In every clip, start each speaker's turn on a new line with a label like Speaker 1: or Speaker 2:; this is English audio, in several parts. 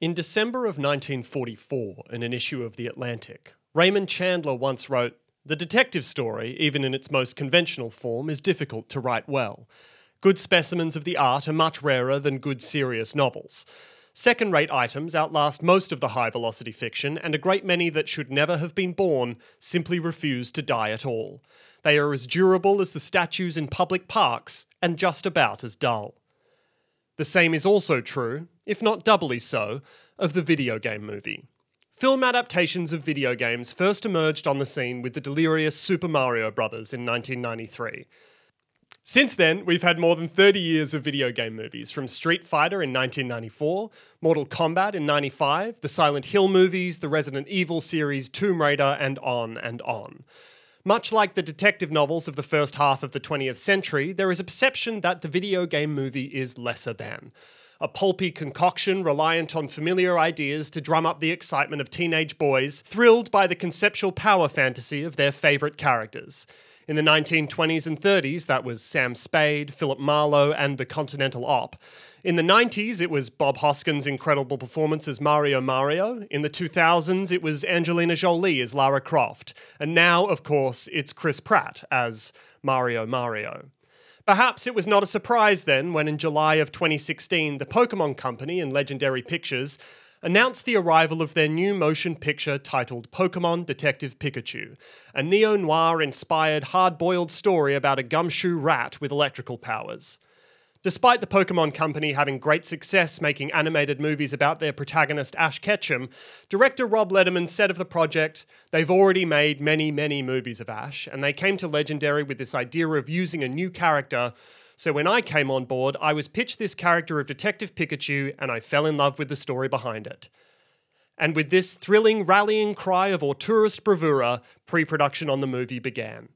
Speaker 1: In December of 1944, in an issue of The Atlantic, Raymond Chandler once wrote The detective story, even in its most conventional form, is difficult to write well. Good specimens of the art are much rarer than good serious novels. Second rate items outlast most of the high velocity fiction, and a great many that should never have been born simply refuse to die at all. They are as durable as the statues in public parks and just about as dull. The same is also true, if not doubly so, of the video game movie. Film adaptations of video games first emerged on the scene with the delirious Super Mario Bros. in 1993. Since then, we've had more than 30 years of video game movies, from Street Fighter in 1994, Mortal Kombat in 95, the Silent Hill movies, the Resident Evil series, Tomb Raider, and on and on. Much like the detective novels of the first half of the 20th century, there is a perception that the video game movie is lesser than. A pulpy concoction reliant on familiar ideas to drum up the excitement of teenage boys, thrilled by the conceptual power fantasy of their favourite characters. In the 1920s and 30s, that was Sam Spade, Philip Marlowe, and the Continental Op. In the 90s, it was Bob Hoskins' incredible performance as Mario Mario. In the 2000s, it was Angelina Jolie as Lara Croft. And now, of course, it's Chris Pratt as Mario Mario. Perhaps it was not a surprise then when, in July of 2016, the Pokemon Company and Legendary Pictures announced the arrival of their new motion picture titled Pokemon Detective Pikachu, a neo noir inspired hard boiled story about a gumshoe rat with electrical powers. Despite the Pokemon Company having great success making animated movies about their protagonist Ash Ketchum, director Rob Letterman said of the project, They've already made many, many movies of Ash, and they came to Legendary with this idea of using a new character. So when I came on board, I was pitched this character of Detective Pikachu, and I fell in love with the story behind it. And with this thrilling rallying cry of auteurist bravura, pre production on the movie began.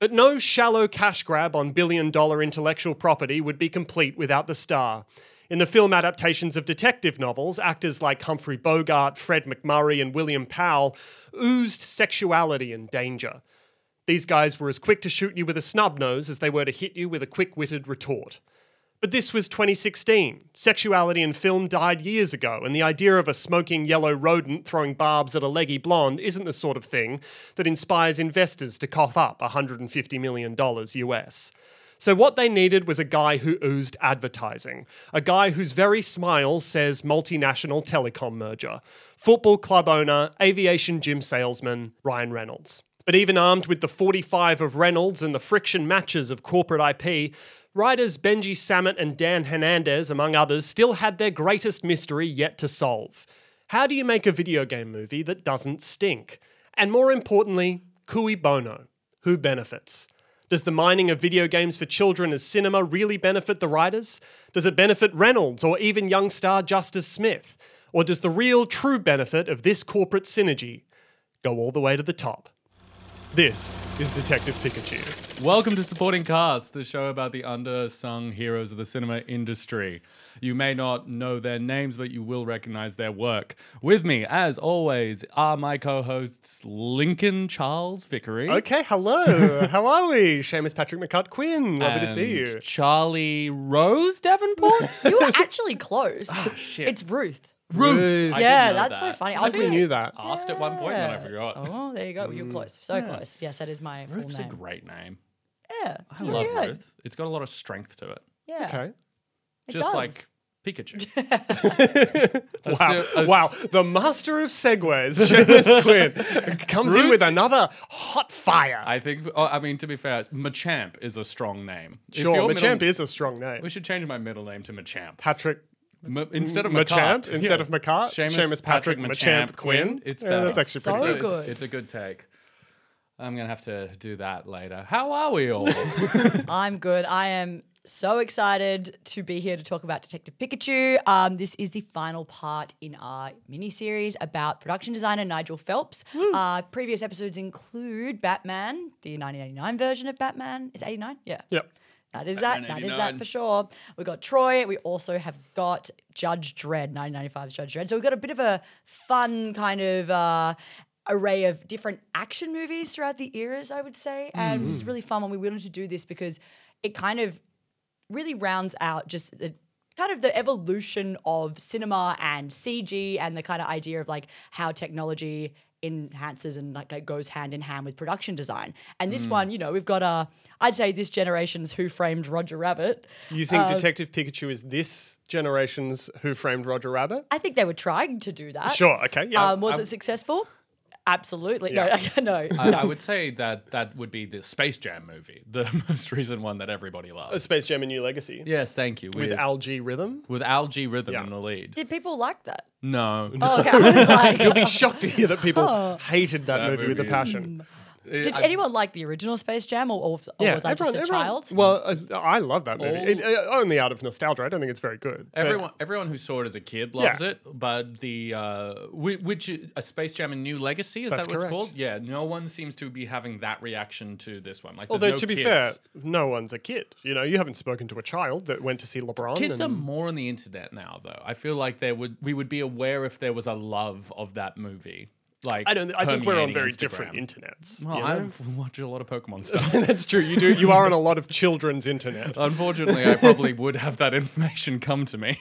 Speaker 1: But no shallow cash grab on billion dollar intellectual property would be complete without the star. In the film adaptations of detective novels, actors like Humphrey Bogart, Fred McMurray, and William Powell oozed sexuality and danger. These guys were as quick to shoot you with a snub nose as they were to hit you with a quick witted retort. But this was 2016. Sexuality in film died years ago, and the idea of a smoking yellow rodent throwing barbs at a leggy blonde isn't the sort of thing that inspires investors to cough up $150 million US. So, what they needed was a guy who oozed advertising, a guy whose very smile says multinational telecom merger, football club owner, aviation gym salesman, Ryan Reynolds. But even armed with the 45 of Reynolds and the friction matches of corporate IP, writers Benji Samet and Dan Hernandez, among others, still had their greatest mystery yet to solve. How do you make a video game movie that doesn't stink? And more importantly, cui bono? Who benefits? Does the mining of video games for children as cinema really benefit the writers? Does it benefit Reynolds or even young star Justice Smith? Or does the real, true benefit of this corporate synergy go all the way to the top? This is Detective Pikachu.
Speaker 2: Welcome to Supporting Cast, the show about the undersung heroes of the cinema industry. You may not know their names, but you will recognize their work. With me, as always, are my co hosts Lincoln Charles Vickery.
Speaker 1: Okay, hello. How are we? Seamus Patrick McCart Quinn. Lovely to see
Speaker 2: and
Speaker 1: you.
Speaker 2: Charlie Rose Davenport?
Speaker 3: You were actually close.
Speaker 2: Oh, shit.
Speaker 3: It's Ruth.
Speaker 2: Ruth. Oh.
Speaker 3: yeah, that's so funny. I
Speaker 1: I
Speaker 3: was
Speaker 1: actually
Speaker 3: like,
Speaker 1: knew that.
Speaker 2: Asked at one point and I
Speaker 3: "Yeah."
Speaker 2: forgot.
Speaker 3: Oh, there you go. You're close. So close. Yes, that is my
Speaker 2: Mm. Ruth's
Speaker 3: full
Speaker 2: a
Speaker 3: name.
Speaker 2: great name.
Speaker 3: yeah.
Speaker 2: I love Ruth. It's got a lot of strength to it.
Speaker 3: Yeah.
Speaker 1: Okay.
Speaker 3: It
Speaker 2: Just
Speaker 3: does.
Speaker 2: like Pikachu. That's
Speaker 1: Wow.
Speaker 2: it. That's-
Speaker 1: wow. The master of segues, Seamus Quinn, comes in with another hot fire.
Speaker 2: I think. Oh, I mean, to be fair, Machamp is a strong name. If
Speaker 1: sure,
Speaker 2: your
Speaker 1: Machamp
Speaker 2: middle-
Speaker 1: is a strong name.
Speaker 2: We should change my middle name to Machamp.
Speaker 1: Patrick
Speaker 2: M- instead of
Speaker 1: Machamp
Speaker 2: Macart,
Speaker 1: instead
Speaker 2: yeah.
Speaker 1: of Macart.
Speaker 2: Seamus, Patrick, Machamp, Quinn. It's
Speaker 1: yeah,
Speaker 2: better.
Speaker 1: That's actually
Speaker 3: So
Speaker 1: pretty
Speaker 2: It's-
Speaker 1: good.
Speaker 3: good.
Speaker 2: It's, a good take. I'm gonna have to do that later. How are we all?
Speaker 3: I'm good. I am so excited to be here to talk about Detective Pikachu. Um, this is the final part in our mini series about production designer Nigel Phelps. Uh, previous episodes include Batman, the 1989 version of Batman. Is it 89? Yeah.
Speaker 1: Yep.
Speaker 3: That is
Speaker 2: Batman
Speaker 3: that. That is
Speaker 2: 89.
Speaker 3: that for sure. We got Troy. We also have got Judge Dredd, 1995's Judge Dredd. So we've got a bit of a fun kind of uh, array of different action movies throughout the eras, I would say. And this is really fun when we wanted to do this because it kind of really rounds out just the kind of the evolution of cinema and CG and the kind of idea of like how technology enhances and like it goes hand in hand with production design. And this one, you know, we've got uh, I'd say this generation's Who Framed Roger Rabbit.
Speaker 1: You
Speaker 2: Uh,
Speaker 1: think Detective Pikachu is this generation's Who Framed Roger Rabbit?
Speaker 3: I think they were trying to do that.
Speaker 1: Sure. Okay. Yeah.
Speaker 3: Um, was it successful? Absolutely.
Speaker 1: Yeah.
Speaker 3: No, no.
Speaker 2: I, I would say that that would be the Space Jam movie, the most recent one that everybody
Speaker 1: Uh,
Speaker 2: loves.
Speaker 1: Space Jam: A New Legacy
Speaker 2: Yes, thank you.
Speaker 1: with
Speaker 2: with
Speaker 1: Al G Rhythm.
Speaker 2: with Al G Rhythm
Speaker 1: Yeah.
Speaker 2: in the lead.
Speaker 3: Did people like that?
Speaker 2: No,
Speaker 3: Oh, okay. I was like,
Speaker 1: You'll be shocked to hear that people hated that,
Speaker 2: That
Speaker 1: movie, with a
Speaker 2: movie is-
Speaker 1: passion.
Speaker 3: did
Speaker 2: I-
Speaker 3: anyone like the original Space Jam, or, or, or was I just a child?
Speaker 1: Well, I, I love that movie.
Speaker 2: All-
Speaker 1: It- uh, only out of nostalgia. I don't think it's very good. but-
Speaker 2: Oh. Everyone, everyone who saw it as a kid loves it, but the uh, whi- which a Space Jam and New Legacy is
Speaker 1: That's
Speaker 2: that what
Speaker 1: correct.
Speaker 2: it's called? Yeah, no one seems to be having that reaction to this one. Like, there's
Speaker 1: Although
Speaker 2: no
Speaker 1: to be
Speaker 2: kids.
Speaker 1: fair, no one's a kid. You know, you haven't spoken to a child that went to see LeBron.
Speaker 2: kids are
Speaker 1: and-
Speaker 2: more on the internet now, though. I feel like there would we would be aware if there was a love of that movie. Like,
Speaker 1: I don't. I think we're on
Speaker 2: permeating
Speaker 1: very
Speaker 2: Instagram.
Speaker 1: different internets.
Speaker 2: Well,
Speaker 1: you know?
Speaker 2: I don't watch a lot of Pokemon stuff.
Speaker 1: That's true. You do. You are on a lot of children's internet.
Speaker 2: Oh, Unfortunately, I probably would have that information come to me.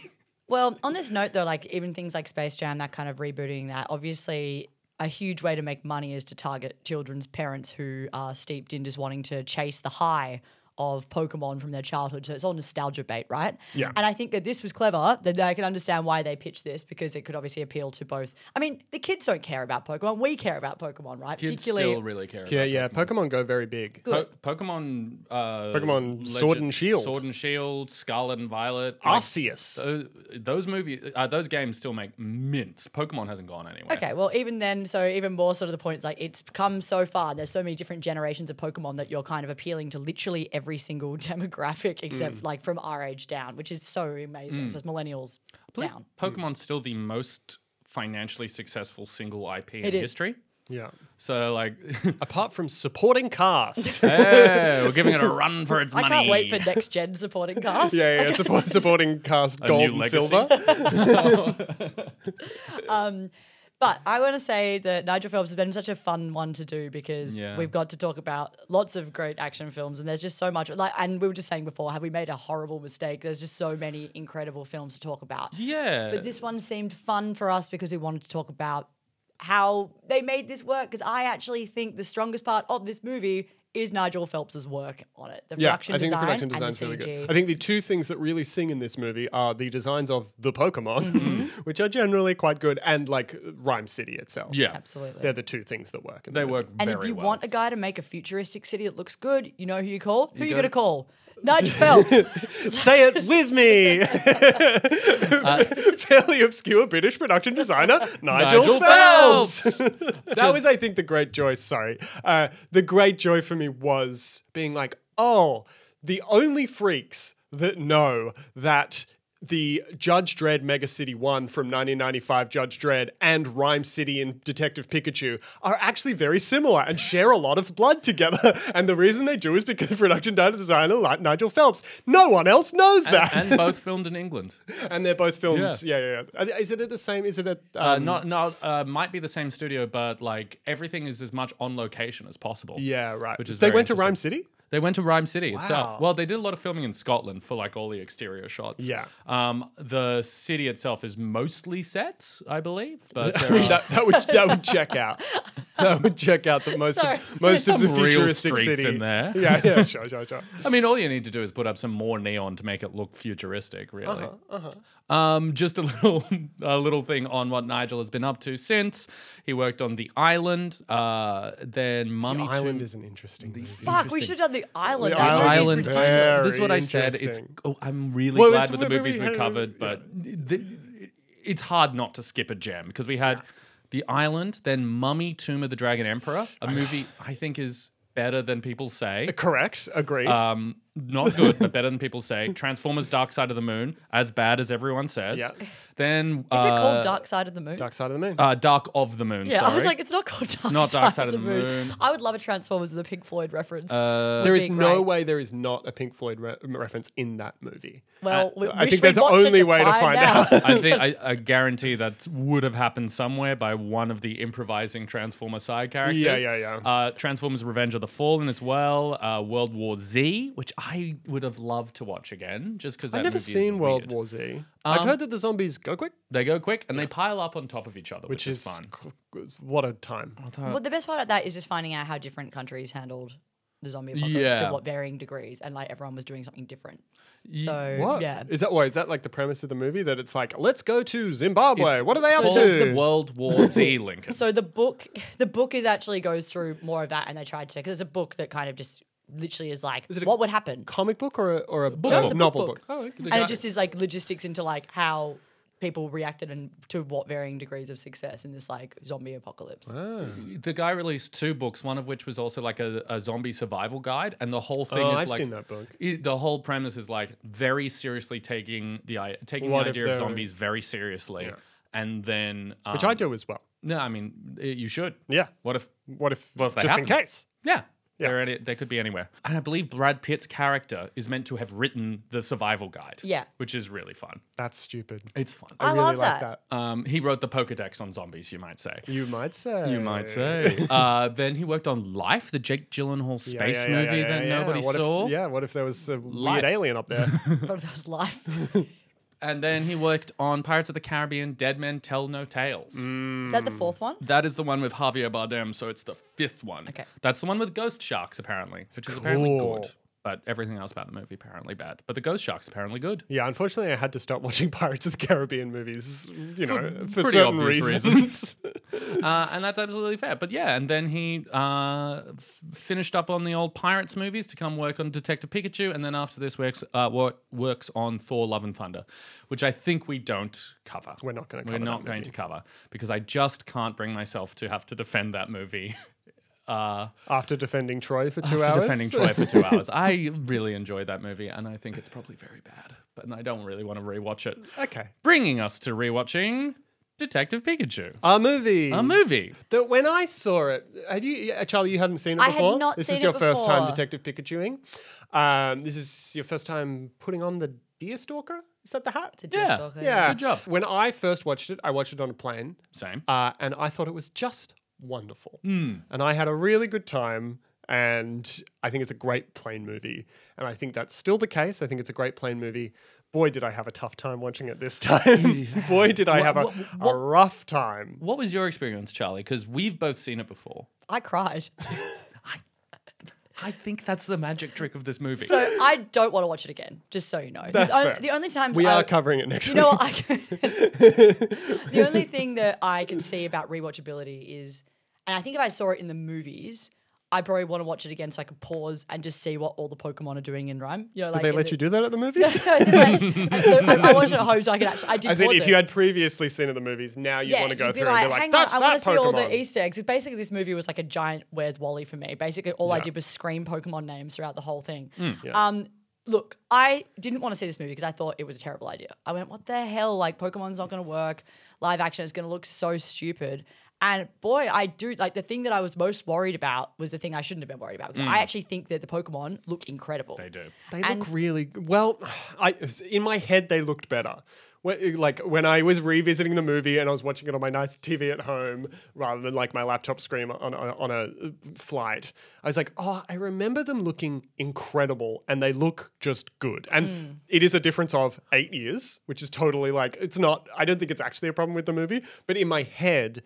Speaker 3: Well, on this note though, like even things like Space Jam, that kind of rebooting that, obviously a huge way to make money is to target children's parents who are steeped in just wanting to chase the high of Pokemon from their childhood. So it's all nostalgia bait, right?
Speaker 1: Yeah.
Speaker 3: And I think that this was clever, that I can understand why they pitched this because it could obviously appeal to both. I mean, the kids don't care about Pokemon. We care about Pokemon, right?
Speaker 2: Kids still really care.
Speaker 1: Yeah,
Speaker 2: about
Speaker 1: yeah. Pokemon Go very big.
Speaker 2: Po- Pokemon, uh,
Speaker 1: Pokemon Sword and Shield.
Speaker 2: Sword and Shield, Scarlet and Violet. like,
Speaker 1: Arceus.
Speaker 2: tho- those movies, uh, those games still make mints. Pokemon hasn't gone anywhere.
Speaker 3: Okay, well, even then, so even more sort of the point is like it's come so far. There's so many different generations of Pokemon that you're kind of appealing to literally every single demographic except
Speaker 2: Mm.
Speaker 3: like from our age down, which is so amazing. So it's millennials
Speaker 2: Believe
Speaker 3: down.
Speaker 2: Pokemon's still the most financially successful single IP
Speaker 3: It
Speaker 2: in
Speaker 3: is.
Speaker 2: history.
Speaker 1: Yeah.
Speaker 2: So like,
Speaker 1: Apart from supporting cast. yeah,
Speaker 2: hey, we're giving it a run for its money.
Speaker 3: I can't wait for next gen supporting cast.
Speaker 1: yeah. yeah, Support, supporting cast
Speaker 2: A
Speaker 1: gold
Speaker 2: new
Speaker 1: and
Speaker 2: legacy.
Speaker 1: silver.
Speaker 3: But I want to say that Nigel Phelps has been such a fun one to do because
Speaker 2: Yeah.
Speaker 3: we've got to talk about lots of great action films, and there's just so much. Like, and we were just saying before, have we made a horrible mistake? There's just so many incredible films to talk about.
Speaker 2: Yeah,
Speaker 3: But this one seemed fun for us because we wanted to talk about how they made this work. Because I actually think the strongest part of this movie is Nigel Phelps's work on it. The production,
Speaker 1: I think
Speaker 3: design,
Speaker 1: the production
Speaker 3: and
Speaker 1: design's
Speaker 3: the
Speaker 1: really
Speaker 3: CG.
Speaker 1: good. I think the two things that really sing in this movie are the designs of the Pokemon,
Speaker 3: Mm-hmm.
Speaker 1: which are generally quite good, and like Rhyme City itself.
Speaker 2: yeah,
Speaker 3: Absolutely.
Speaker 1: They're the two things that work. in the
Speaker 2: they
Speaker 1: movie.
Speaker 2: work
Speaker 3: and
Speaker 2: very
Speaker 3: if you
Speaker 2: well.
Speaker 3: want a guy to make a futuristic city that looks good, you know who you call? Who you,
Speaker 2: go-
Speaker 3: going to call? Nigel Phelps.
Speaker 1: Say it with me. Fairly obscure British production designer Nigel,
Speaker 2: Nigel
Speaker 1: Phelps.
Speaker 2: Phelps.
Speaker 1: that was, I think, the great joy. Sorry, uh, the great joy for me was being like, oh, the only freaks that know that. The Judge Dredd Mega City 1 from 1995 Judge Dredd and Rhyme City in Detective Pikachu are actually very similar and share a lot of blood together. And the reason they do is because the production designer like Nigel Phelps. No one else knows
Speaker 2: and,
Speaker 1: that.
Speaker 2: and both filmed in England.
Speaker 1: And they're both filmed. Yeah, yeah. yeah. Is it at the same? Is it at?
Speaker 2: Uh,
Speaker 1: um,
Speaker 2: not not uh, might be the same studio, but like everything is as much on location as possible.
Speaker 1: Yeah, right.
Speaker 2: which is
Speaker 1: they
Speaker 2: very
Speaker 1: went to
Speaker 2: interesting.
Speaker 1: Rhyme City.
Speaker 2: They went to Rhyme City
Speaker 1: Wow.
Speaker 2: itself. Well, they did a lot of filming in Scotland for like all the exterior shots.
Speaker 1: Yeah.
Speaker 2: Um, the city itself is mostly sets, I believe, but there are
Speaker 1: That, that would that would check out. That would check out that most
Speaker 3: Sorry.
Speaker 1: of most of the
Speaker 2: some real
Speaker 1: futuristic
Speaker 2: streets
Speaker 1: city
Speaker 2: in there.
Speaker 1: Yeah, yeah, sure, sure, sure.
Speaker 2: I mean, all you need to do is put up some more neon to make it look futuristic, really.
Speaker 1: Uh-huh,
Speaker 2: Um, just a little, a little thing on what Nigel has been up to since he worked on The Island. Uh, then Mummy
Speaker 1: Island
Speaker 2: Two.
Speaker 1: is an interesting. movie.
Speaker 3: Fuck, we should have done the island.
Speaker 1: The
Speaker 3: That movie's
Speaker 2: Island.
Speaker 1: is
Speaker 3: ridiculous.
Speaker 2: This is what
Speaker 1: very
Speaker 2: I said. It's.
Speaker 1: interesting.
Speaker 2: Oh, I'm really
Speaker 1: Well, it's
Speaker 2: glad with the
Speaker 1: what we
Speaker 2: movies we
Speaker 1: had-
Speaker 2: covered, but the, it's hard not to skip a gem because we had The Island, then Mummy, Tomb of the Dragon Emperor, a movie I think is better than people say.
Speaker 1: Correct. Agreed.
Speaker 2: Um, not good, but better than people say. Transformers: Dark Side of the Moon, as bad as everyone says.
Speaker 1: Yeah.
Speaker 2: Then
Speaker 3: Is it
Speaker 2: uh,
Speaker 3: called Dark Side of the Moon?
Speaker 1: Dark Side of the Moon.
Speaker 2: Uh, Dark of the Moon.
Speaker 3: Yeah,
Speaker 2: sorry.
Speaker 3: I was like, it's not called Dark,
Speaker 2: not
Speaker 3: Side,
Speaker 2: Dark
Speaker 3: of the, moon. I would love a Transformers with a Pink Floyd reference.
Speaker 2: Uh,
Speaker 1: there is
Speaker 3: being
Speaker 1: no
Speaker 3: right.
Speaker 1: way there is not a Pink Floyd re- reference in that movie.
Speaker 3: well, we
Speaker 1: I think
Speaker 3: wish we'd
Speaker 1: there's the
Speaker 3: watch it
Speaker 1: only way to find out.
Speaker 2: I think I, I guarantee that would have happened somewhere by one of the improvising Transformer side characters.
Speaker 1: Yeah, yeah, yeah.
Speaker 2: Uh, Transformers: Revenge of the Fallen as well. Uh, World War Z, which I would have loved to watch again, just because
Speaker 1: I've never seen World War Z. have
Speaker 2: Um,
Speaker 1: heard that the zombies go quick,
Speaker 2: They go quick and they pile up on top of each other, which,
Speaker 1: which is
Speaker 2: fun.
Speaker 1: c- c- what a time.
Speaker 3: Well, the best part of that is just finding out how different countries handled the zombie apocalypse
Speaker 2: Yeah.
Speaker 3: to what varying degrees, and like everyone was doing something different. So
Speaker 1: What?
Speaker 3: yeah,
Speaker 1: Is that why? Is that like the premise of the movie that it's like, let's go to Zimbabwe.
Speaker 2: It's
Speaker 1: what are they up
Speaker 2: called
Speaker 1: to?
Speaker 2: The World War Z, Lincoln.
Speaker 3: so the book the book is actually goes through more of that and they tried to because it's a book that kind of just literally is like
Speaker 1: it a
Speaker 3: what would happen
Speaker 1: Comic book or a, or a
Speaker 2: No,
Speaker 1: uh,
Speaker 2: it's a book
Speaker 1: novel
Speaker 3: book.
Speaker 1: book? Oh, okay.
Speaker 3: and it just is like logistics into like how people reacted and to what varying degrees of success in this like zombie apocalypse
Speaker 2: the guy released two books, one of which was also like a, a zombie survival guide, and the whole thing
Speaker 1: Oh,
Speaker 2: is
Speaker 1: I've
Speaker 2: like
Speaker 1: seen that book.
Speaker 2: i- the whole premise is like very seriously taking the i- taking
Speaker 1: What
Speaker 2: the
Speaker 1: if
Speaker 2: idea of
Speaker 1: they're-
Speaker 2: zombies very seriously, and then um,
Speaker 1: Which I do as well.
Speaker 2: No, I mean i- you should.
Speaker 1: Yeah.
Speaker 2: What if?
Speaker 1: What if,
Speaker 2: What if they
Speaker 1: just in
Speaker 2: happen?
Speaker 1: case?
Speaker 2: Yeah. They're any, they could be anywhere. And I believe Brad Pitt's character is meant to have written the survival guide.
Speaker 3: Yeah.
Speaker 2: Which is really fun.
Speaker 1: That's stupid.
Speaker 2: It's fun.
Speaker 3: I
Speaker 1: really
Speaker 3: love
Speaker 1: like
Speaker 3: that.
Speaker 2: Um, he wrote the Pokedex on zombies, you might say.
Speaker 1: You might say.
Speaker 2: You might say. uh, then he worked on Life, the Jake Gyllenhaal
Speaker 1: Yeah,
Speaker 2: space
Speaker 1: yeah, yeah,
Speaker 2: movie
Speaker 1: yeah,
Speaker 2: that
Speaker 1: yeah.
Speaker 2: nobody
Speaker 1: What if-
Speaker 2: saw.
Speaker 1: yeah, what if there was a
Speaker 2: Life.
Speaker 1: weird alien up there?
Speaker 3: But that was life
Speaker 2: And then he worked on Pirates of the Caribbean, Dead Men Tell No Tales.
Speaker 1: Mm.
Speaker 3: is that the
Speaker 1: Hmm.
Speaker 3: fourth one
Speaker 2: That is the one with Javier Bardem, so it's the fifth one.
Speaker 3: Okay.
Speaker 2: That's the one with ghost sharks, apparently, which is apparently
Speaker 1: Cool.
Speaker 2: good. But everything else about the movie apparently bad. But the ghost sharks apparently good.
Speaker 1: yeah, unfortunately, I had to stop watching Pirates of the Caribbean movies, you know, for,
Speaker 2: pretty
Speaker 1: certain
Speaker 2: obvious
Speaker 1: reasons.
Speaker 2: uh, and that's absolutely fair. But yeah, and then he uh, f- finished up on the old Pirates movies to come work on Detective Pikachu, and then after this works uh, wor- works on Thor: Love and Thunder, which I think we don't cover.
Speaker 1: We're not gonna
Speaker 2: We're
Speaker 1: cover
Speaker 2: not
Speaker 1: that
Speaker 2: going to cover because I just can't bring myself to have to defend that movie. Uh,
Speaker 1: After defending Troy for two
Speaker 2: after
Speaker 1: hours.
Speaker 2: defending Troy for two hours, I really enjoyed that movie, and I think it's probably very bad. But I don't really want to rewatch it.
Speaker 1: okay.
Speaker 2: Bringing us to rewatching Detective Pikachu,
Speaker 1: A movie.
Speaker 2: a movie.
Speaker 1: that when I saw it, had you, yeah, Charlie? You hadn't seen it
Speaker 3: I had
Speaker 1: before.
Speaker 3: not
Speaker 1: this
Speaker 3: seen
Speaker 1: is
Speaker 3: it
Speaker 1: your first time
Speaker 3: before.
Speaker 1: Detective Pikachuing. Um, this is your first time putting on the Deerstalker. Is that the hat?
Speaker 3: The
Speaker 2: Yeah.
Speaker 3: Deerstalker.
Speaker 1: yeah,
Speaker 2: Good job.
Speaker 1: When I first watched it, I watched it on a plane,
Speaker 2: Same.
Speaker 1: uh, and I thought it was just wonderful.
Speaker 3: Hmm.
Speaker 1: And I had a really good time. And I think it's a great plane movie. And I think that's still the case. I think it's a great plane movie. Boy, did I have a tough time watching it this time. Boy, did I
Speaker 2: Wha-
Speaker 1: have a,
Speaker 2: wha- wha-
Speaker 1: a rough time.
Speaker 2: What was your experience, Charlie? Because we've both seen it before.
Speaker 3: i cried
Speaker 2: I think that's the magic trick of this movie.
Speaker 3: so i don't want to watch it again just so you know
Speaker 1: That's
Speaker 3: the, on-
Speaker 1: fair.
Speaker 3: the only times
Speaker 1: We
Speaker 3: I,
Speaker 1: are covering it next
Speaker 3: Uh, You
Speaker 1: week.
Speaker 3: know what? I can, the only thing that I can see about rewatchability is, and I think if I saw it in the movies, I probably want to watch it again so I could pause and just see what all the Pokemon are doing in rhyme. You know, like
Speaker 1: Did they let you do that at the movies?
Speaker 3: I, I watched it at home so I could actually. I did.
Speaker 1: As in,
Speaker 3: pause
Speaker 1: if
Speaker 3: it.
Speaker 1: you had previously seen it at the movies, now you want to go
Speaker 3: you'd be
Speaker 1: through and be like,
Speaker 3: "Hang
Speaker 1: that's
Speaker 3: on, I
Speaker 1: that
Speaker 3: want to see all the
Speaker 1: Pokemon."
Speaker 3: Easter eggs. 'Cause basically, this movie was like a giant Where's Wally for me. Basically, all I did was scream Pokemon names throughout the whole thing.
Speaker 1: Hmm.
Speaker 3: Um, look, I didn't want to see this movie because I thought it was a terrible idea. I went, "What the hell? Like, Pokemon's not going to work. Live action is going to look so stupid." And boy, I do like the thing that I was most worried about was the thing I shouldn't have been worried about because I actually think that the Pokemon look incredible.
Speaker 2: they do.
Speaker 1: Hmm. They
Speaker 3: And-
Speaker 1: look really well. I in my head they looked better. When, like when I was revisiting the movie and I was watching it on my nice TV at home rather than like my laptop screen on, on, on a uh, flight, I was like, oh, I remember them looking incredible and they look just good. And it is a difference of eight years, which is totally like, it's not, I don't think it's actually a problem with the movie, but in my head,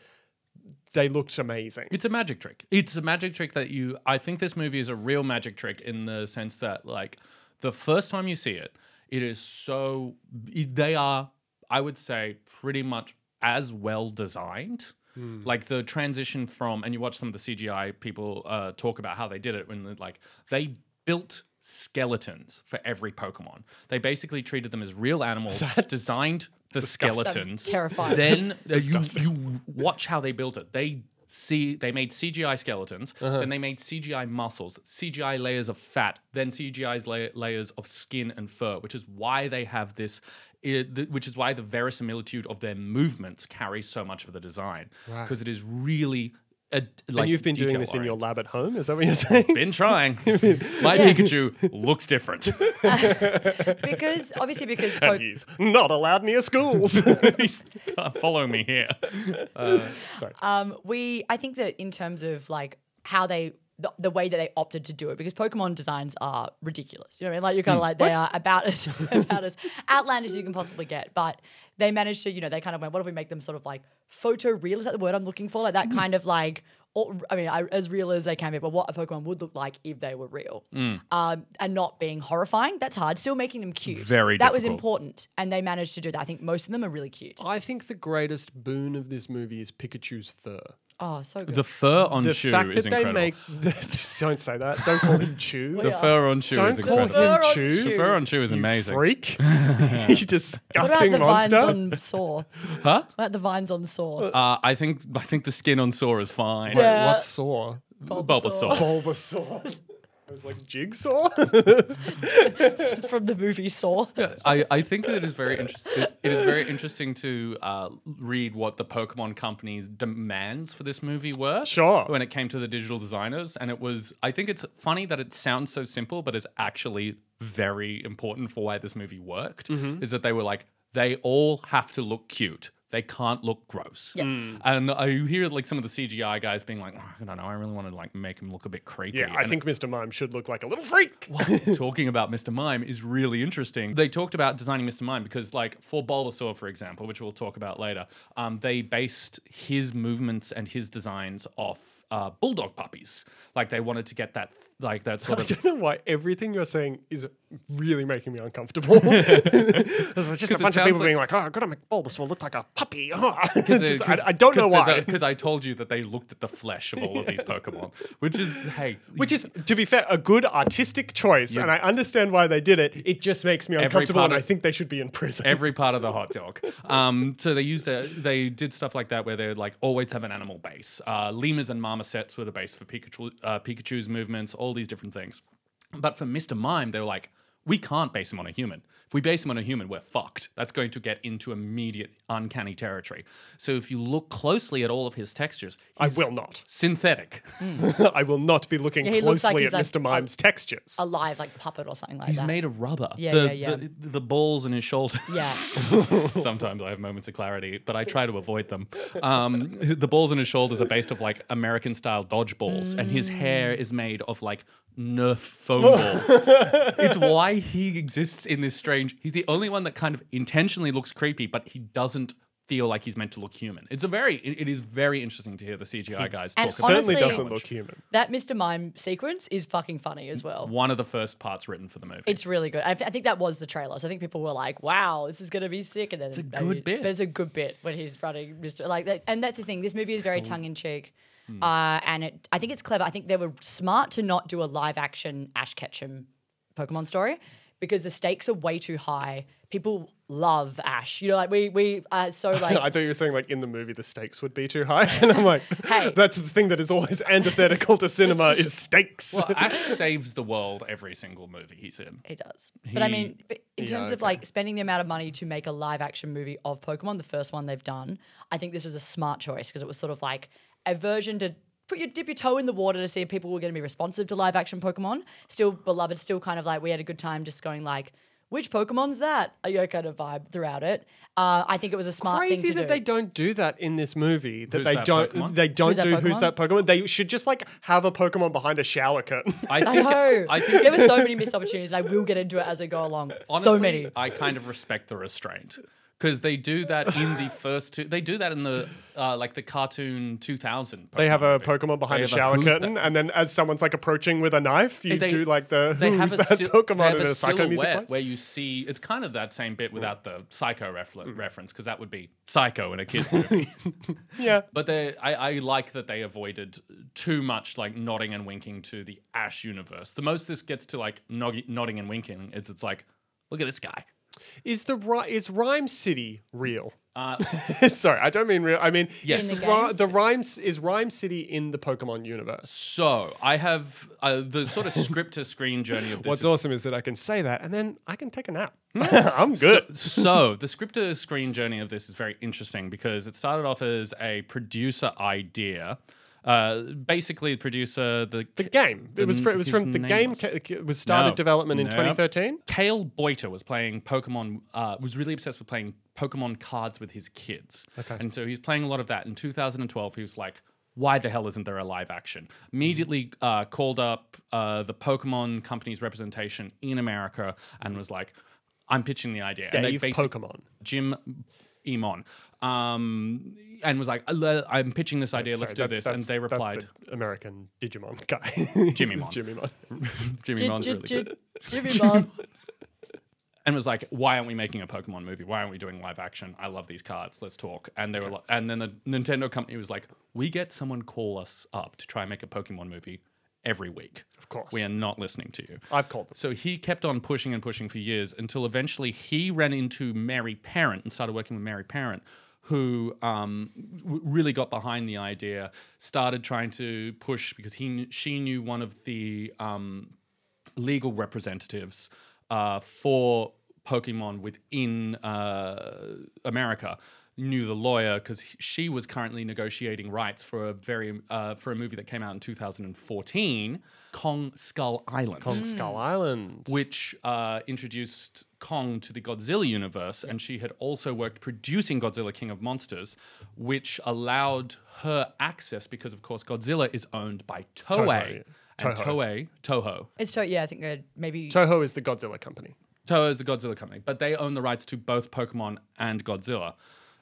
Speaker 1: they looked amazing.
Speaker 2: It's a magic trick. It's a magic trick that you. I think this movie is a real magic trick in the sense that, like, the first time you see it, it is so. it- They are, I would say, pretty much as well designed. Like the transition from, and you watch some of the CGI people uh, talk about how they did it when, they're like, they built skeletons for every Pokemon. They basically treated them as real animals, designed the skeletons.
Speaker 3: terrifying.
Speaker 2: Then uh, you, you watch how they built it. They see they made CGI skeletons,
Speaker 1: Uh-huh.
Speaker 2: then they made CGI muscles, CGI layers of fat, then CGI la- layers of skin and fur, which is why they have this. i- th- which is why the verisimilitude of their movements carries so much of the design because it is really. A, like
Speaker 1: and you've been doing this in your
Speaker 2: detail-oriented.
Speaker 1: lab at home, is that what you're saying?
Speaker 2: Been trying. My Pikachu looks different.
Speaker 3: because obviously, because
Speaker 1: and he's not allowed near schools.
Speaker 2: He's uh, following me here.
Speaker 1: Sorry.
Speaker 3: um, we I think that in terms of like how they the, the way that they opted to do it because Pokemon designs are ridiculous. You know what I mean? Like you're
Speaker 2: Hmm.
Speaker 3: kind of like they are about as about as outlandish as you can possibly get. But they managed to, you know, they kind of went, what if we make them sort of like photoreal? Is that the word I'm looking for? Like that
Speaker 2: Hmm.
Speaker 3: kind of like. Or, I mean, I, as real as they can be, but what a Pokemon would look like if they were real,
Speaker 2: Hmm.
Speaker 3: um, and not being horrifying—that's hard. Still making them cute.
Speaker 2: Very
Speaker 3: That was
Speaker 2: difficult. Oh,
Speaker 3: important, and they managed to do that. I think most of them are really cute.
Speaker 1: I think the greatest boon of this movie is Pikachu's fur.
Speaker 3: Oh, so good.
Speaker 2: The fur on
Speaker 1: The
Speaker 2: Chew
Speaker 1: fact
Speaker 2: is
Speaker 1: that
Speaker 2: incredible.
Speaker 1: they make don't say that. Don't call him Chew.
Speaker 2: the
Speaker 3: Yeah.
Speaker 2: fur on Chew is
Speaker 1: Don't call
Speaker 2: incredible.
Speaker 1: him
Speaker 3: Fur on
Speaker 1: Chew.
Speaker 3: Chew.
Speaker 2: The fur on Chew is
Speaker 1: You
Speaker 2: amazing.
Speaker 1: freak. you
Speaker 3: what about
Speaker 1: disgusting
Speaker 3: the
Speaker 1: monster.
Speaker 3: vines on Saw?
Speaker 2: Huh?
Speaker 3: What about the vines on Saw?
Speaker 2: Uh, I think I think the skin on Sora is fine.
Speaker 3: Yeah.
Speaker 1: Wait, what saw?
Speaker 2: Bulbasaur.
Speaker 1: Bulbasaur. I was like jigsaw.
Speaker 3: It's from the movie Saw.
Speaker 2: I, I think that it is very interesting. it is very interesting to uh, read what the Pokemon company's demands for this movie were.
Speaker 1: Sure.
Speaker 2: When it came to the digital designers, and it was, I think it's funny that it sounds so simple, but it's actually very important for why this movie worked.
Speaker 1: Mm-hmm.
Speaker 2: Is that they were like, they all have to look cute. They can't look gross.
Speaker 3: Yeah.
Speaker 1: Mm.
Speaker 2: And I hear like some of the CGI guys being like, "Oh, I don't know, I really want to like make him look a bit creepy.
Speaker 1: yeah, I
Speaker 2: And
Speaker 1: think Mr. Mime should look like a little freak.
Speaker 2: talking about Mr. Mime is really interesting. They talked about designing Mr. Mime because, like, for Bulbasaur, for example, which we'll talk about later, um, they based his movements and his designs off uh, bulldog puppies. Like, they wanted to get that, like, that sort
Speaker 1: I
Speaker 2: of.
Speaker 1: don't know why everything you're saying is really making me uncomfortable. There's just a
Speaker 2: it
Speaker 1: bunch of
Speaker 2: sounds
Speaker 1: people being like, "Oh, I'm gonna make Bulbasaur look like a puppy." Oh. Just- I,
Speaker 2: Because-
Speaker 1: I don't know
Speaker 2: because
Speaker 1: why.
Speaker 2: there's a- Because I told you that they looked at the flesh of all of these Pokemon, which is hey,
Speaker 1: Which is, to be fair, a good artistic choice, and I understand why they did it. It just makes me uncomfortable,
Speaker 2: part
Speaker 1: and I
Speaker 2: of-
Speaker 1: think they should be in prison.
Speaker 2: every part of the hot dog. Um, so they used a, they did stuff like that where they'd like always have an animal base. Uh, lemurs and marmosets were the base for Pikachu, uh, Pikachu's movements, all these different things. But for Mr. Mime, they were like, we can't base him on a human. If we base him on a human, we're fucked. That's going to get into immediate uncanny territory. So if you look closely at all of his textures,
Speaker 1: I
Speaker 2: he's
Speaker 1: will not.
Speaker 2: synthetic.
Speaker 1: I will not be looking
Speaker 3: Yeah, he looks like
Speaker 1: closely at
Speaker 3: he's a-
Speaker 1: Mr. Mime's textures.
Speaker 3: a live like puppet or something like
Speaker 2: He's
Speaker 3: that.
Speaker 2: made of rubber.
Speaker 3: Yeah,
Speaker 2: the,
Speaker 3: yeah, yeah.
Speaker 2: The, the balls in his shoulders.
Speaker 3: Yeah.
Speaker 2: Sometimes I have moments of clarity, but I try to avoid them. Um, the balls in his shoulders are based off like American style dodgeballs, and his hair
Speaker 3: Mm.
Speaker 2: is made of like Nerf foam balls. it's why he exists in this strange. He's the only one that kind of intentionally looks creepy, but he doesn't feel like he's meant to look human. It's a very. It, it is very interesting to hear the CGI guys
Speaker 3: Hmm. And
Speaker 2: talk about.
Speaker 1: Certainly
Speaker 3: honestly-
Speaker 2: this
Speaker 1: doesn't
Speaker 2: challenge.
Speaker 1: look human.
Speaker 3: that Mr. Mime sequence is fucking funny as well.
Speaker 2: One of the first parts written for the movie.
Speaker 3: It's really good. I, I think that was the trailer. So I think people were like, "Wow, this is gonna be sick." And then it's a
Speaker 2: good bit.
Speaker 3: But it's a good bit when he's running Mr. Like, that, and that's the thing. This movie is very tongue in cheek, uh, and it. I think it's clever. I think they were smart to not do a live action Ash Ketchum Pokemon story because the stakes are way too high. People love Ash. You know, like we we are so like
Speaker 1: I thought you were saying like in the movie the stakes would be too high, and I'm like,
Speaker 3: Hey.
Speaker 1: that's the thing that is always antithetical to cinema is stakes.
Speaker 2: well, Ash saves the world every single movie he's in.
Speaker 3: He does. but I
Speaker 2: He-
Speaker 3: mean, but in
Speaker 1: Yeah,
Speaker 3: terms of
Speaker 1: okay.
Speaker 3: like spending the amount of money to make a live action movie of Pokemon, the first one they've done, I think this was a smart choice because it was sort of like a version to put your dip your toe in the water to see if people were going to be responsive to live action Pokemon. Still beloved, still kind of like we had a good time just going like, which Pokemon's that? You know, kind of vibe throughout it. Uh, I think it was a smart
Speaker 1: Crazy
Speaker 3: thing to
Speaker 1: that
Speaker 3: do.
Speaker 1: they don't do that in this movie. That
Speaker 2: Who's
Speaker 1: they
Speaker 2: that
Speaker 1: don't.
Speaker 2: Pokemon?
Speaker 1: They don't
Speaker 3: Who's that
Speaker 1: do who's
Speaker 3: Pokemon?
Speaker 1: that Pokemon. They should just like have a Pokemon behind a shower curtain.
Speaker 2: I
Speaker 3: I
Speaker 2: think.
Speaker 3: know.
Speaker 2: I think
Speaker 3: there were so many missed opportunities. I will get into it as I go along. so
Speaker 2: honestly,
Speaker 3: many.
Speaker 2: I kind of respect the restraint because they do that in the first two. They do that in the uh, like the cartoon 2000.
Speaker 1: they have a
Speaker 2: movie.
Speaker 1: Pokemon behind
Speaker 2: They
Speaker 1: a
Speaker 2: have a
Speaker 1: shower
Speaker 2: who's
Speaker 1: curtain,
Speaker 2: that-
Speaker 1: and then as someone's like approaching with a knife, you
Speaker 2: They-
Speaker 1: do like the
Speaker 2: They
Speaker 1: who's
Speaker 2: have a
Speaker 1: that
Speaker 2: sil- they
Speaker 1: Pokemon
Speaker 2: have
Speaker 1: in
Speaker 2: a
Speaker 1: a psycho music
Speaker 2: silhouette
Speaker 1: place.
Speaker 2: where you see it's kind of that same bit without the psycho refle-
Speaker 1: Mm.
Speaker 2: reference because that would be psycho in a kids movie.
Speaker 1: Yeah.
Speaker 2: But they, I, I like that they avoided too much like nodding and winking to the Ash universe. The most this gets to like noggy, nodding and winking is it's like, look at this guy.
Speaker 1: Is the ri- is Rhyme City real?
Speaker 2: Uh,
Speaker 1: Sorry, I don't mean real. I mean
Speaker 2: Yes.
Speaker 1: is
Speaker 3: In the
Speaker 1: Ri-
Speaker 3: games?
Speaker 1: the rhymes is Rhyme City in the Pokemon universe.
Speaker 2: So I have uh, the sort of script to screen journey of this.
Speaker 1: What's
Speaker 2: is-
Speaker 1: awesome is that I can say that and then I can take a nap. I'm good.
Speaker 2: Hmm. so the script to screen journey of this is very interesting because it started off as a producer idea. Uh, basically, the producer the,
Speaker 1: the game. It was fr- it was
Speaker 2: his
Speaker 1: from the
Speaker 2: name
Speaker 1: game.
Speaker 2: was-
Speaker 1: ca- It was started
Speaker 2: No.
Speaker 1: development in
Speaker 2: No.
Speaker 1: 2013.
Speaker 2: Kale Boiter was playing Pokemon, uh, was really obsessed with playing Pokemon cards with his kids. Okay. And so he's playing a lot of that. In 2012, he was like, why the hell isn't there a live action? Immediately uh, called up uh, the Pokemon company's representation in America and was like, I'm pitching the idea. and
Speaker 1: Dave
Speaker 2: basic-
Speaker 1: Pokemon.
Speaker 2: Jim Emon. Um, and was like, "Le- I'm pitching this idea, let's
Speaker 1: Sorry, that-
Speaker 2: do this. And
Speaker 1: that's-
Speaker 2: they
Speaker 1: that's
Speaker 2: replied,
Speaker 1: the American Digimon guy. It's
Speaker 2: Mon.
Speaker 1: Jimmymon.
Speaker 2: Jimmy Mon's really good.
Speaker 3: Jimmy Mom.
Speaker 2: and was like, "Why aren't we making a Pokemon movie? Why aren't we doing live action? I love these cards. Let's talk." And they were, like, and then the Nintendo company was like, "We get someone call us up to try and make a Pokemon movie every week. Of
Speaker 1: course.
Speaker 2: we are not listening to you."
Speaker 1: I've called them.
Speaker 2: So he kept on pushing and pushing for years until eventually he ran into Mary Parent and started working with Mary Parent, who um, w- really got behind the idea, started trying to push because he kn- she knew one of the um, legal representatives uh, for Pokemon within uh, America. Knew the lawyer because she was currently negotiating rights for a very uh, for a movie that came out in 2014, Kong Skull Island
Speaker 1: Kong Skull Island.
Speaker 2: which uh, introduced Kong to the Godzilla universe, and she had also worked producing Godzilla King of Monsters, which allowed her access because, of course, Godzilla is owned by Toei.
Speaker 1: Toho, yeah.
Speaker 2: And Toei, Toho.
Speaker 3: It's so yeah, I think they're maybe
Speaker 1: Toho is the Godzilla company.
Speaker 2: Toho is the Godzilla company, but they own the rights to both Pokemon and Godzilla.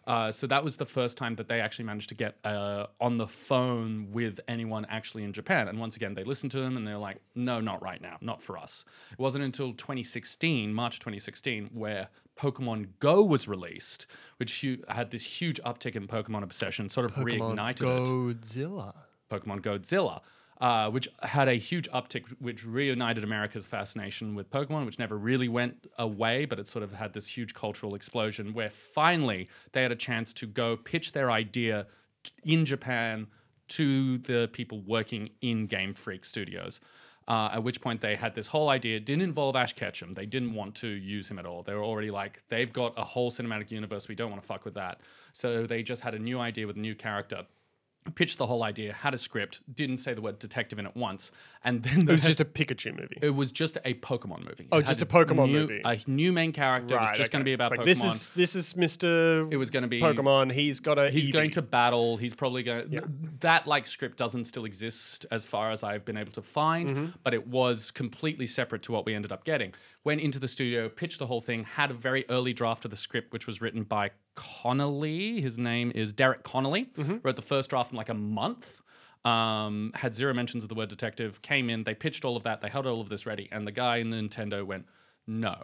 Speaker 2: Uh, so that was the first time that they actually managed to get uh, on the phone with anyone actually in Japan. And once again, they listened to them and they're like, no, not right now, not for us. It wasn't until 2016, March 2016, where Pokemon Go was released, which hu- had this huge uptick in Pokemon obsession, sort of reignited it.
Speaker 1: Godzilla.
Speaker 2: Pokemon Godzilla, uh, which had a huge uptick, which reunited America's fascination with Pokemon, which never really went away, but it sort of had this huge cultural explosion where finally they had a chance to go pitch their idea t- in Japan to the people working in Game Freak Studios. Uh, at which point they had this whole idea it didn't involve Ash Ketchum. They didn't want to use him at all. They were already like, they've got a whole cinematic universe. We don't want to fuck with that. So they just had a new idea with a new character pitched the whole idea, had a script, didn't say the word detective in it once, and then
Speaker 1: It was just a Pikachu movie.
Speaker 2: it was just a Pokemon movie.
Speaker 1: Oh,
Speaker 2: It had
Speaker 1: just a Pokemon
Speaker 2: new-
Speaker 1: movie.
Speaker 2: A new main character. it was just
Speaker 1: okay.
Speaker 2: going to be about
Speaker 1: It's
Speaker 2: Pokemon.
Speaker 1: like, This is this is Mr.
Speaker 2: it was going to be
Speaker 1: Pokemon. He's got a.
Speaker 2: He's
Speaker 1: Eevee.
Speaker 2: going to battle. He's probably going.
Speaker 1: Yeah.
Speaker 2: That like script doesn't still exist as far as I've been able to find, but it was completely separate to what we ended up getting. Went into the studio, pitched the whole thing, had a very early draft of the script, which was written by Connolly. His name is Derek Connolly. Wrote the first draft in like a month. Um, had zero mentions of the word detective. Came in, they pitched all of that, they held all of this ready, and the guy in Nintendo went, "No,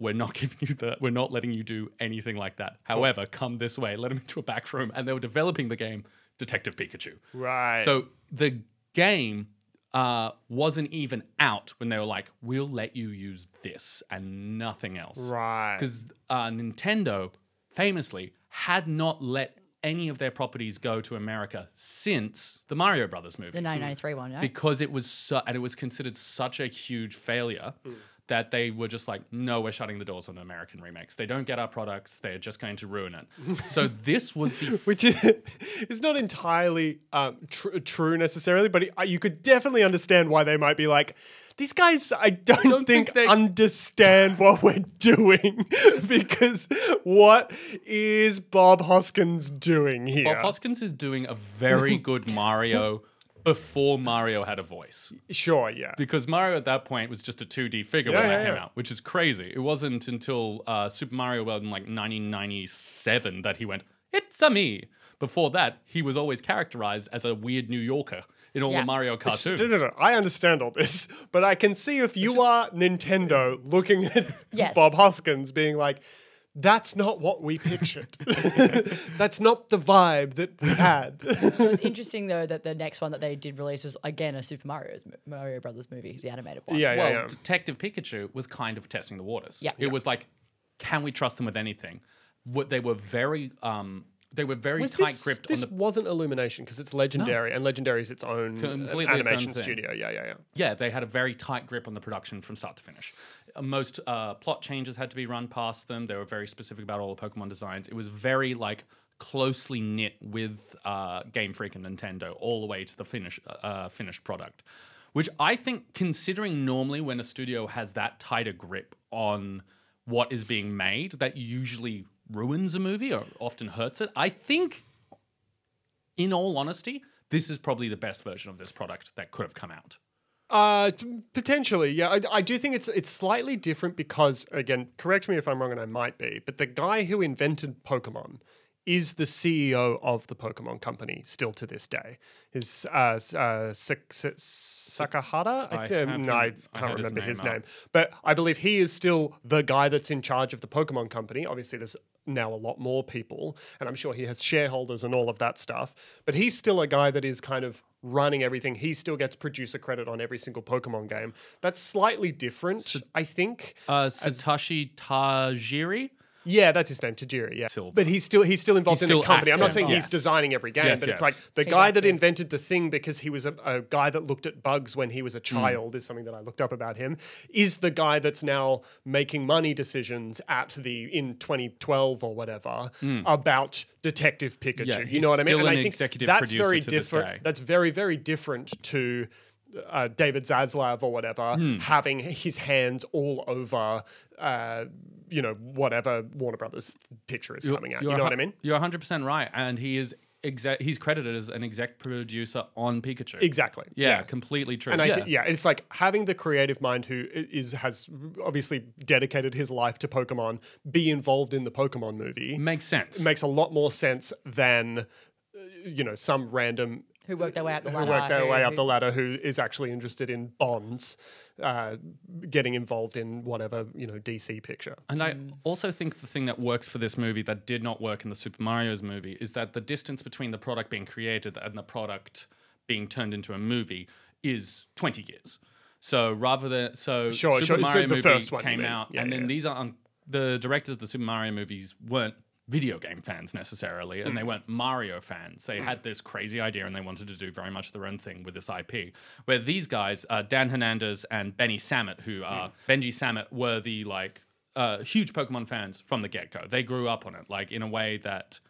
Speaker 2: we're not giving you the we're not letting you do anything like that however come this way let them into a back room and they were developing the game detective pikachu
Speaker 1: Right.
Speaker 2: so the game uh, wasn't even out when they were like we'll let you use this and nothing else
Speaker 1: Right.
Speaker 2: because uh, Nintendo famously had not let any of their properties go to America since the Mario Brothers movie
Speaker 1: Hmm.
Speaker 3: the 993 one. No?
Speaker 2: because it was su- and it was considered such a huge failure
Speaker 1: Mm.
Speaker 2: that they were just like, no, we're shutting the doors on American remakes. They don't get our products. They're just going to ruin it. so this was the
Speaker 1: which is it's not entirely um, tr- true necessarily, but it, uh, you could definitely understand why they might be like, these guys, I don't, think,
Speaker 2: think they-
Speaker 1: understand what we're doing because what is Bob Hoskins doing here?
Speaker 2: Bob Hoskins is doing a very good Mario before Mario had a voice.
Speaker 1: sure, yeah.
Speaker 2: because Mario at that point was just a 2D figure
Speaker 1: Yeah,
Speaker 2: when that
Speaker 1: yeah,
Speaker 2: came
Speaker 1: yeah.
Speaker 2: out, which is crazy. It wasn't until uh, Super Mario World in like 1997 that he went, "It's a me." Before that, he was always characterized as a weird New Yorker in all
Speaker 3: Yeah.
Speaker 2: the Mario
Speaker 1: No,
Speaker 2: cartoons.
Speaker 1: no, no. I understand all this, but I can see if you are Nintendo looking at
Speaker 3: Yes.
Speaker 1: Bob Hoskins being like, that's not what we pictured. that's not the vibe that we had.
Speaker 3: It's interesting though that the next one that they did release was again a Super Mario's Mario Brothers movie, the animated one.
Speaker 1: yeah, yeah,
Speaker 2: well,
Speaker 1: yeah.
Speaker 2: Detective Pikachu was kind of testing the waters.
Speaker 3: Yeah.
Speaker 2: it was like, can we trust them with anything? What they were very, um, they were very
Speaker 1: Was
Speaker 2: tight
Speaker 1: this,
Speaker 2: gripped
Speaker 1: this
Speaker 2: on the.
Speaker 1: wasn't Illumination because it's Legendary, and Legendary is its own uh,
Speaker 2: Completely its own
Speaker 1: animation
Speaker 2: thing.
Speaker 1: studio. Yeah, yeah, yeah.
Speaker 2: yeah, they had a very tight grip on the production from start to finish. Uh, Most uh, plot changes had to be run past them. They were very specific about all the Pokemon designs. It was very like closely knit with uh, Game Freak and Nintendo all the way to the finish uh, finished product, which I think, considering normally when a studio has that tighter grip on what is being made, that usually ruins a movie or often hurts it. I think in all honesty, this is probably the best version of this product that could have come out.
Speaker 1: Uh, t- potentially, yeah. I, I do think it's it's slightly different because, again, correct me if I'm wrong, and I might be, but the guy who invented Pokemon is the CEO of the Pokemon company still to this day. Is uh, s- uh, Sak- Sa- Sakahara? I,
Speaker 2: I
Speaker 1: thi-
Speaker 2: have
Speaker 1: no, I
Speaker 2: him- I
Speaker 1: can't
Speaker 2: had his
Speaker 1: remember his
Speaker 2: name
Speaker 1: name,
Speaker 2: up.
Speaker 1: but I believe he is still the guy that's in charge of the Pokemon company. Obviously, there's now a lot more people, and I'm sure he has shareholders and all of that stuff. But he's still a guy that is kind of running everything. He still gets producer credit on every single Pokemon game. That's slightly different, I think.
Speaker 2: Uh, Satoshi Tajiri.
Speaker 1: Yeah, that's his name, Tajiri. Yeah,
Speaker 2: Silver.
Speaker 1: but he's still he's still involved
Speaker 2: He's
Speaker 1: in
Speaker 2: still
Speaker 1: the company. I'm not
Speaker 2: active,
Speaker 1: saying
Speaker 2: yes.
Speaker 1: he's designing every game,
Speaker 2: Yes,
Speaker 1: but it's
Speaker 2: yes.
Speaker 1: like the guy that
Speaker 3: Exactly.
Speaker 1: invented the thing because he was a, a guy that looked at bugs when he was
Speaker 2: Mm.
Speaker 1: a child. Is something that I looked up about him. Is the guy that's now making money decisions at the in 2012 or whatever about Detective Pikachu.
Speaker 2: Mm. Yeah,
Speaker 1: you
Speaker 2: he's
Speaker 1: know what I mean?
Speaker 2: still
Speaker 1: And
Speaker 2: an
Speaker 1: I think
Speaker 2: executive
Speaker 1: that's
Speaker 2: producer
Speaker 1: very
Speaker 2: to this
Speaker 1: different.
Speaker 2: day.
Speaker 1: That's very very different to. Uh, David Zaslav or whatever,
Speaker 2: Hmm.
Speaker 1: having his hands all over, uh, you know, whatever Warner Brothers picture is coming out. You
Speaker 2: You're
Speaker 1: know
Speaker 2: hu-
Speaker 1: what I mean?
Speaker 2: You're 100 percent right, and he is exact. He's credited as an exec producer on Pikachu.
Speaker 1: Exactly.
Speaker 2: Yeah, completely true.
Speaker 1: And I
Speaker 2: yeah.
Speaker 1: think yeah, it's like having the creative mind who i- is has obviously dedicated his life to Pokemon, be involved in the Pokemon movie
Speaker 2: makes sense.
Speaker 1: makes a lot more sense than uh, you know some random
Speaker 3: Who worked their way up the
Speaker 1: who
Speaker 3: ladder?
Speaker 1: work their
Speaker 3: who-
Speaker 1: way up
Speaker 3: who-
Speaker 1: the ladder who is actually interested in bonds, uh, getting involved in whatever you know DC picture.
Speaker 2: And I also think the thing that works for this movie that did not work in the Super Mario's movie is that the distance between the product being created and the product being turned into a movie is 20 years. So rather than so
Speaker 1: Sure,
Speaker 2: Super
Speaker 1: sure. So
Speaker 2: Mario
Speaker 1: the
Speaker 2: movie
Speaker 1: first one, you
Speaker 2: came
Speaker 1: mean.
Speaker 2: out,
Speaker 1: Yeah,
Speaker 2: and then
Speaker 1: yeah.
Speaker 2: these aren't the directors of the Super Mario movies weren't video game fans necessarily,
Speaker 1: Mm.
Speaker 2: and they weren't Mario fans. They had this crazy idea and they wanted to do very much their own thing with this IP. Where these guys, uh, Dan Hernandez and Benny Samet, who
Speaker 1: Mm.
Speaker 2: are Benji Samet, were the like uh, huge Pokemon fans from the get go. They grew up on it, like in a way that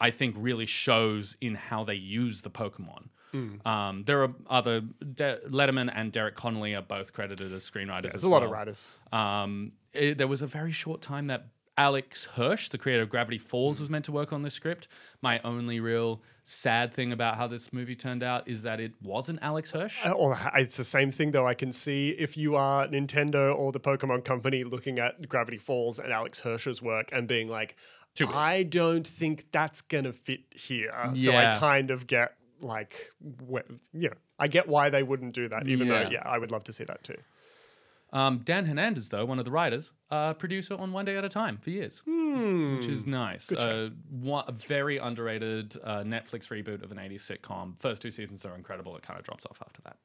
Speaker 2: I think really shows in how they use the Pokemon.
Speaker 1: Mm.
Speaker 2: Um, there are other De- Letterman and Derek Connolly are both credited as screenwriters.
Speaker 1: There's
Speaker 2: as
Speaker 1: a lot of
Speaker 2: well.
Speaker 1: writers.
Speaker 2: Um, it- there was a very short time that Alex Hirsch, the creator of Gravity Falls,
Speaker 3: Mm.
Speaker 2: was meant to work on this script. My only real sad thing about how this movie turned out is that it wasn't Alex Hirsch.
Speaker 1: Uh, Or h- it's the same thing though. I can see if you are Nintendo or the Pokemon Company looking at Gravity Falls and Alex Hirsch's work and being like,
Speaker 2: weird.
Speaker 1: I don't think that's gonna fit here. So
Speaker 2: Yeah.
Speaker 1: I kind of get like, wh- you know, I get why they wouldn't do that. Even
Speaker 2: Yeah.
Speaker 1: though, yeah, I would love to see that too.
Speaker 2: Um, Dan Hernandez, though, one of the writers, uh, producer on One Day at a Time for years,
Speaker 3: Hmm.
Speaker 2: which is nice. Uh, one, a very underrated uh, Netflix reboot of an 80s sitcom. First two seasons are incredible. It kind of drops off after that.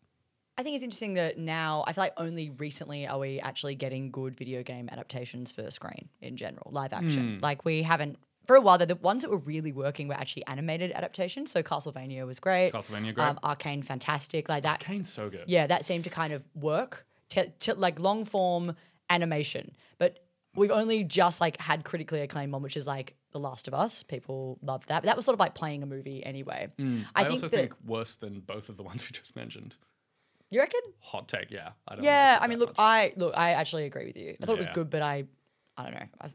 Speaker 3: I think it's interesting that now I feel like only recently are we actually getting good video game adaptations for screen in general, live action.
Speaker 1: Hmm.
Speaker 3: Like we haven't for a while. The the ones that were really working were actually animated adaptations. So Castlevania was great.
Speaker 2: Castlevania, great.
Speaker 3: Um, Arcane, fantastic. Like that.
Speaker 2: Kane's so good.
Speaker 3: Yeah, that seemed to kind of work. T- t- like long form animation, but we've only just like had critically acclaimed one, which is like The Last of Us. People loved that. But that was sort of like playing a movie anyway.
Speaker 2: Mm, I,
Speaker 3: I, think
Speaker 2: also
Speaker 3: that
Speaker 2: think worse than both of the ones we just mentioned.
Speaker 3: you reckon.
Speaker 2: Hot take, yeah. I don't
Speaker 3: Yeah,
Speaker 2: like it
Speaker 3: I mean,
Speaker 2: that
Speaker 3: look,
Speaker 2: much.
Speaker 3: I look, I actually agree with you. I thought it was
Speaker 2: Yeah.
Speaker 3: good, but I, I don't know. I,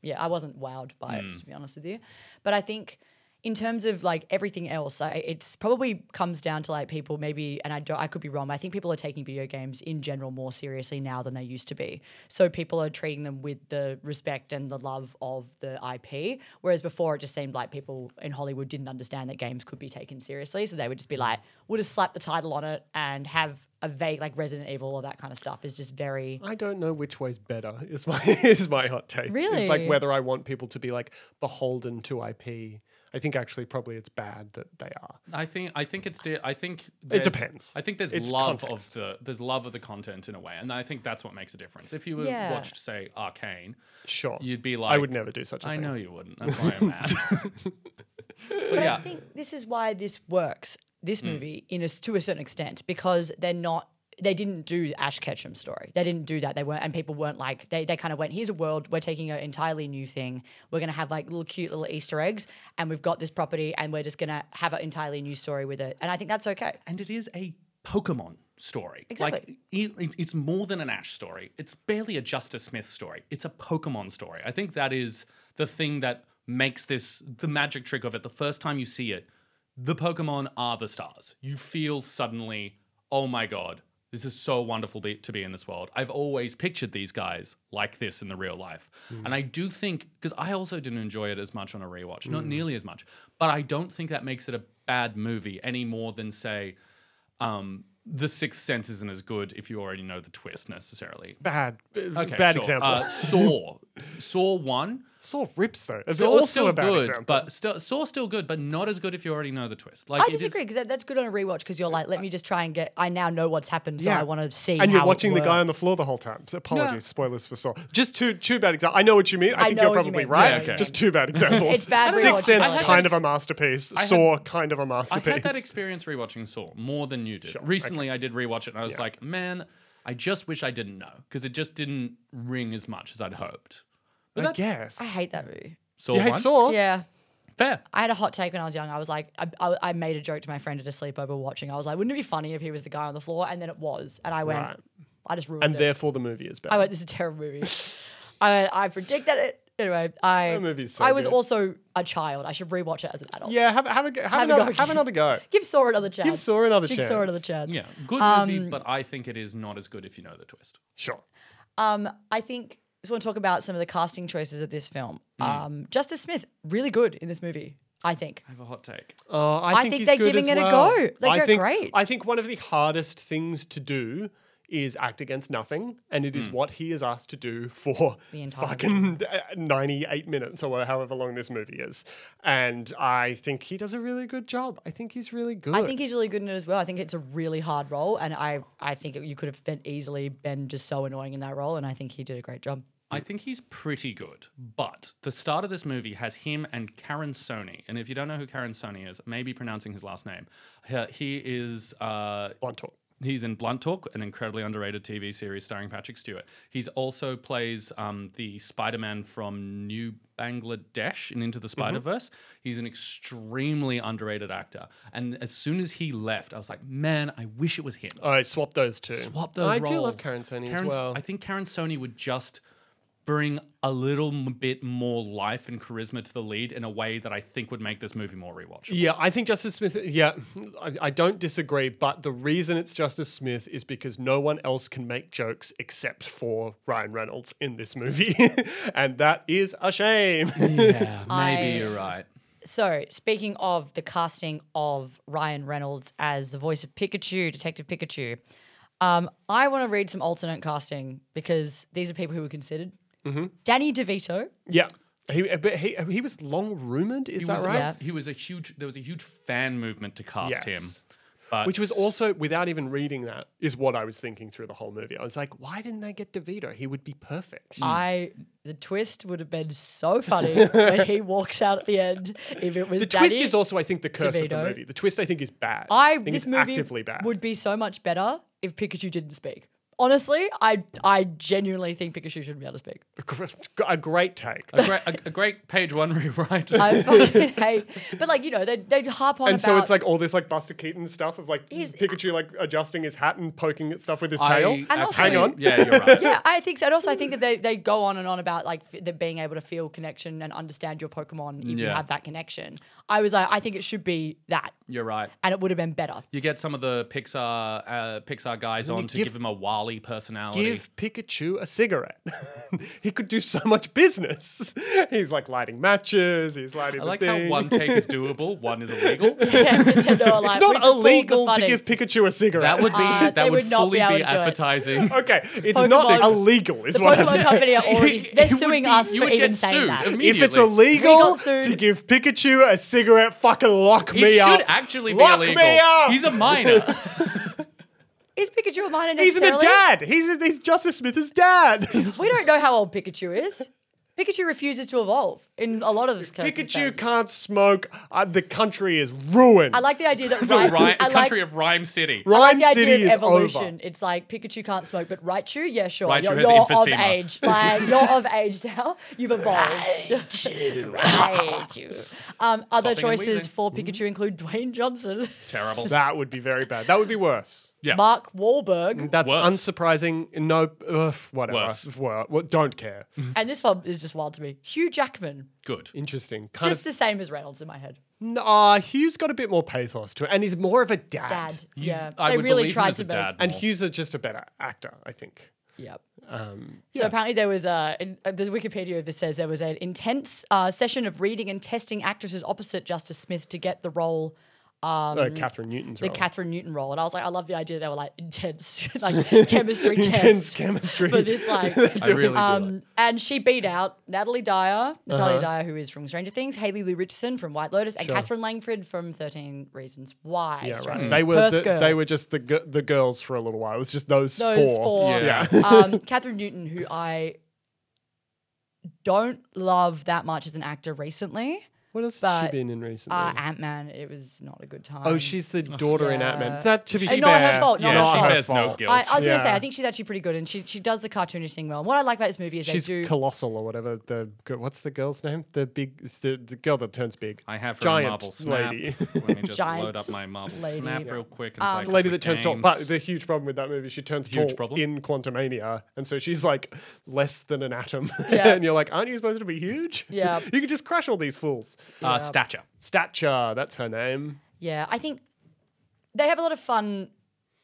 Speaker 3: yeah, I wasn't wowed by it to be honest with you. But I think in terms of like everything else, I, it's probably comes down to like people maybe, and I don't, I could be wrong. But I think people are taking video games in general more seriously now than they used to be. So people are treating them with the respect and the love of the IP, whereas before it just seemed like people in Hollywood didn't understand that games could be taken seriously, so they would just be like, "We'll just slap the title on it and have." a vague like Resident Evil or that kind of stuff is just very
Speaker 1: I don't know which way's better. Is my is my hot take. It's
Speaker 3: Really?
Speaker 1: like whether I want people to be like beholden to IP. I think actually probably it's bad that they are.
Speaker 2: I think I think it's di- I think there's-
Speaker 1: depends.
Speaker 2: I think there's
Speaker 1: It's
Speaker 2: love
Speaker 1: context.
Speaker 2: of the there's love of the content in a way, and I think that's what makes a difference. If you
Speaker 3: Yeah.
Speaker 2: watched say Arcane,
Speaker 1: Sure,
Speaker 2: you'd be like,
Speaker 1: I would never do such a
Speaker 2: I
Speaker 1: thing.
Speaker 2: know you wouldn't. That's why I'm mad. but
Speaker 3: But
Speaker 2: yeah,
Speaker 3: I think this is why this works. This
Speaker 1: Hmm.
Speaker 3: movie, in a s to a certain extent, because they're not. They didn't do Ash Ketchum's story. They didn't do that. They weren't, and people weren't like they. They kind of went, "Here's a world. We're taking an entirely new thing. We're gonna have like little cute little Easter eggs, and we've got this property, and we're just gonna have an entirely new story with it." And I think that's okay.
Speaker 2: and it is a Pokemon story.
Speaker 3: Exactly.
Speaker 2: Like it, it- it's more than an Ash story. It's barely a Justice Smith story. It's a Pokemon story. I think that is the thing that makes this the magic trick of it. The first time you see it, the Pokemon are the stars. You feel suddenly, oh my God, this is so wonderful be- to be in this world. I've always pictured these guys like this in the real life. And I do think, because I also didn't enjoy it as much on a rewatch, not nearly as much, but I don't think that makes it a bad movie any more than, say, um, The Sixth Sense isn't as good if you already know the twist necessarily.
Speaker 1: Bad, b-
Speaker 2: Okay,
Speaker 1: bad
Speaker 2: sure.
Speaker 1: example.
Speaker 2: Uh, Saw. Saw 1.
Speaker 1: Saw rips though. It's
Speaker 2: Saw's
Speaker 1: also
Speaker 2: still
Speaker 1: a bad
Speaker 2: good,
Speaker 1: example.
Speaker 2: but still, Saw's still good, but not as good if you already know the twist. Like
Speaker 3: I
Speaker 2: it is-
Speaker 3: disagree because that's good on a rewatch because you're like, let me just try and get. I now know what's happened, so
Speaker 1: Uh, Yeah.
Speaker 3: I want to see.
Speaker 1: and
Speaker 3: how
Speaker 1: you're
Speaker 3: it
Speaker 1: watching the guy
Speaker 3: works.
Speaker 1: on the floor the whole time. So apologies, spoilers for Saw. Just two two bad examples. I know what you mean. I,
Speaker 3: I
Speaker 1: think
Speaker 3: know
Speaker 1: you're
Speaker 3: what you
Speaker 1: probably
Speaker 3: mean.
Speaker 1: right.
Speaker 2: Yeah, okay.
Speaker 1: Just two bad examples.
Speaker 3: it's bad
Speaker 1: Sixth
Speaker 3: rewatching
Speaker 1: Sense,
Speaker 2: bias.
Speaker 1: kind of a masterpiece.
Speaker 2: had-
Speaker 1: Saw, kind of a
Speaker 2: I
Speaker 1: masterpiece.
Speaker 2: had that experience rewatching Saw more than you did. Recently, I did rewatch it, and I was like, man, I just wish I didn't know because it just didn't ring as much as I'd hoped. But
Speaker 1: I
Speaker 2: that's
Speaker 1: guess.
Speaker 3: I hate that movie.
Speaker 2: Saw
Speaker 1: You hate
Speaker 2: one.
Speaker 1: Saw?
Speaker 3: Yeah.
Speaker 2: Fair.
Speaker 3: I had a hot take when I was young. I was like, I, I, I made a joke to my friend at a sleepover watching. I was like, wouldn't it be funny if he was the guy on the floor? And then it was. And I went,
Speaker 1: Right.
Speaker 3: I just ruined
Speaker 1: And
Speaker 3: it.
Speaker 1: therefore the movie is bad.
Speaker 3: I went, this is a terrible movie. I, I predicted it. Anyway, I
Speaker 1: That movie's so
Speaker 3: I was
Speaker 1: good.
Speaker 3: also a child. I should rewatch it as an adult.
Speaker 1: yeah, have, have, a, g- have,
Speaker 3: Have a
Speaker 1: another,
Speaker 3: go.
Speaker 1: have another go.
Speaker 3: Give Saw another chance.
Speaker 1: Give Saw another
Speaker 3: Give Saw
Speaker 1: chance.
Speaker 3: another chance.
Speaker 2: Yeah. Good movie, but I think it is not as good if you know the twist.
Speaker 1: Sure.
Speaker 3: Um, I think I just want to talk about some of the casting choices of this film. Um, Justice Smith, really good in this movie, I think.
Speaker 2: I have a hot take.
Speaker 1: Oh, I,
Speaker 3: I
Speaker 1: think,
Speaker 3: think
Speaker 1: he's
Speaker 3: they're
Speaker 1: good
Speaker 3: giving
Speaker 1: as
Speaker 3: it a
Speaker 1: well.
Speaker 3: go. They
Speaker 1: I
Speaker 3: go
Speaker 1: think,
Speaker 3: great.
Speaker 1: I think one of the hardest things to do is act against nothing, and it is what he is asked to do for
Speaker 3: The entire
Speaker 1: fucking uh, 98 minutes or however long this movie is. And I think he does a really good job. I think he's really good.
Speaker 3: I think he's really good in it as well. I think it's a really hard role, and I, I think you could have been easily been just so annoying in that role, and I think he did a great job.
Speaker 2: I think he's pretty good, but the start of this movie has him and Karen Sony. And if you don't know who Karen Sony is, maybe pronouncing his last name. He- He is uh,
Speaker 1: Blunt talk.
Speaker 2: He's in Blunt Talk, an incredibly underrated TV series starring Patrick Stewart. He's also plays um, the Spider Man from New Bangladesh in Into the Spider Verse. He's an extremely underrated actor. And as soon as he left, I was like, man, I wish it was him.
Speaker 1: I swap those two.
Speaker 2: Swap those
Speaker 1: I
Speaker 2: roles.
Speaker 1: do love Karen Sony
Speaker 2: Karen's-
Speaker 1: as well.
Speaker 2: I think Karen Sony would just bring a little m- bit more life and charisma to the lead in a way that I think would make this movie more rewatchable.
Speaker 1: Yeah, I think Justice Smith. Yeah, I, I don't disagree, but the reason it's Justice Smith is because no one else can make jokes except for Ryan Reynolds in this movie, and that is a shame.
Speaker 2: Yeah, maybe
Speaker 3: I-
Speaker 2: you're right.
Speaker 3: So, speaking of the casting of Ryan Reynolds as the voice of Pikachu, Detective Pikachu, um, I want to read some alternate casting because these are people who were considered.
Speaker 1: Mm-hmm.
Speaker 3: Danny DeVito,
Speaker 1: yeah, he, but he he was long rumored. Is
Speaker 2: He
Speaker 1: that
Speaker 2: was a-
Speaker 1: right?
Speaker 3: Yeah.
Speaker 2: He was a huge. There was a huge fan movement to
Speaker 1: Yes.
Speaker 2: cast him, but
Speaker 1: Which was also, without even reading that, is what I was thinking through the whole movie. I was like, why didn't they get DeVito? He would be perfect.
Speaker 3: I the twist would have been so funny when he walks out at the end if it was
Speaker 1: the
Speaker 3: Danny.
Speaker 1: twist is also, I think, the curse of the
Speaker 3: DeVito.
Speaker 1: movie. The twist, I think, is bad.
Speaker 3: I
Speaker 1: think
Speaker 3: this
Speaker 1: it's
Speaker 3: movie
Speaker 1: actively bad.
Speaker 3: would be so much better if Pikachu didn't speak. Honestly, I I genuinely think Pikachu shouldn't be able to speak.
Speaker 1: a great take.
Speaker 2: a great, a, a great page one rewrite.
Speaker 3: I fucking hate. But like you know, they they harp on
Speaker 1: And
Speaker 3: about.
Speaker 1: so it's like all this like Buster Keaton stuff of like
Speaker 3: He's-
Speaker 1: Pikachu like adjusting his hat and poking at stuff with his
Speaker 2: I
Speaker 1: tail.
Speaker 2: actually-
Speaker 3: also-
Speaker 1: Hang on.
Speaker 2: Yeah, you're right.
Speaker 3: yeah, I think so. And also, I think that they, they go on and on about like f- them being able to feel connection and understand your Pokemon if you
Speaker 2: Yeah.
Speaker 3: have that connection. I was like, I think it should be that,
Speaker 2: You're right.
Speaker 3: and it would have been better.
Speaker 2: You get some of the Pixar uh, Pixar guys on to
Speaker 1: give-
Speaker 2: give, him a Wally personality.
Speaker 1: Give Pikachu a cigarette. he could do so much business. He's like lighting matches. He's lighting
Speaker 2: I
Speaker 1: the
Speaker 2: like
Speaker 1: thing.
Speaker 2: how one take is doable, one is illegal.
Speaker 3: Yeah, Nintendo are like,
Speaker 1: it's
Speaker 3: "We
Speaker 1: not
Speaker 3: pulled the
Speaker 1: illegal to
Speaker 3: funding."
Speaker 1: give Pikachu a cigarette.
Speaker 2: That would be
Speaker 3: Uh, they
Speaker 2: that would,
Speaker 3: would not
Speaker 2: fully
Speaker 3: be able
Speaker 2: be,
Speaker 3: to do it.
Speaker 2: advertising.
Speaker 1: okay. It's
Speaker 3: Pokemon-
Speaker 1: not illegal. Is
Speaker 3: The
Speaker 1: what I'm
Speaker 3: Pokemon
Speaker 1: saying.
Speaker 3: company are already
Speaker 2: It-
Speaker 3: they're
Speaker 2: it would
Speaker 3: suing
Speaker 2: be-
Speaker 3: us
Speaker 2: you
Speaker 3: for
Speaker 2: would get
Speaker 3: even saying
Speaker 2: sued
Speaker 3: that.
Speaker 2: immediately.
Speaker 1: If it's
Speaker 3: We
Speaker 1: illegal
Speaker 3: got sued.
Speaker 1: to give Pikachu a cigarette, fucking lock
Speaker 2: It
Speaker 1: me up.
Speaker 2: should actually be
Speaker 1: lock
Speaker 2: illegal.
Speaker 1: me up.
Speaker 2: He's a minor.
Speaker 3: Is Pikachu a minor
Speaker 1: He's
Speaker 3: necessarily?
Speaker 1: the dad. He's he's Justice Smith's dad.
Speaker 3: We don't know how old Pikachu is. Pikachu refuses to evolve in a lot of this.
Speaker 1: Pikachu can't smoke. Uh, the country is ruined.
Speaker 3: I like the idea that
Speaker 2: the
Speaker 3: Rhy-
Speaker 2: Rhy-
Speaker 3: I like
Speaker 2: country of Rhyme City.
Speaker 1: Rhyme
Speaker 3: the
Speaker 1: City
Speaker 3: idea
Speaker 1: is
Speaker 3: of evolution.
Speaker 1: over.
Speaker 3: It's like Pikachu can't smoke, but Raichu, yeah, sure.
Speaker 2: Raichu
Speaker 3: you're
Speaker 2: has
Speaker 3: you're of
Speaker 2: emphysema.
Speaker 3: age. Like you're of age now. You've evolved. Raichu, Raichu. Um,
Speaker 2: Coughing
Speaker 3: other
Speaker 2: and
Speaker 3: choices
Speaker 2: wheezing. Mm-hmm.
Speaker 3: for Pikachu include Dwayne Johnson,
Speaker 2: Terrible.
Speaker 1: That would be very bad. That would be worse.
Speaker 2: Yeah.
Speaker 3: Mark Wahlberg,
Speaker 1: That's
Speaker 2: Worse.
Speaker 1: unsurprising. No, uh, whatever.
Speaker 2: Worse.
Speaker 1: Well, well, don't care.
Speaker 2: Mm-hmm.
Speaker 3: and this one is just wild to me. Hugh Jackman,
Speaker 2: Good.
Speaker 1: Interesting. Kind
Speaker 3: just
Speaker 1: of.
Speaker 3: the same as Reynolds in my head.
Speaker 1: Nah, Hugh's got a bit more pathos to it, and he's more of a dad.
Speaker 3: Dad.
Speaker 2: He's-
Speaker 3: yeah.
Speaker 2: I
Speaker 3: they
Speaker 2: would
Speaker 3: really
Speaker 2: believe him
Speaker 3: tried
Speaker 2: as
Speaker 3: to
Speaker 2: a
Speaker 3: make.
Speaker 2: dad.
Speaker 1: And
Speaker 2: More.
Speaker 1: Hugh's a, just a better actor, I think.
Speaker 3: Yep.
Speaker 1: Um,
Speaker 3: So apparently there was a in- uh, the Wikipedia of this says there was an intense uh, session of reading and testing actresses opposite Justice Smith to get the role, um,
Speaker 1: uh, Catherine Newton's
Speaker 3: the
Speaker 1: role.
Speaker 3: Catherine Newton role, and I was like, I love the idea they were like intense, like chemistry
Speaker 1: Intense
Speaker 3: test
Speaker 1: chemistry.
Speaker 3: for this like.
Speaker 2: I really do like.
Speaker 3: Um, and she beat out Natalie Dyer, Natalia
Speaker 1: Uh-huh.
Speaker 3: Dyer, who is from Stranger Things, Haley Lou Richardson from White Lotus, and Catherine Langford from Thirteen Reasons Why.
Speaker 1: yeah,
Speaker 3: Australian
Speaker 1: right. They were
Speaker 3: Perth
Speaker 1: the,
Speaker 3: girl.
Speaker 1: they were just the g- the girls for a little while. It was just those,
Speaker 3: those four.
Speaker 2: Yeah.
Speaker 3: um, Catherine Newton, who I don't love that much as an actor recently.
Speaker 1: What else has she
Speaker 3: But,
Speaker 1: been in recently?
Speaker 3: Uh, Ant Man, it was not a good time.
Speaker 1: Mm. oh, she's the daughter in
Speaker 3: yeah.
Speaker 1: Ant Man. That to be
Speaker 3: And
Speaker 1: fair,
Speaker 3: not her fault, not
Speaker 2: Yeah,
Speaker 3: her
Speaker 2: she
Speaker 3: fault.
Speaker 2: bears no guilt.
Speaker 3: I, I was going to say,
Speaker 1: Yeah.
Speaker 3: I think she's actually pretty good, and she she does the cartoonish thing well. And what I like about this movie is
Speaker 1: She's
Speaker 3: they do.
Speaker 1: colossal or whatever. The gi- what's the girl's name? The big the, the girl that turns big.
Speaker 2: I have her in
Speaker 1: giant
Speaker 2: Marvel Snap.
Speaker 1: lady.
Speaker 2: Let me just load
Speaker 3: Giant
Speaker 2: up my Marvel
Speaker 3: lady. Um,
Speaker 2: Snap
Speaker 3: Yeah.
Speaker 2: real quick. And play a
Speaker 1: the lady
Speaker 2: couple
Speaker 1: that
Speaker 2: of
Speaker 1: turns tall.
Speaker 2: games.
Speaker 1: But the huge problem with that movie, she turns
Speaker 2: Huge
Speaker 1: tall
Speaker 2: problem.
Speaker 1: in Quantumania, and so she's like less than an atom.
Speaker 3: Yeah.
Speaker 1: and you're like, aren't you supposed to be huge?
Speaker 3: Yeah.
Speaker 1: you can just crush all these fools.
Speaker 2: uh, stature.
Speaker 1: Stature, that's her name.
Speaker 3: Yeah, I think they have a lot of fun.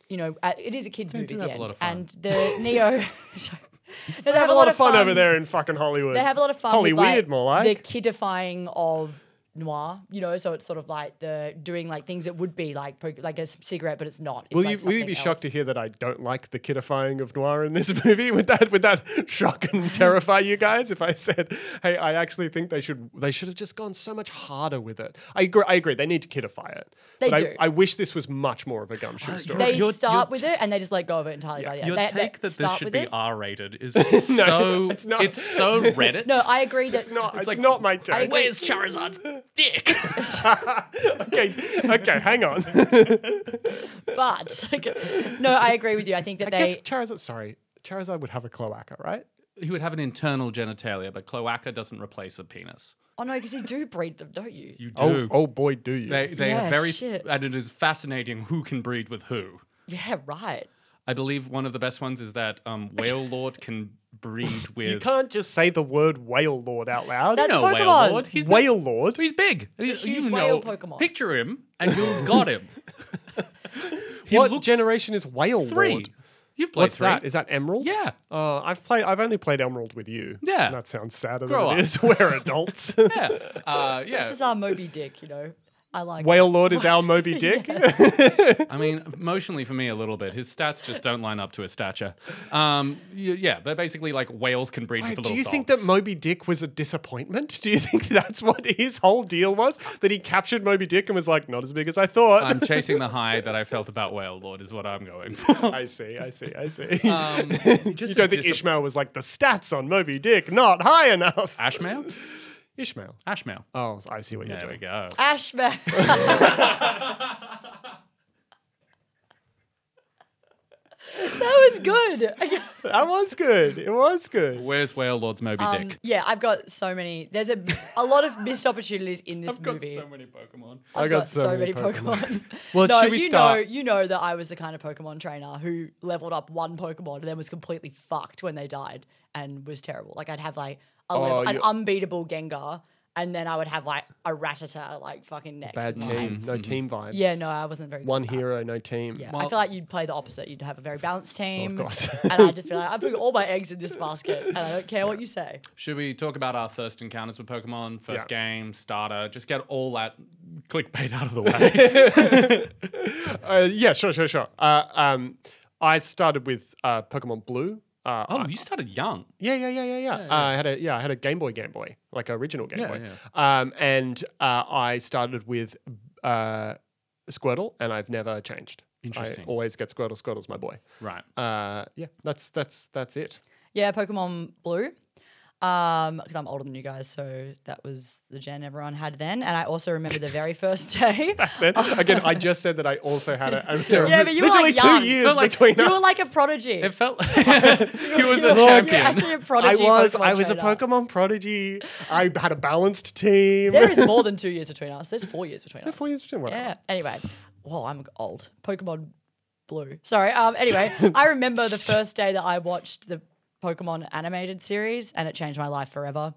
Speaker 3: You know, at, it is a kids' movie.
Speaker 2: do
Speaker 3: at the
Speaker 2: have a lot
Speaker 3: end,
Speaker 2: of fun.
Speaker 3: and the Neo. Sorry. No, they
Speaker 1: They have a lot of fun, over there in fucking Hollywood.
Speaker 3: They have a lot of fun.
Speaker 1: Holly
Speaker 3: with, like,
Speaker 1: weird, more like.
Speaker 3: the kidifying of noir. You know, so it's sort of like the doing like things that would be like po- like a s- cigarette, but it's not. It's
Speaker 1: Will
Speaker 3: like
Speaker 1: you will you
Speaker 3: something
Speaker 1: be
Speaker 3: else.
Speaker 1: shocked to hear that I don't like the kidifying of noir in this movie? Would that would that shock and terrify you guys if I said, "Hey, I actually think they should they should have just gone so much harder with it." I agree. I agree. They need to kidify it.
Speaker 3: They
Speaker 1: but
Speaker 3: do.
Speaker 1: I, I wish this was much more of a gumshoe story.
Speaker 3: They
Speaker 2: Your-
Speaker 3: start
Speaker 2: your
Speaker 3: with it and they just let go of it entirely. by the end.
Speaker 2: Your
Speaker 3: They- they
Speaker 2: take that this
Speaker 3: start
Speaker 2: should
Speaker 3: with
Speaker 2: be
Speaker 3: it.
Speaker 2: R-rated is so
Speaker 1: it's
Speaker 2: it's,
Speaker 1: not.
Speaker 2: so Reddit.
Speaker 3: No, I agree that
Speaker 1: it's not. It's, not my take.
Speaker 3: agree.
Speaker 2: where's Charizard's dick?
Speaker 1: okay, okay, hang on.
Speaker 3: but no, I agree with you. I think that
Speaker 1: I
Speaker 3: they
Speaker 1: guess Charizard. Sorry, Charizard would have a cloaca, right?
Speaker 2: he would have an internal genitalia, but cloaca doesn't replace a penis.
Speaker 3: Oh no, because you do breed them, don't you?
Speaker 2: You do.
Speaker 1: Oh, oh boy, do you?
Speaker 2: They they
Speaker 3: Yeah,
Speaker 2: are very
Speaker 3: shit.
Speaker 2: and it is fascinating who can breed with who.
Speaker 3: Yeah, right.
Speaker 2: I believe one of the best ones is that um, whale lord can breed with
Speaker 1: you can't just say the word whale lord out loud.
Speaker 3: That's
Speaker 2: no whale
Speaker 3: Pokemon.
Speaker 2: lord. He's
Speaker 1: whale lord.
Speaker 2: He's big. He's,
Speaker 3: huge
Speaker 2: you know,
Speaker 3: whale Pokemon.
Speaker 2: picture him, and you've got him. He
Speaker 1: what
Speaker 2: looks
Speaker 1: generation is whale
Speaker 2: Three.
Speaker 1: lord?
Speaker 2: You've played
Speaker 1: What's
Speaker 2: three.
Speaker 1: that? Is that Emerald?
Speaker 2: Yeah.
Speaker 1: Uh, I've played. I've only played Emerald with you.
Speaker 2: Yeah.
Speaker 1: That sounds sadder
Speaker 2: Grow
Speaker 1: than
Speaker 2: up.
Speaker 1: it is. We're adults.
Speaker 2: yeah. Uh, yeah.
Speaker 3: This is our Moby Dick, you know. I like
Speaker 1: Whale Lord is our Moby Dick.
Speaker 2: I mean, emotionally for me, a little bit. His stats just don't line up to his stature. Um, y- yeah, but basically, like whales can breed with
Speaker 1: Do
Speaker 2: little
Speaker 1: you think
Speaker 2: dogs.
Speaker 1: that Moby Dick was a disappointment? Do you think that's what his whole deal was? That he captured Moby Dick and was like, not as big as I thought.
Speaker 2: I'm chasing the high that I felt about whale lord is what I'm going for.
Speaker 1: I see. I see. I see.
Speaker 2: Um,
Speaker 1: you
Speaker 2: just
Speaker 1: don't
Speaker 2: a
Speaker 1: think
Speaker 2: disap-
Speaker 1: Ishmael was like the stats on Moby Dick not high enough?
Speaker 2: Ashmael?
Speaker 1: Ishmael.
Speaker 2: Ashmael.
Speaker 1: Oh, I see what
Speaker 2: There
Speaker 1: you're
Speaker 2: we
Speaker 1: doing.
Speaker 2: go.
Speaker 3: Ashman. that was good.
Speaker 1: That was good. It was good.
Speaker 2: Where's whale lord's Moby
Speaker 3: Um,
Speaker 2: Dick?
Speaker 3: yeah, I've got so many. There's a a lot of missed opportunities in this movie.
Speaker 2: many Pokemon.
Speaker 1: I
Speaker 3: I've
Speaker 1: got so many Pokemon. Well,
Speaker 3: no,
Speaker 1: should we
Speaker 3: you
Speaker 1: start?
Speaker 3: know, you know that I was the kind of Pokemon trainer who leveled up one Pokemon and then was completely fucked when they died and was terrible. Like I'd have like a level, an
Speaker 1: Oh, you-
Speaker 3: unbeatable Gengar, and then I would have like a Rattata, like fucking next.
Speaker 1: Bad
Speaker 3: in line.
Speaker 1: team. No team vibes.
Speaker 3: Yeah, no, I wasn't very. good
Speaker 1: One
Speaker 3: at that.
Speaker 1: hero, no team.
Speaker 3: Yeah,
Speaker 2: Well-
Speaker 3: I feel like you'd play the opposite. You'd have a very balanced team.
Speaker 1: course.
Speaker 3: and I'd just be like, I'm putting all my eggs in this basket, and I don't care what you say.
Speaker 2: Should we talk about our first encounters with Pokemon? First
Speaker 1: Yeah.
Speaker 2: game, starter. Just get all that clickbait out of the way.
Speaker 1: Uh, yeah, sure, sure, sure. Uh, um, I started with uh, Pokemon Blue. Uh,
Speaker 2: oh, you started young.
Speaker 1: yeah, yeah, yeah, yeah, yeah. Uh, I had a yeah, I had a Game Boy, Game Boy, like original Game
Speaker 2: Yeah,
Speaker 1: Boy. Um, and uh, I started with uh, Squirtle, and I've never changed.
Speaker 2: Interesting.
Speaker 1: I always get Squirtle. Squirtle's my boy.
Speaker 2: Right.
Speaker 1: Uh, yeah, that's that's that's it.
Speaker 3: Yeah, Pokemon Blue. Um, because I'm older than you guys, so that was the gen everyone had then. And I also remember the very first day.
Speaker 1: Then again, I just said that I also had a. and there
Speaker 3: Yeah,
Speaker 1: were
Speaker 3: but you were,
Speaker 1: literally
Speaker 3: like, young.
Speaker 1: two
Speaker 3: You
Speaker 1: years
Speaker 2: like,
Speaker 1: between
Speaker 3: You
Speaker 1: us.
Speaker 3: were like a prodigy.
Speaker 2: It felt he was a
Speaker 3: you were
Speaker 2: champion.
Speaker 3: actually a
Speaker 1: I
Speaker 3: prodigy.
Speaker 1: was.
Speaker 3: Pokemon
Speaker 1: I was a
Speaker 3: trainer.
Speaker 1: Pokemon prodigy. I had a balanced team.
Speaker 3: There is more than two years between us. There's four years between us.
Speaker 1: Four years between. whatever.
Speaker 3: Yeah. Anyway, whoa, I'm old. Pokemon Blue. Sorry. Um. Anyway, I remember the first day that I watched the Pokemon animated series, and it changed my life forever.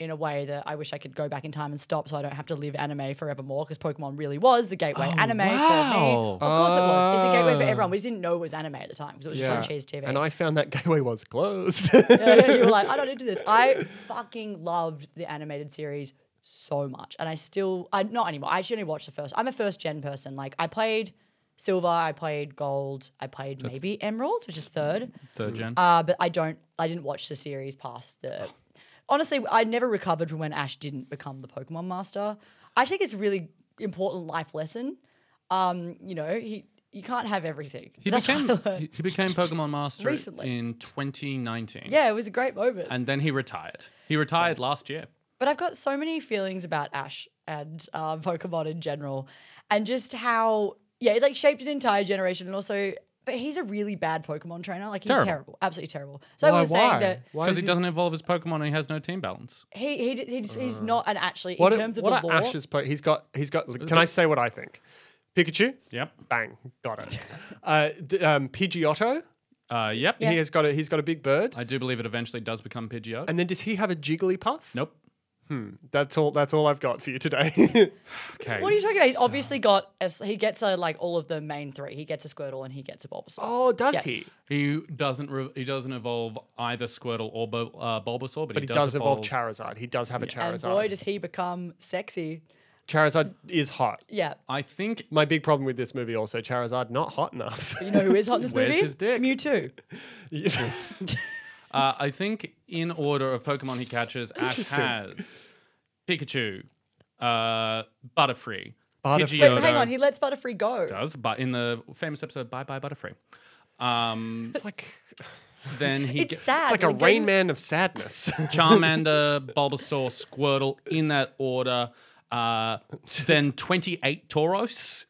Speaker 3: in a way that I wish I could go back in time and stop so I don't have to live anime forevermore because Pokemon really was the gateway
Speaker 1: Oh,
Speaker 3: anime
Speaker 2: wow.
Speaker 3: for me. Of course it was. It's a gateway for everyone. We just didn't know it was anime at the time because it was just on Cheese TV.
Speaker 1: And I found that gateway was closed.
Speaker 3: Yeah, you were like, I don't into this. I fucking loved the animated series so much, and I still, I not anymore. I actually only watched the first. I'm a first gen person. Like I played silver, I played gold, I played maybe emerald, which is third.
Speaker 2: Third gen.
Speaker 3: Uh, but I don't, I didn't watch the series past the. Honestly, I never recovered from when Ash didn't become the Pokemon Master. I think it's a really important life lesson. Um, you know, he you can't have everything.
Speaker 2: he
Speaker 3: That's what I
Speaker 2: became
Speaker 3: learned.
Speaker 2: he, he became Pokemon Master
Speaker 3: Recently.
Speaker 2: in 2019.
Speaker 3: Yeah, it was a great moment.
Speaker 2: And then he retired. He retired last year.
Speaker 3: But I've got so many feelings about Ash and uh, Pokemon in general, and just how yeah, it like shaped an entire generation, and also. But he's a really bad Pokemon trainer. Like he's
Speaker 2: Terrible.
Speaker 3: terrible, absolutely terrible. So I was saying that
Speaker 1: Why
Speaker 2: Because
Speaker 1: is
Speaker 2: he doesn't evolve his Pokemon and he has no team balance.
Speaker 3: he he d- he's, he's not an actually
Speaker 1: Uh, What,
Speaker 3: in
Speaker 1: are-
Speaker 3: terms of
Speaker 1: what
Speaker 3: the
Speaker 1: are
Speaker 3: law.
Speaker 1: Ash's po- He's got. He's got. Can I say what I think? Pikachu.
Speaker 2: Yep.
Speaker 1: Bang. Got it. uh, th- um, Pidgeotto.
Speaker 2: Uh, yep.
Speaker 1: He has got a. He's got a big bird.
Speaker 2: I do believe it eventually does become Pidgeot.
Speaker 1: and then does he have a Jigglypuff?
Speaker 2: nope.
Speaker 1: That's all. That's all I've got for you today.
Speaker 2: Okay.
Speaker 3: What are you talking about? He's obviously got a s he gets a, like all of the main three. He gets a Squirtle and he gets a Bulbasaur.
Speaker 1: oh, does
Speaker 3: Yes.
Speaker 1: he?
Speaker 2: He doesn't. Re- he doesn't evolve either Squirtle or Bul- uh, Bulbasaur, but,
Speaker 1: But he does, evolve Charizard. He does have a
Speaker 3: and
Speaker 1: Charizard.
Speaker 3: boy, does he become sexy.
Speaker 1: Charizard is hot.
Speaker 3: Yeah.
Speaker 2: I think.
Speaker 1: My big problem with this movie also Charizard not hot enough.
Speaker 3: You know who is hot in this
Speaker 2: Where's
Speaker 3: movie?
Speaker 2: his dick?
Speaker 3: Mewtwo.
Speaker 2: Uh, I think in order of Pokemon he catches, Ash has Pikachu, uh, Butterfree,
Speaker 1: Butterfree.
Speaker 3: Wait,
Speaker 2: Pidgeotto.
Speaker 3: hang on, he lets Butterfree go.
Speaker 2: does, but in the famous episode "Bye Bye Butterfree," um,
Speaker 1: it's like
Speaker 2: then he
Speaker 3: It's
Speaker 2: gets
Speaker 3: sad.
Speaker 1: it's like a
Speaker 3: we're
Speaker 1: Rain
Speaker 3: getting-
Speaker 1: Man of sadness.
Speaker 2: Charmander, Bulbasaur, Squirtle in that order. Uh, then 28 Tauros.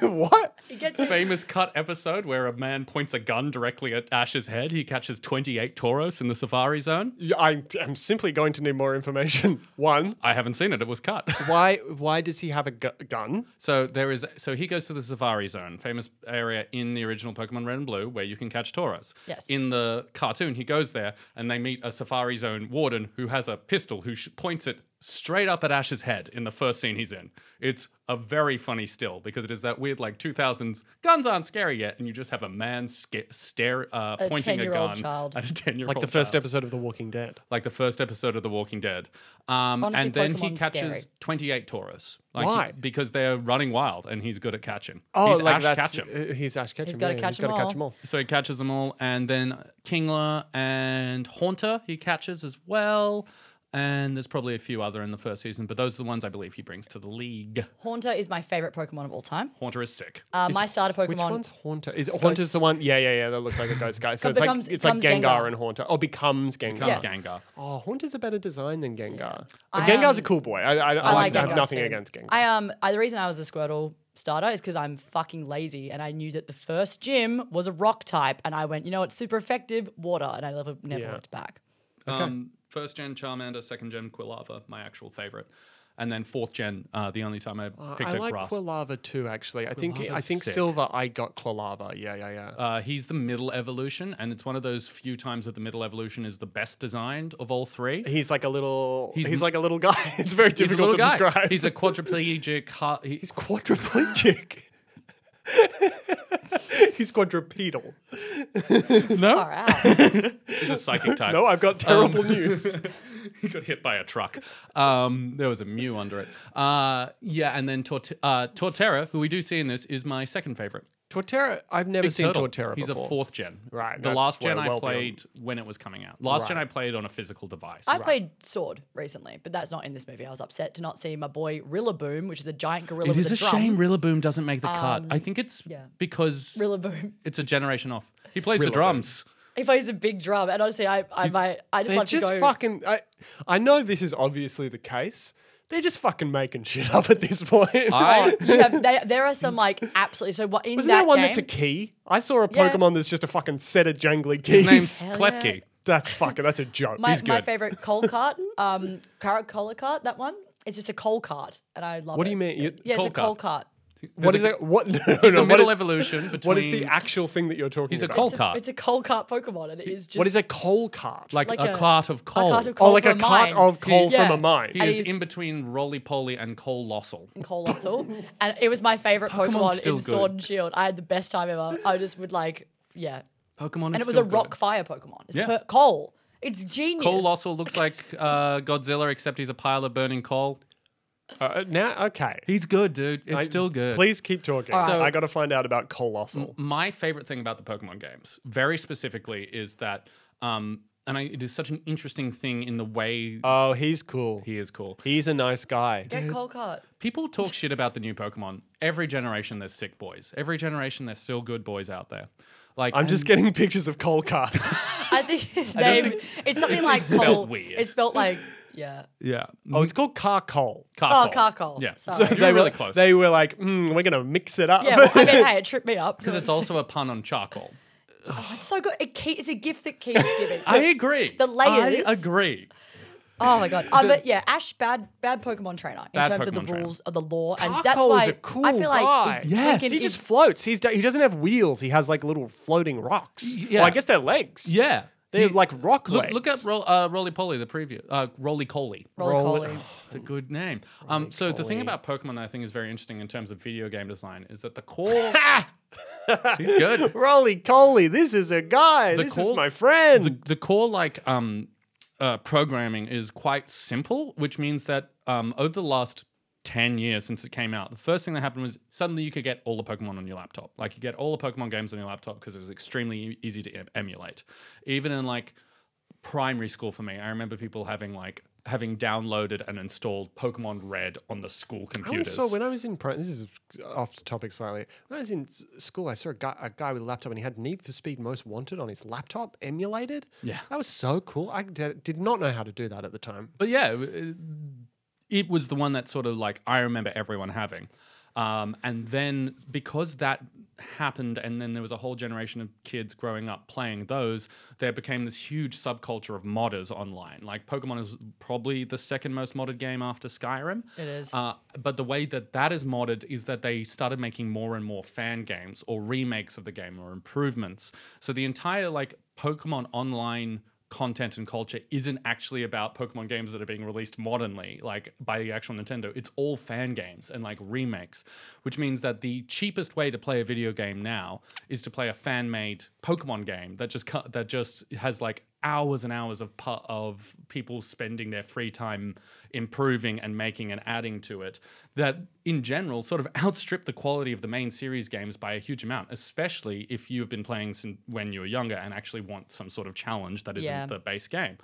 Speaker 1: what?
Speaker 3: He gets
Speaker 2: Famous cut episode where a man points a gun directly at Ash's head. He catches 28 Tauros in the Safari Zone.
Speaker 1: Yeah, I am simply going to need more information. One,
Speaker 2: I haven't seen it. It was cut.
Speaker 1: why why does he have a gu- gun?
Speaker 2: So there is. So he goes to the Safari Zone, famous area in the original Pokemon Red and Blue, where you can catch Tauros.
Speaker 3: Yes.
Speaker 2: In the cartoon, he goes there and they meet a Safari Zone warden who has a pistol who sh- points it straight up at Ash's head in the first scene he's in. It's a very funny still because it is that weird like 2000s guns aren't scary yet, and you just have a man sca- stare uh,
Speaker 3: A
Speaker 2: pointing a
Speaker 3: 10-year-old
Speaker 2: gun
Speaker 3: child.
Speaker 2: at a ten year old.
Speaker 1: Like the first episode of The Walking Dead.
Speaker 2: Like the first episode of The Walking Dead. Um,
Speaker 3: Honestly,
Speaker 2: and then he
Speaker 3: Pokemon's
Speaker 2: catches
Speaker 3: scary.
Speaker 2: 28 Tauros. Like he-
Speaker 1: Why? Oh,
Speaker 2: because they're running wild and he's good at catching. he's Ash Ketchum.
Speaker 1: uh, He's Ash Ketchum.
Speaker 3: He's gotta
Speaker 1: yeah,
Speaker 3: catch
Speaker 1: he's gotta
Speaker 3: 'em
Speaker 1: catch 'em all.
Speaker 2: So he catches them all. And then Kingler and Haunter he catches as well. And there's probably a few other in the first season, but those are the ones I believe he brings to the league.
Speaker 3: Haunter is my favorite Pokemon of all time.
Speaker 2: Haunter is sick.
Speaker 3: Uh, my starter Pokemon.
Speaker 1: Which one's Haunter? Is it Haunter's the one? Yeah, yeah, yeah. That looks like a ghost guy. So it's
Speaker 3: Becomes-
Speaker 1: like it's like Gengar,
Speaker 3: becomes Gengar.
Speaker 1: and Haunter. Oh, becomes Gengar.
Speaker 2: Comes Gengar.
Speaker 1: Oh, Haunter's a better design than Gengar.
Speaker 3: I,
Speaker 1: But Gengar's
Speaker 3: um,
Speaker 1: a cool boy. I, I, I,
Speaker 3: I
Speaker 1: like,
Speaker 3: like
Speaker 1: I have
Speaker 3: Gengar
Speaker 1: nothing
Speaker 3: too.
Speaker 1: against Gengar.
Speaker 3: I um, I, the reason I was a Squirtle starter is because I'm fucking lazy, and I knew that the first gym was a rock type, and I went, you know, it's super effective, water, and I never never
Speaker 1: Yeah.
Speaker 3: looked back.
Speaker 2: Um, first gen Charmander, second gen Quilava, my actual favorite. And then fourth gen, uh, the only time I picked
Speaker 1: I
Speaker 2: a
Speaker 1: like
Speaker 2: grass.
Speaker 1: Quilava too, actually. I think I
Speaker 2: Quilava's
Speaker 1: think
Speaker 2: sick.
Speaker 1: Silver. I got Quilava. Yeah, yeah, yeah.
Speaker 2: Uh, he's the middle evolution, and it's one of those few times that the middle evolution is the best designed of all three.
Speaker 1: he's like a little. He's,
Speaker 2: he's-
Speaker 1: like a little guy. It's very
Speaker 2: He's a
Speaker 1: difficult to
Speaker 2: little guy.
Speaker 1: describe.
Speaker 2: He's a quadriplegic. ha- he-
Speaker 1: he's quadriplegic. he's quadrupedal.
Speaker 2: no,
Speaker 3: Far out.
Speaker 2: he's a psychic type.
Speaker 1: No, I've got terrible news.
Speaker 2: he got hit by a truck. Um, there was a Mew under it. Uh, yeah, and then Tort- uh, Torterra, who we do see in this, is my second favorite.
Speaker 1: Torterra. I've never seen
Speaker 2: Turtle.
Speaker 1: Torterra
Speaker 2: He's
Speaker 1: before.
Speaker 2: a fourth gen.
Speaker 1: Right,
Speaker 2: The
Speaker 1: that's
Speaker 2: last gen
Speaker 1: well-
Speaker 2: I
Speaker 1: well
Speaker 2: played
Speaker 1: beyond.
Speaker 2: when it was coming out. Last gen
Speaker 1: Right.
Speaker 2: I played on a physical device.
Speaker 3: I played Sword recently, but that's not in this movie. I was upset to not see my boy Rillaboom, which is a giant gorilla
Speaker 2: It is
Speaker 3: with a,
Speaker 2: a
Speaker 3: drum.
Speaker 2: shame Rillaboom doesn't make the cut. I think it's
Speaker 3: Um, yeah.
Speaker 2: because
Speaker 3: Rillaboom.
Speaker 2: it's a generation off. He plays the drums.
Speaker 3: He plays a big drum, and honestly, I I might I just
Speaker 1: They're
Speaker 3: like to
Speaker 1: just
Speaker 3: go.
Speaker 1: fucking. I, I know this is obviously the case. They're just fucking making shit up at this point.
Speaker 2: I
Speaker 3: Oh, You have, they, there are some like absolutely so what in
Speaker 1: Wasn't there one
Speaker 3: game,
Speaker 1: that's a key? I saw a
Speaker 3: Yeah.
Speaker 1: Pokemon that's just a fucking set of jangly
Speaker 2: his name's
Speaker 1: keys.
Speaker 3: Hell
Speaker 2: Klefki.
Speaker 3: yeah.
Speaker 1: That's fucking. That's a joke.
Speaker 3: My,
Speaker 2: He's
Speaker 3: my
Speaker 2: good.
Speaker 3: favorite coal cart, um, carrot cola cart, that one. It's just a coal cart, and I love it.
Speaker 1: What do you mean? You-
Speaker 3: Yeah, it's
Speaker 2: Coal
Speaker 3: a coal cart.
Speaker 1: What is
Speaker 2: There's a-
Speaker 1: that? What? No,
Speaker 2: He's
Speaker 1: no,
Speaker 2: the
Speaker 1: what
Speaker 2: middle
Speaker 1: is-
Speaker 2: evolution between.
Speaker 1: What is the actual thing that you're talking
Speaker 2: He's a
Speaker 1: about?
Speaker 2: coal
Speaker 3: It's a,
Speaker 2: cart.
Speaker 3: it's a coal cart Pokemon, and it is just
Speaker 1: What is a coal cart?
Speaker 2: like,
Speaker 3: like
Speaker 2: a,
Speaker 3: a-
Speaker 2: cart of coal.
Speaker 3: cart
Speaker 1: oh,
Speaker 3: of coal
Speaker 1: like a
Speaker 3: from a
Speaker 1: cart
Speaker 3: mine.
Speaker 1: of coal
Speaker 3: Yeah.
Speaker 1: from a mine.
Speaker 2: He
Speaker 3: I
Speaker 2: is
Speaker 3: use-
Speaker 2: in between roly poly and colossal.
Speaker 3: colossal, and it was my favorite
Speaker 2: Pokemon's
Speaker 3: Pokemon in
Speaker 2: still good.
Speaker 3: Sword and Shield. I had the best time ever. I just would like, yeah,
Speaker 2: Pokemon,
Speaker 3: and
Speaker 2: is
Speaker 3: it was
Speaker 2: still
Speaker 3: a rock
Speaker 2: Good.
Speaker 3: fire Pokemon. It's
Speaker 2: Yeah.
Speaker 3: per- coal. It's genius.
Speaker 2: Colossal looks like uh, Godzilla, except he's a pile of burning coal.
Speaker 1: Uh, now, okay.
Speaker 2: He's good, dude. It's
Speaker 1: I-
Speaker 2: still good. Mm.
Speaker 1: Please keep talking.
Speaker 2: So-
Speaker 1: I got to find out about colossal.
Speaker 2: My favorite thing about the Pokemon games, very specifically, is that, um, and I, it is such an interesting thing in the way
Speaker 1: Oh, he's cool.
Speaker 2: he is cool.
Speaker 1: He's a nice guy.
Speaker 3: Get coal cart.
Speaker 2: People talk shit about the new Pokemon. Every generation, there's sick boys. Every generation, there's still good boys out there. Like
Speaker 1: I'm just getting pictures of coal carts.
Speaker 3: I think his
Speaker 2: don't
Speaker 3: name.
Speaker 2: think-
Speaker 3: it's something like
Speaker 2: spelt
Speaker 3: coal.
Speaker 2: weird.
Speaker 3: It's spelt like yeah.
Speaker 2: yeah.
Speaker 1: oh, it's called car coal.
Speaker 3: Oh, Carcoal.
Speaker 2: Yeah.
Speaker 3: Sorry.
Speaker 2: You're
Speaker 3: They
Speaker 2: really
Speaker 1: were,
Speaker 2: close.
Speaker 1: They were like, mm, we're gonna mix it up.
Speaker 3: Yeah, well, I mean, hey, it tripped me up
Speaker 2: because it's also a pun on charcoal.
Speaker 3: it's so good. It keep, it's a gift that keeps giving.
Speaker 2: I agree.
Speaker 3: The layers.
Speaker 2: I agree.
Speaker 3: oh my god! Uh, but yeah, Ash bad bad Pokemon trainer in
Speaker 2: Bad
Speaker 3: terms
Speaker 2: Pokemon
Speaker 3: of the
Speaker 2: trainer.
Speaker 3: rules of the law, and that's
Speaker 1: Carcoal
Speaker 3: why
Speaker 1: is a cool
Speaker 3: I feel like
Speaker 1: guy.
Speaker 3: if
Speaker 2: Yes.
Speaker 3: we can-
Speaker 1: he
Speaker 3: if-
Speaker 1: just floats. He's he doesn't have wheels. He has like little floating rocks.
Speaker 2: yeah.
Speaker 1: Well, I guess they're legs.
Speaker 2: Yeah.
Speaker 1: they're
Speaker 2: He-
Speaker 1: like rock
Speaker 2: Look,
Speaker 1: legs.
Speaker 2: look up Ro- uh, Roly Poly, the preview. Uh, Roly Coly.
Speaker 3: Roly
Speaker 1: roll
Speaker 3: Poly.
Speaker 1: it-
Speaker 2: It's a good name. Um, so the thing
Speaker 1: Coly.
Speaker 2: about Pokemon that I think is very interesting in terms of video game design is that the core. he's good.
Speaker 1: Rolly Coley, this is a guy.
Speaker 2: The
Speaker 1: this
Speaker 2: coal-
Speaker 1: is my friend.
Speaker 2: The, the core like um, uh, programming is quite simple, which means that um, over the last ten years since it came out, the first thing that happened was suddenly you could get all the Pokemon on your laptop. Like you get all the Pokemon games on your laptop because it was extremely e- easy to em- emulate. Even in like primary school for me, I remember people having like having downloaded and installed Pokemon Red on the school
Speaker 1: I
Speaker 2: computers.
Speaker 1: saw when I was in pri- this is off topic slightly. When I was in s- school, I saw a guy, a guy with a laptop and he had Need for Speed Most Wanted on his laptop emulated.
Speaker 2: Yeah.
Speaker 1: that was so cool. I d- did not know how to do that at the time.
Speaker 2: But yeah, it- it was the one that sort of like I remember everyone having. Um, and then because that happened, and then there was a whole generation of kids growing up playing those, there became this huge subculture of modders online. Like Pokemon is probably the second most modded game after Skyrim.
Speaker 3: It is.
Speaker 2: Uh, but the way that that is modded is that they started making more and more fan games or remakes of the game or improvements. So the entire like Pokemon online content and culture isn't actually about Pokemon games that are being released modernly, like by the actual Nintendo. It's all fan games and like remakes, which means that the cheapest way to play a video game now is to play a fan-made Pokemon game that just cut that just has like hours and hours of pu- of people spending their free time improving and making and adding to it that in general sort of outstrip the quality of the main series games by a huge amount especially if you've been playing since when you were younger and actually want some sort of challenge that isn't
Speaker 3: Yeah.
Speaker 2: the base game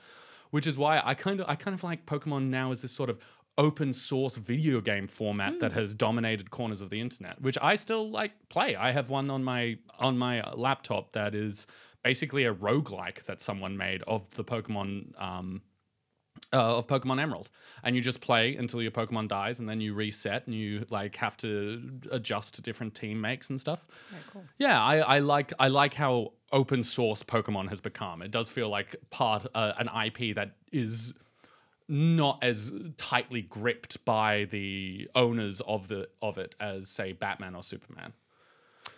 Speaker 2: which is why I kind of I kind of like Pokemon now as this sort of open source video game format that has dominated corners of the internet, which I still like play. I have one on my on my uh, laptop that is basically a roguelike that someone made of the Pokemon um, uh, of Pokemon Emerald, and you just play until your Pokemon dies, and then you reset, and you like have to adjust to different team makes and stuff. Yeah, I, I like I like how open source Pokemon has become. It does feel like part uh, an IP that is not as tightly gripped by the owners of the of it as say Batman or Superman.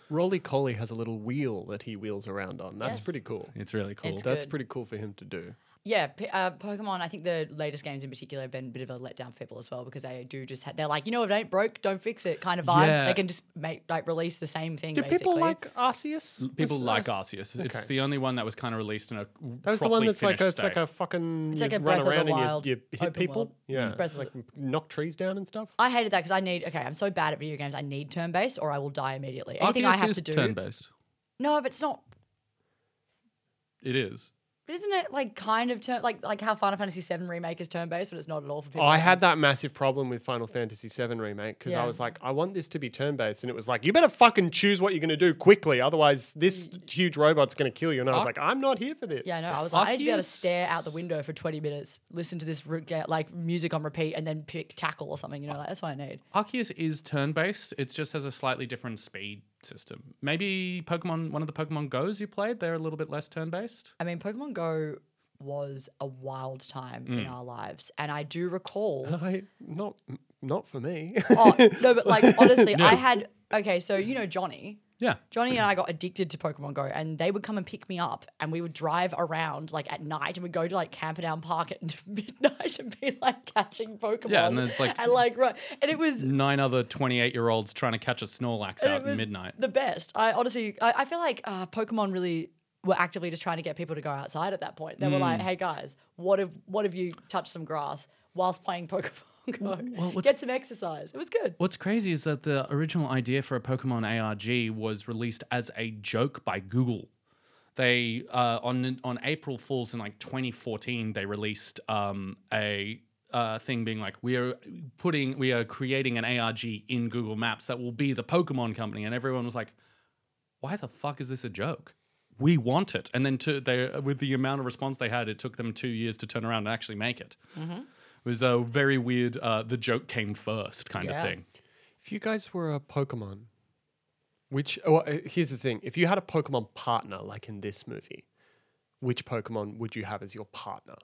Speaker 1: Rolly Coley has a little wheel that he wheels around on. That's
Speaker 3: Yes.
Speaker 1: pretty cool.
Speaker 2: It's really cool.
Speaker 3: It's
Speaker 1: That's
Speaker 3: Good.
Speaker 1: pretty cool for him to do.
Speaker 3: Yeah, p- uh, Pokemon. I think the latest games in particular have been a bit of a letdown for people as well because they do just ha- they're like you know if it ain't broke, don't fix it kind of vibe.
Speaker 2: Yeah.
Speaker 3: They can just make like release the same thing.
Speaker 1: Do
Speaker 3: basically.
Speaker 1: people like Arceus?
Speaker 2: People like
Speaker 3: uh,
Speaker 2: Arceus. It's
Speaker 1: okay.
Speaker 2: the only one that was kind of released in a
Speaker 1: That was the one that's like a, it's like a fucking
Speaker 3: It's like
Speaker 1: you
Speaker 3: a
Speaker 1: run
Speaker 3: Breath of the
Speaker 1: around
Speaker 3: Wild,
Speaker 1: and you, you hit
Speaker 3: open
Speaker 1: people.
Speaker 3: world.
Speaker 1: Yeah,
Speaker 3: Breath of
Speaker 1: like knock trees down and stuff.
Speaker 3: I hated that because I need okay. I'm so bad at video games. I need turn based or I will die immediately. Anything I have to do.
Speaker 2: turn based.
Speaker 3: No, but it's not.
Speaker 2: It is.
Speaker 3: but Isn't it like kind of turn like like how Final Fantasy VII remake is turn based, but it's not at all for people.
Speaker 1: I
Speaker 3: that-
Speaker 1: had that massive problem with Final Fantasy VII remake because I
Speaker 3: Yeah.
Speaker 1: was like, I want this to be turn-based, and it was like, you better fucking choose what you're gonna do quickly, otherwise this huge robot's gonna kill you. And I was
Speaker 2: Ar-
Speaker 1: like, I'm not here for this.
Speaker 3: Yeah, no, I was like, I need to be able to
Speaker 2: Arceus-
Speaker 3: stare out the window for 20 minutes, listen to this re- get, like music on repeat, and then pick tackle or something. You know, like that's what I need.
Speaker 2: Arceus is turn based. It just has a slightly different speed system. Maybe Pokemon, one of the Pokemon Go's you played, they're a little bit less turn based.
Speaker 3: I mean, Pokemon Go
Speaker 2: Mm.
Speaker 3: was a wild time in our lives, and I do recall.
Speaker 1: I not not for me.
Speaker 3: Oh, no, but like honestly, I had okay, so you know Johnny.
Speaker 2: Yeah.
Speaker 3: Johnny and I got addicted to Pokemon Go, and they would come and pick me up, and we would drive around like at night, and we'd go to like Camperdown Park at midnight and be like catching Pokemon.
Speaker 2: Yeah, and it's like-
Speaker 3: and like right, and it was
Speaker 2: Nine other 28 year olds trying to catch a Snorlax
Speaker 3: and
Speaker 2: out
Speaker 3: it
Speaker 2: at
Speaker 3: was
Speaker 2: midnight.
Speaker 3: The best. I honestly, I, I feel like uh, Pokemon really were actively just trying to get people to go outside at that point. They were
Speaker 2: Mm.
Speaker 3: like, "Hey guys, what if what if you touch some grass whilst playing Pokemon Go?
Speaker 2: what's-
Speaker 3: get some exercise." It was good.
Speaker 2: What's crazy is that the original idea for a Pokemon ARG was released as a joke by Google. They uh, on on April Fools in like 2014, they released um, a uh, thing being like, we are putting, we are creating an ARG in Google Maps that will be the Pokemon company, and everyone was like, why the fuck is this a joke? We want it, and then to, they with the amount of response they had, it took them two years to turn around and actually make it. It was a very weird. Uh, the joke came first kind
Speaker 3: Yeah.
Speaker 2: of thing.
Speaker 1: If you guys were a Pokemon, which oh, uh, here's the thing: if you had a Pokemon partner, like in this movie, which Pokemon would you have as your partner?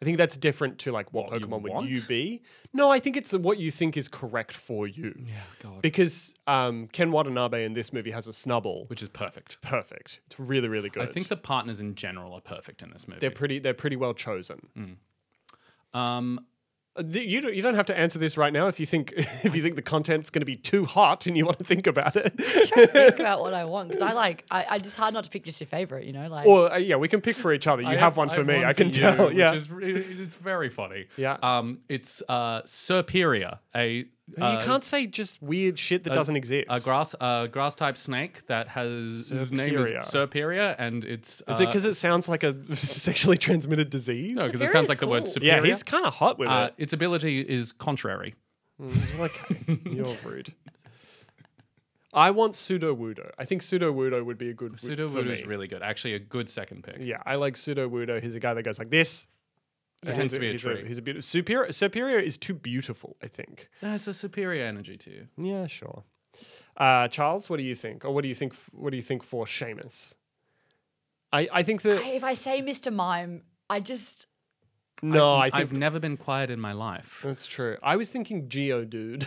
Speaker 1: I think that's different to like what,
Speaker 2: What you
Speaker 1: Pokemon would
Speaker 2: want?
Speaker 1: you be. No, I think it's what you think is correct for you.
Speaker 2: Yeah, God.
Speaker 1: Because um, Ken Watanabe in this movie has a Snubble, which
Speaker 2: Which is perfect.
Speaker 1: is perfect. It's really, really good.
Speaker 2: I think the partners in general are perfect in this movie.
Speaker 1: they're pretty. They're pretty well chosen.
Speaker 2: Mm. um,
Speaker 1: Uh, th- You don't, you don't have to answer this right now if you think if you think the content's going to be too hot and you want to think about it.
Speaker 3: think about what I want because I like I, I just hard not to pick just your favorite. You know, like
Speaker 1: Or uh, yeah, we can pick for each other. You
Speaker 2: I
Speaker 1: have one
Speaker 2: I
Speaker 1: for me. I
Speaker 2: for
Speaker 1: can
Speaker 2: you,
Speaker 1: tell.
Speaker 2: Which
Speaker 1: Yeah.
Speaker 2: is, re- it's very funny.
Speaker 1: Yeah.
Speaker 2: Um, it's uh, Serperia, a
Speaker 1: you
Speaker 2: uh,
Speaker 1: can't say just weird shit that doesn't exist.
Speaker 2: a grass uh, grass type snake that has his name is
Speaker 1: Serperia.
Speaker 2: Serperia, and it's
Speaker 1: Is it
Speaker 2: uh,
Speaker 1: because it sounds like a sexually transmitted disease?
Speaker 2: no, 'cause it
Speaker 3: Serperia's
Speaker 2: sounds like the word
Speaker 3: cool.
Speaker 2: superior.
Speaker 1: yeah, he's kind of hot with
Speaker 2: uh,
Speaker 1: it.
Speaker 2: its ability is contrary.
Speaker 1: Okay, you're rude. I want pseudo wudo. I think pseudo wudo would be a good
Speaker 2: Pseudo
Speaker 1: for
Speaker 2: is
Speaker 1: me.
Speaker 2: really good. Actually, a good second pick.
Speaker 1: Yeah, I like pseudo wudo. He's a guy that goes like this.
Speaker 2: It tends to be a
Speaker 1: he's
Speaker 2: tree.
Speaker 1: he's a beautiful superior. Superior is too beautiful. I think.
Speaker 2: That's a superior energy to you.
Speaker 1: Yeah, sure. Uh, Charles, what do you think? Or what do you think? What do you think for Seamus? I, I think that
Speaker 3: I- if I say Mr. Mime, I just
Speaker 1: no, I,
Speaker 2: I've,
Speaker 1: think
Speaker 2: never been quiet in my life.
Speaker 1: that's true. I was thinking Geodude.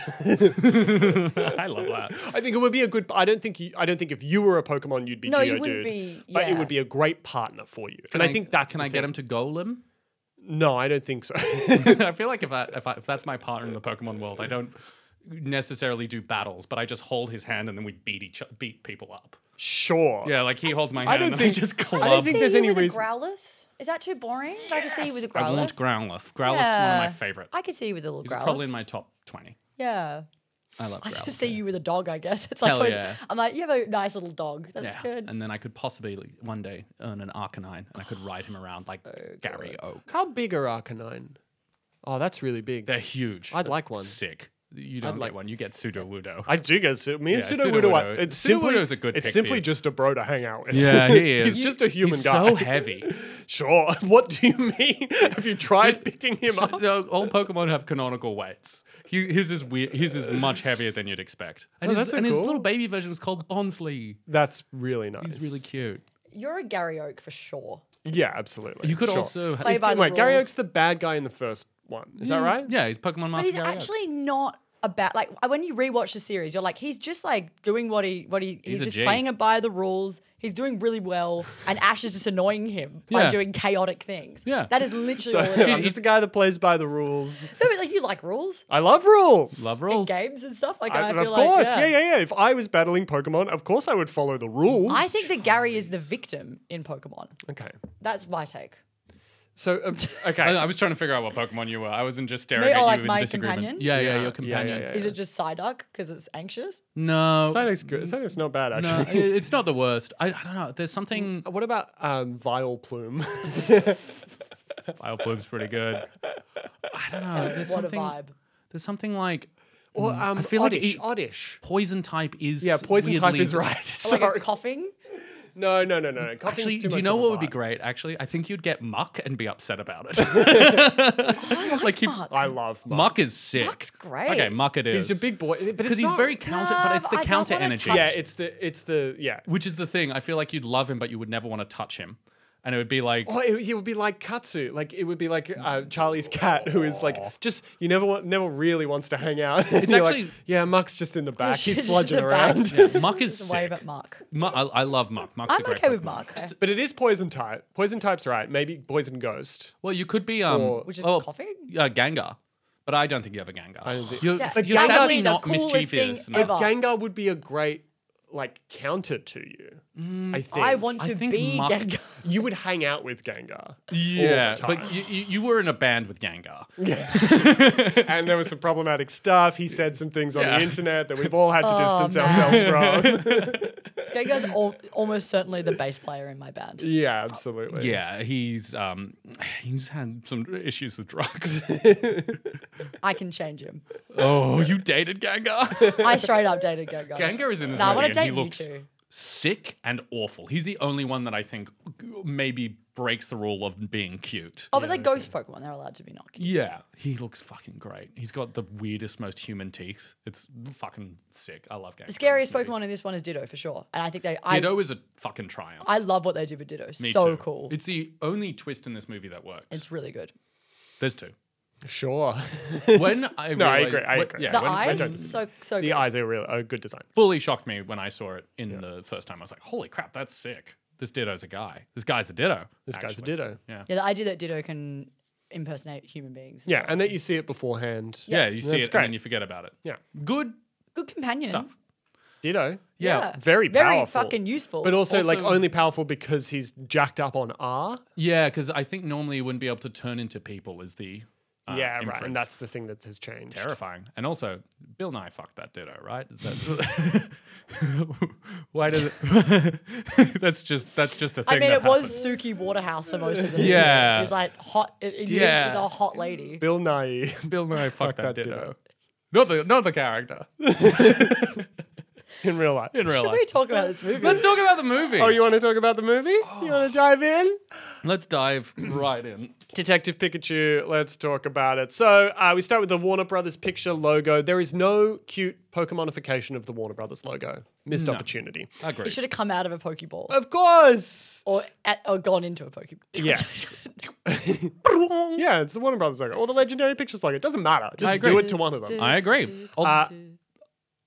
Speaker 2: I love that.
Speaker 1: I think it would be a good. I don't think you, I don't think if you were a Pokemon, you'd be
Speaker 3: No,
Speaker 1: Geodude.
Speaker 3: you wouldn't be,
Speaker 1: But it
Speaker 3: yeah.
Speaker 1: would be a great partner for you. and I, think that's
Speaker 2: Can
Speaker 1: the
Speaker 2: I get
Speaker 1: thing.
Speaker 2: him to Golem?
Speaker 1: No, I don't think so.
Speaker 2: I feel like if I, if I if that's my partner in the Pokemon world, I don't necessarily do battles, but I just hold his hand and then we beat each beat people up.
Speaker 1: sure.
Speaker 2: Yeah, like he holds my hand.
Speaker 1: I don't
Speaker 2: and
Speaker 1: think
Speaker 2: I just club.
Speaker 1: I don't think there's any reason.
Speaker 3: Growlithe. Is that too boring? I could see you with a Growlithe.
Speaker 2: I want Growlithe. Growlithe's one of
Speaker 3: Yeah.
Speaker 2: my favorite.
Speaker 3: I could see you with a little
Speaker 2: He's
Speaker 3: Growlithe.
Speaker 2: probably in my top twenty.
Speaker 3: yeah.
Speaker 2: I love
Speaker 3: I
Speaker 2: Growlithe.
Speaker 3: just see you with a dog, I guess. It's like
Speaker 2: Hell
Speaker 3: always-
Speaker 2: yeah.
Speaker 3: I'm like, you have a nice little dog. That's
Speaker 2: yeah,
Speaker 3: good.
Speaker 2: and then I could possibly one day earn an Arcanine, and I could ride him around like Gary Oak.
Speaker 1: How big are Arcanine? Oh, that's really big.
Speaker 2: They're huge.
Speaker 1: I'd like one.
Speaker 2: Sick. You don't
Speaker 1: like-
Speaker 2: get one. You get Pseudo Wudo.
Speaker 1: I do go pseudo. Me and
Speaker 2: Yeah,
Speaker 1: pseudo Wudo. are-
Speaker 2: Sudowoodo-
Speaker 1: It's simply
Speaker 2: Sudowoodo's a good
Speaker 1: It's
Speaker 2: pick for
Speaker 1: simply
Speaker 2: you.
Speaker 1: just a bro to hang out with.
Speaker 2: Yeah, he is.
Speaker 1: He's just a human
Speaker 2: He's
Speaker 1: guy.
Speaker 2: So heavy.
Speaker 1: Sure. What do you mean? Have you tried picking him
Speaker 2: So-
Speaker 1: up?
Speaker 2: no, all Pokemon have canonical weights. He, his is weird. His is much heavier than you'd expect. And,
Speaker 1: Oh,
Speaker 2: his,
Speaker 1: that's so
Speaker 2: and his
Speaker 1: cool.
Speaker 2: little baby version is called Bonsley.
Speaker 1: That's really nice.
Speaker 2: He's really cute.
Speaker 3: You're a Gary Oak for sure.
Speaker 1: Yeah, absolutely.
Speaker 2: You could
Speaker 1: Sure.
Speaker 2: also
Speaker 3: Play
Speaker 2: have,
Speaker 1: Is-
Speaker 3: by the
Speaker 1: wait, Gary
Speaker 3: rules.
Speaker 1: Oak's the bad guy in the first one. Is that right?
Speaker 2: yeah, he's Pokemon
Speaker 3: But
Speaker 2: Master.
Speaker 3: he's
Speaker 2: Gary Oak.
Speaker 3: actually not a bad like uh, when you rewatch the series, you're like, he's just like doing what he what he
Speaker 2: He's
Speaker 3: he's,
Speaker 2: a
Speaker 3: just
Speaker 2: G.
Speaker 3: playing it by the rules. He's doing really well, and Ash is just annoying him by
Speaker 2: Yeah.
Speaker 3: doing chaotic things.
Speaker 2: Yeah.
Speaker 3: That is literally all it is.
Speaker 1: I'm just a guy that plays by the rules.
Speaker 3: No, but like you like rules
Speaker 1: I love rules.
Speaker 2: love
Speaker 3: in
Speaker 2: rules.
Speaker 3: games and stuff. Like
Speaker 1: I,
Speaker 3: I,
Speaker 1: of
Speaker 3: feel like
Speaker 1: course, yeah. yeah, yeah, If I was battling Pokemon, of course I would follow the rules.
Speaker 3: I think that Gary is the victim in Pokemon.
Speaker 1: Okay.
Speaker 3: That's my take.
Speaker 1: So, um,
Speaker 2: I,
Speaker 1: okay.
Speaker 2: I was trying to figure out what Pokemon you were. I wasn't just staring
Speaker 3: Me or,
Speaker 2: at you
Speaker 3: like,
Speaker 2: in
Speaker 3: my
Speaker 2: disagreement.
Speaker 3: companion?
Speaker 2: Yeah, yeah,
Speaker 1: Yeah, yeah,
Speaker 2: your companion.
Speaker 1: yeah, yeah.
Speaker 3: Is it just Psyduck because it's anxious?
Speaker 2: No,
Speaker 1: Psyduck's good. Psyduck's not bad,
Speaker 2: no,
Speaker 1: actually.
Speaker 2: it- it's not the worst. I, I don't know. There's
Speaker 3: Oh.
Speaker 2: something.
Speaker 1: What about um, Vile Plume?
Speaker 2: Vileplume's pretty good. I don't know. There's
Speaker 3: what a
Speaker 2: something.
Speaker 3: vibe.
Speaker 2: There's something like
Speaker 1: or um,
Speaker 2: I feel like
Speaker 1: Oddish.
Speaker 2: it-
Speaker 1: Oddish.
Speaker 2: poison type is.
Speaker 1: Yeah, poison type
Speaker 2: weirdly-
Speaker 1: is right.
Speaker 3: Like
Speaker 1: Sorry.
Speaker 3: a coughing?
Speaker 1: no, no, no, no. no. Coughing's
Speaker 2: Actually,
Speaker 1: too
Speaker 2: do you
Speaker 1: much
Speaker 2: know
Speaker 1: of a
Speaker 2: what would be
Speaker 1: vibe.
Speaker 2: great? Actually, I think you'd get muck and be upset about it. like he, muck.
Speaker 1: I love Muck.
Speaker 2: is sick.
Speaker 3: Muck's great.
Speaker 2: Okay, muck it is.
Speaker 1: He's a big boy, but
Speaker 2: because he's very counter,
Speaker 3: No,
Speaker 2: but it's the
Speaker 3: I don't
Speaker 2: counter
Speaker 3: wanna
Speaker 2: energy.
Speaker 3: touch
Speaker 1: Yeah, it's the it's the yeah.
Speaker 2: which is the thing. I feel like you'd love him, but you would never want to touch him. and it would be like
Speaker 1: Oh, it, it would be like Katsu. Like it would be like uh, Charlie's cat, who is like just you never want, never really wants to hang out. It's
Speaker 2: actually-
Speaker 1: yeah, Muck's just in the back.
Speaker 3: she's
Speaker 1: He's
Speaker 3: just
Speaker 1: sludging
Speaker 3: in the back.
Speaker 1: around.
Speaker 2: Muck is
Speaker 3: Just wave
Speaker 2: sick.
Speaker 3: at Mark.
Speaker 2: Mu- I, I love Muck. Muck's a
Speaker 3: I'm
Speaker 2: great
Speaker 3: okay with
Speaker 2: Pokemon.
Speaker 3: Mark.
Speaker 1: But it is poison type. Poison type's right. Maybe poison ghost.
Speaker 2: Well, you could be um,
Speaker 1: Or-
Speaker 3: Which is
Speaker 2: oh,
Speaker 3: coffee?
Speaker 2: Yeah, Gengar. But I don't think you have a Gengar.
Speaker 1: don't think-
Speaker 2: you're
Speaker 3: Yeah,
Speaker 2: you're
Speaker 3: Gengar's
Speaker 2: sadly
Speaker 3: the
Speaker 2: not
Speaker 3: coolest thing
Speaker 2: mischievous.
Speaker 1: A
Speaker 2: No.
Speaker 3: ever. Fuck.
Speaker 1: Gengar would be a great like counter to you. I think.
Speaker 3: Mm, I want
Speaker 2: I
Speaker 3: to
Speaker 2: think
Speaker 3: be
Speaker 2: Mark-
Speaker 3: Gengar.
Speaker 1: you would hang out with Gengar.
Speaker 2: Yeah,
Speaker 1: all the time.
Speaker 2: but you, you, you were in a band with Gengar.
Speaker 1: and there was some problematic stuff. He said some things on
Speaker 2: Yeah.
Speaker 1: the internet that we've all had to
Speaker 3: Oh,
Speaker 1: distance
Speaker 3: man.
Speaker 1: ourselves from.
Speaker 3: Gengar's al- almost certainly the bass player in my band.
Speaker 1: yeah, absolutely.
Speaker 2: Yeah, he's um, he's had some issues with drugs.
Speaker 3: I can change him.
Speaker 2: oh, you dated Gengar?
Speaker 3: I straight up dated Gengar.
Speaker 2: Gengar is in this
Speaker 3: Nah, I
Speaker 2: movie
Speaker 3: wanna
Speaker 2: and
Speaker 3: date
Speaker 2: he
Speaker 3: you
Speaker 2: looks
Speaker 3: two.
Speaker 2: sick and awful. He's the only one that I think maybe breaks the rule of being cute.
Speaker 3: Oh, but they're ghost Pokemon. They're allowed to be not cute.
Speaker 2: Yeah, he looks fucking great. He's got the weirdest, most human teeth. It's fucking sick. I love Gengar.
Speaker 3: The scariest Pokemon in this one is Ditto for sure. And I think they. I,
Speaker 2: Ditto is a fucking triumph.
Speaker 3: I love what they did with Ditto.
Speaker 2: Me
Speaker 3: so
Speaker 2: too.
Speaker 3: cool. It's,
Speaker 2: It's the only twist in this movie that works.
Speaker 3: really good.
Speaker 2: There's two.
Speaker 1: Sure.
Speaker 2: When I
Speaker 1: No, I
Speaker 2: realized-
Speaker 1: agree, I
Speaker 2: when-
Speaker 1: agree.
Speaker 2: yeah,
Speaker 3: The
Speaker 2: when- when-
Speaker 3: eyes,
Speaker 1: don't-
Speaker 3: so so
Speaker 1: the
Speaker 3: good.
Speaker 1: eyes are really a good design.
Speaker 2: fully shocked me when I saw it in the first time. I was like, holy crap, that's sick. This Ditto's a guy. This guy's a Ditto.
Speaker 1: This guy's a
Speaker 2: actually.
Speaker 1: ditto.
Speaker 3: Yeah, the idea that Ditto can impersonate human beings.
Speaker 1: Yeah, and that you see it beforehand.
Speaker 2: Yeah, you see
Speaker 1: That's
Speaker 2: it
Speaker 1: great.
Speaker 2: and then you forget about it.
Speaker 1: Yeah.
Speaker 2: Good
Speaker 3: Good companion.
Speaker 2: stuff.
Speaker 1: Ditto.
Speaker 2: Yeah.
Speaker 3: Yeah.
Speaker 1: Very
Speaker 3: Very
Speaker 1: powerful.
Speaker 3: fucking useful.
Speaker 1: But also, like
Speaker 2: Also-
Speaker 1: only powerful because he's jacked up on R.
Speaker 2: Yeah, because I think normally you wouldn't be able to turn into people is the uh,
Speaker 1: yeah, right.
Speaker 2: inference.
Speaker 1: And that's the thing that has changed.
Speaker 2: terrifying. And also, Bill Nye fucked that Ditto, right? Is that- Why did it... that's just that's just a thing.
Speaker 3: I mean,
Speaker 2: that
Speaker 3: it was
Speaker 2: happened.
Speaker 3: Suki Waterhouse for most of the movie.
Speaker 2: Yeah.
Speaker 3: It was like hot. It, it,
Speaker 2: Yeah.
Speaker 3: She's a hot lady.
Speaker 1: Bill Nye.
Speaker 2: Bill Nye fucked
Speaker 1: that
Speaker 2: that, Ditto.
Speaker 1: Ditto.
Speaker 2: Not the not the character
Speaker 1: in real life.
Speaker 2: in real
Speaker 3: Should
Speaker 2: life.
Speaker 3: we talk about this movie?
Speaker 2: Let's talk about the movie.
Speaker 1: Oh, you want to talk about the movie? You
Speaker 2: Oh.
Speaker 1: want to dive in?
Speaker 2: Let's dive right in.
Speaker 1: Detective Pikachu, let's talk about it. So, uh, we start with the Warner Brothers picture logo. There is no cute Pokemonification of the Warner Brothers logo. Missed opportunity.
Speaker 2: Agree.
Speaker 3: It should have come out of a Pokeball
Speaker 1: Of course.
Speaker 3: or at, or gone into a Pokeball.
Speaker 1: Yes. yeah, it's the Warner Brothers logo or the Legendary Pictures logo. It doesn't matter.
Speaker 2: I
Speaker 1: Just
Speaker 2: agree.
Speaker 1: do it to one of them. Uh,
Speaker 2: I agree. Al-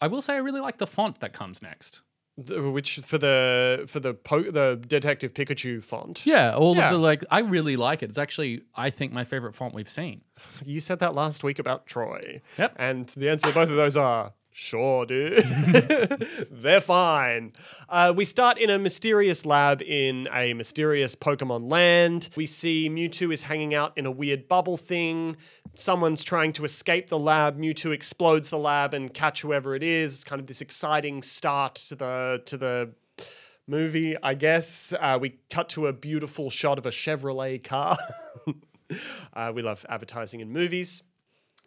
Speaker 2: I will say I really like the font that comes next.
Speaker 1: The- which for the for the po- the Detective Pikachu font.
Speaker 2: Yeah, all
Speaker 1: Yeah.
Speaker 2: of the like. I really like it. It's actually, I think, my favorite font we've seen.
Speaker 1: You said that last week about Troy.
Speaker 2: Yep.
Speaker 1: And the answer to both of those are sure, dude. They're fine. Uh, we start in a mysterious lab in a mysterious Pokemon land. We see Mewtwo is hanging out in a weird bubble thing. Someone's trying to escape the lab. Mewtwo explodes the lab and catch whoever it is. It's kind of this exciting start to the to the movie, I guess. Uh, we cut to a beautiful shot of a Chevrolet car. uh, we love advertising in movies.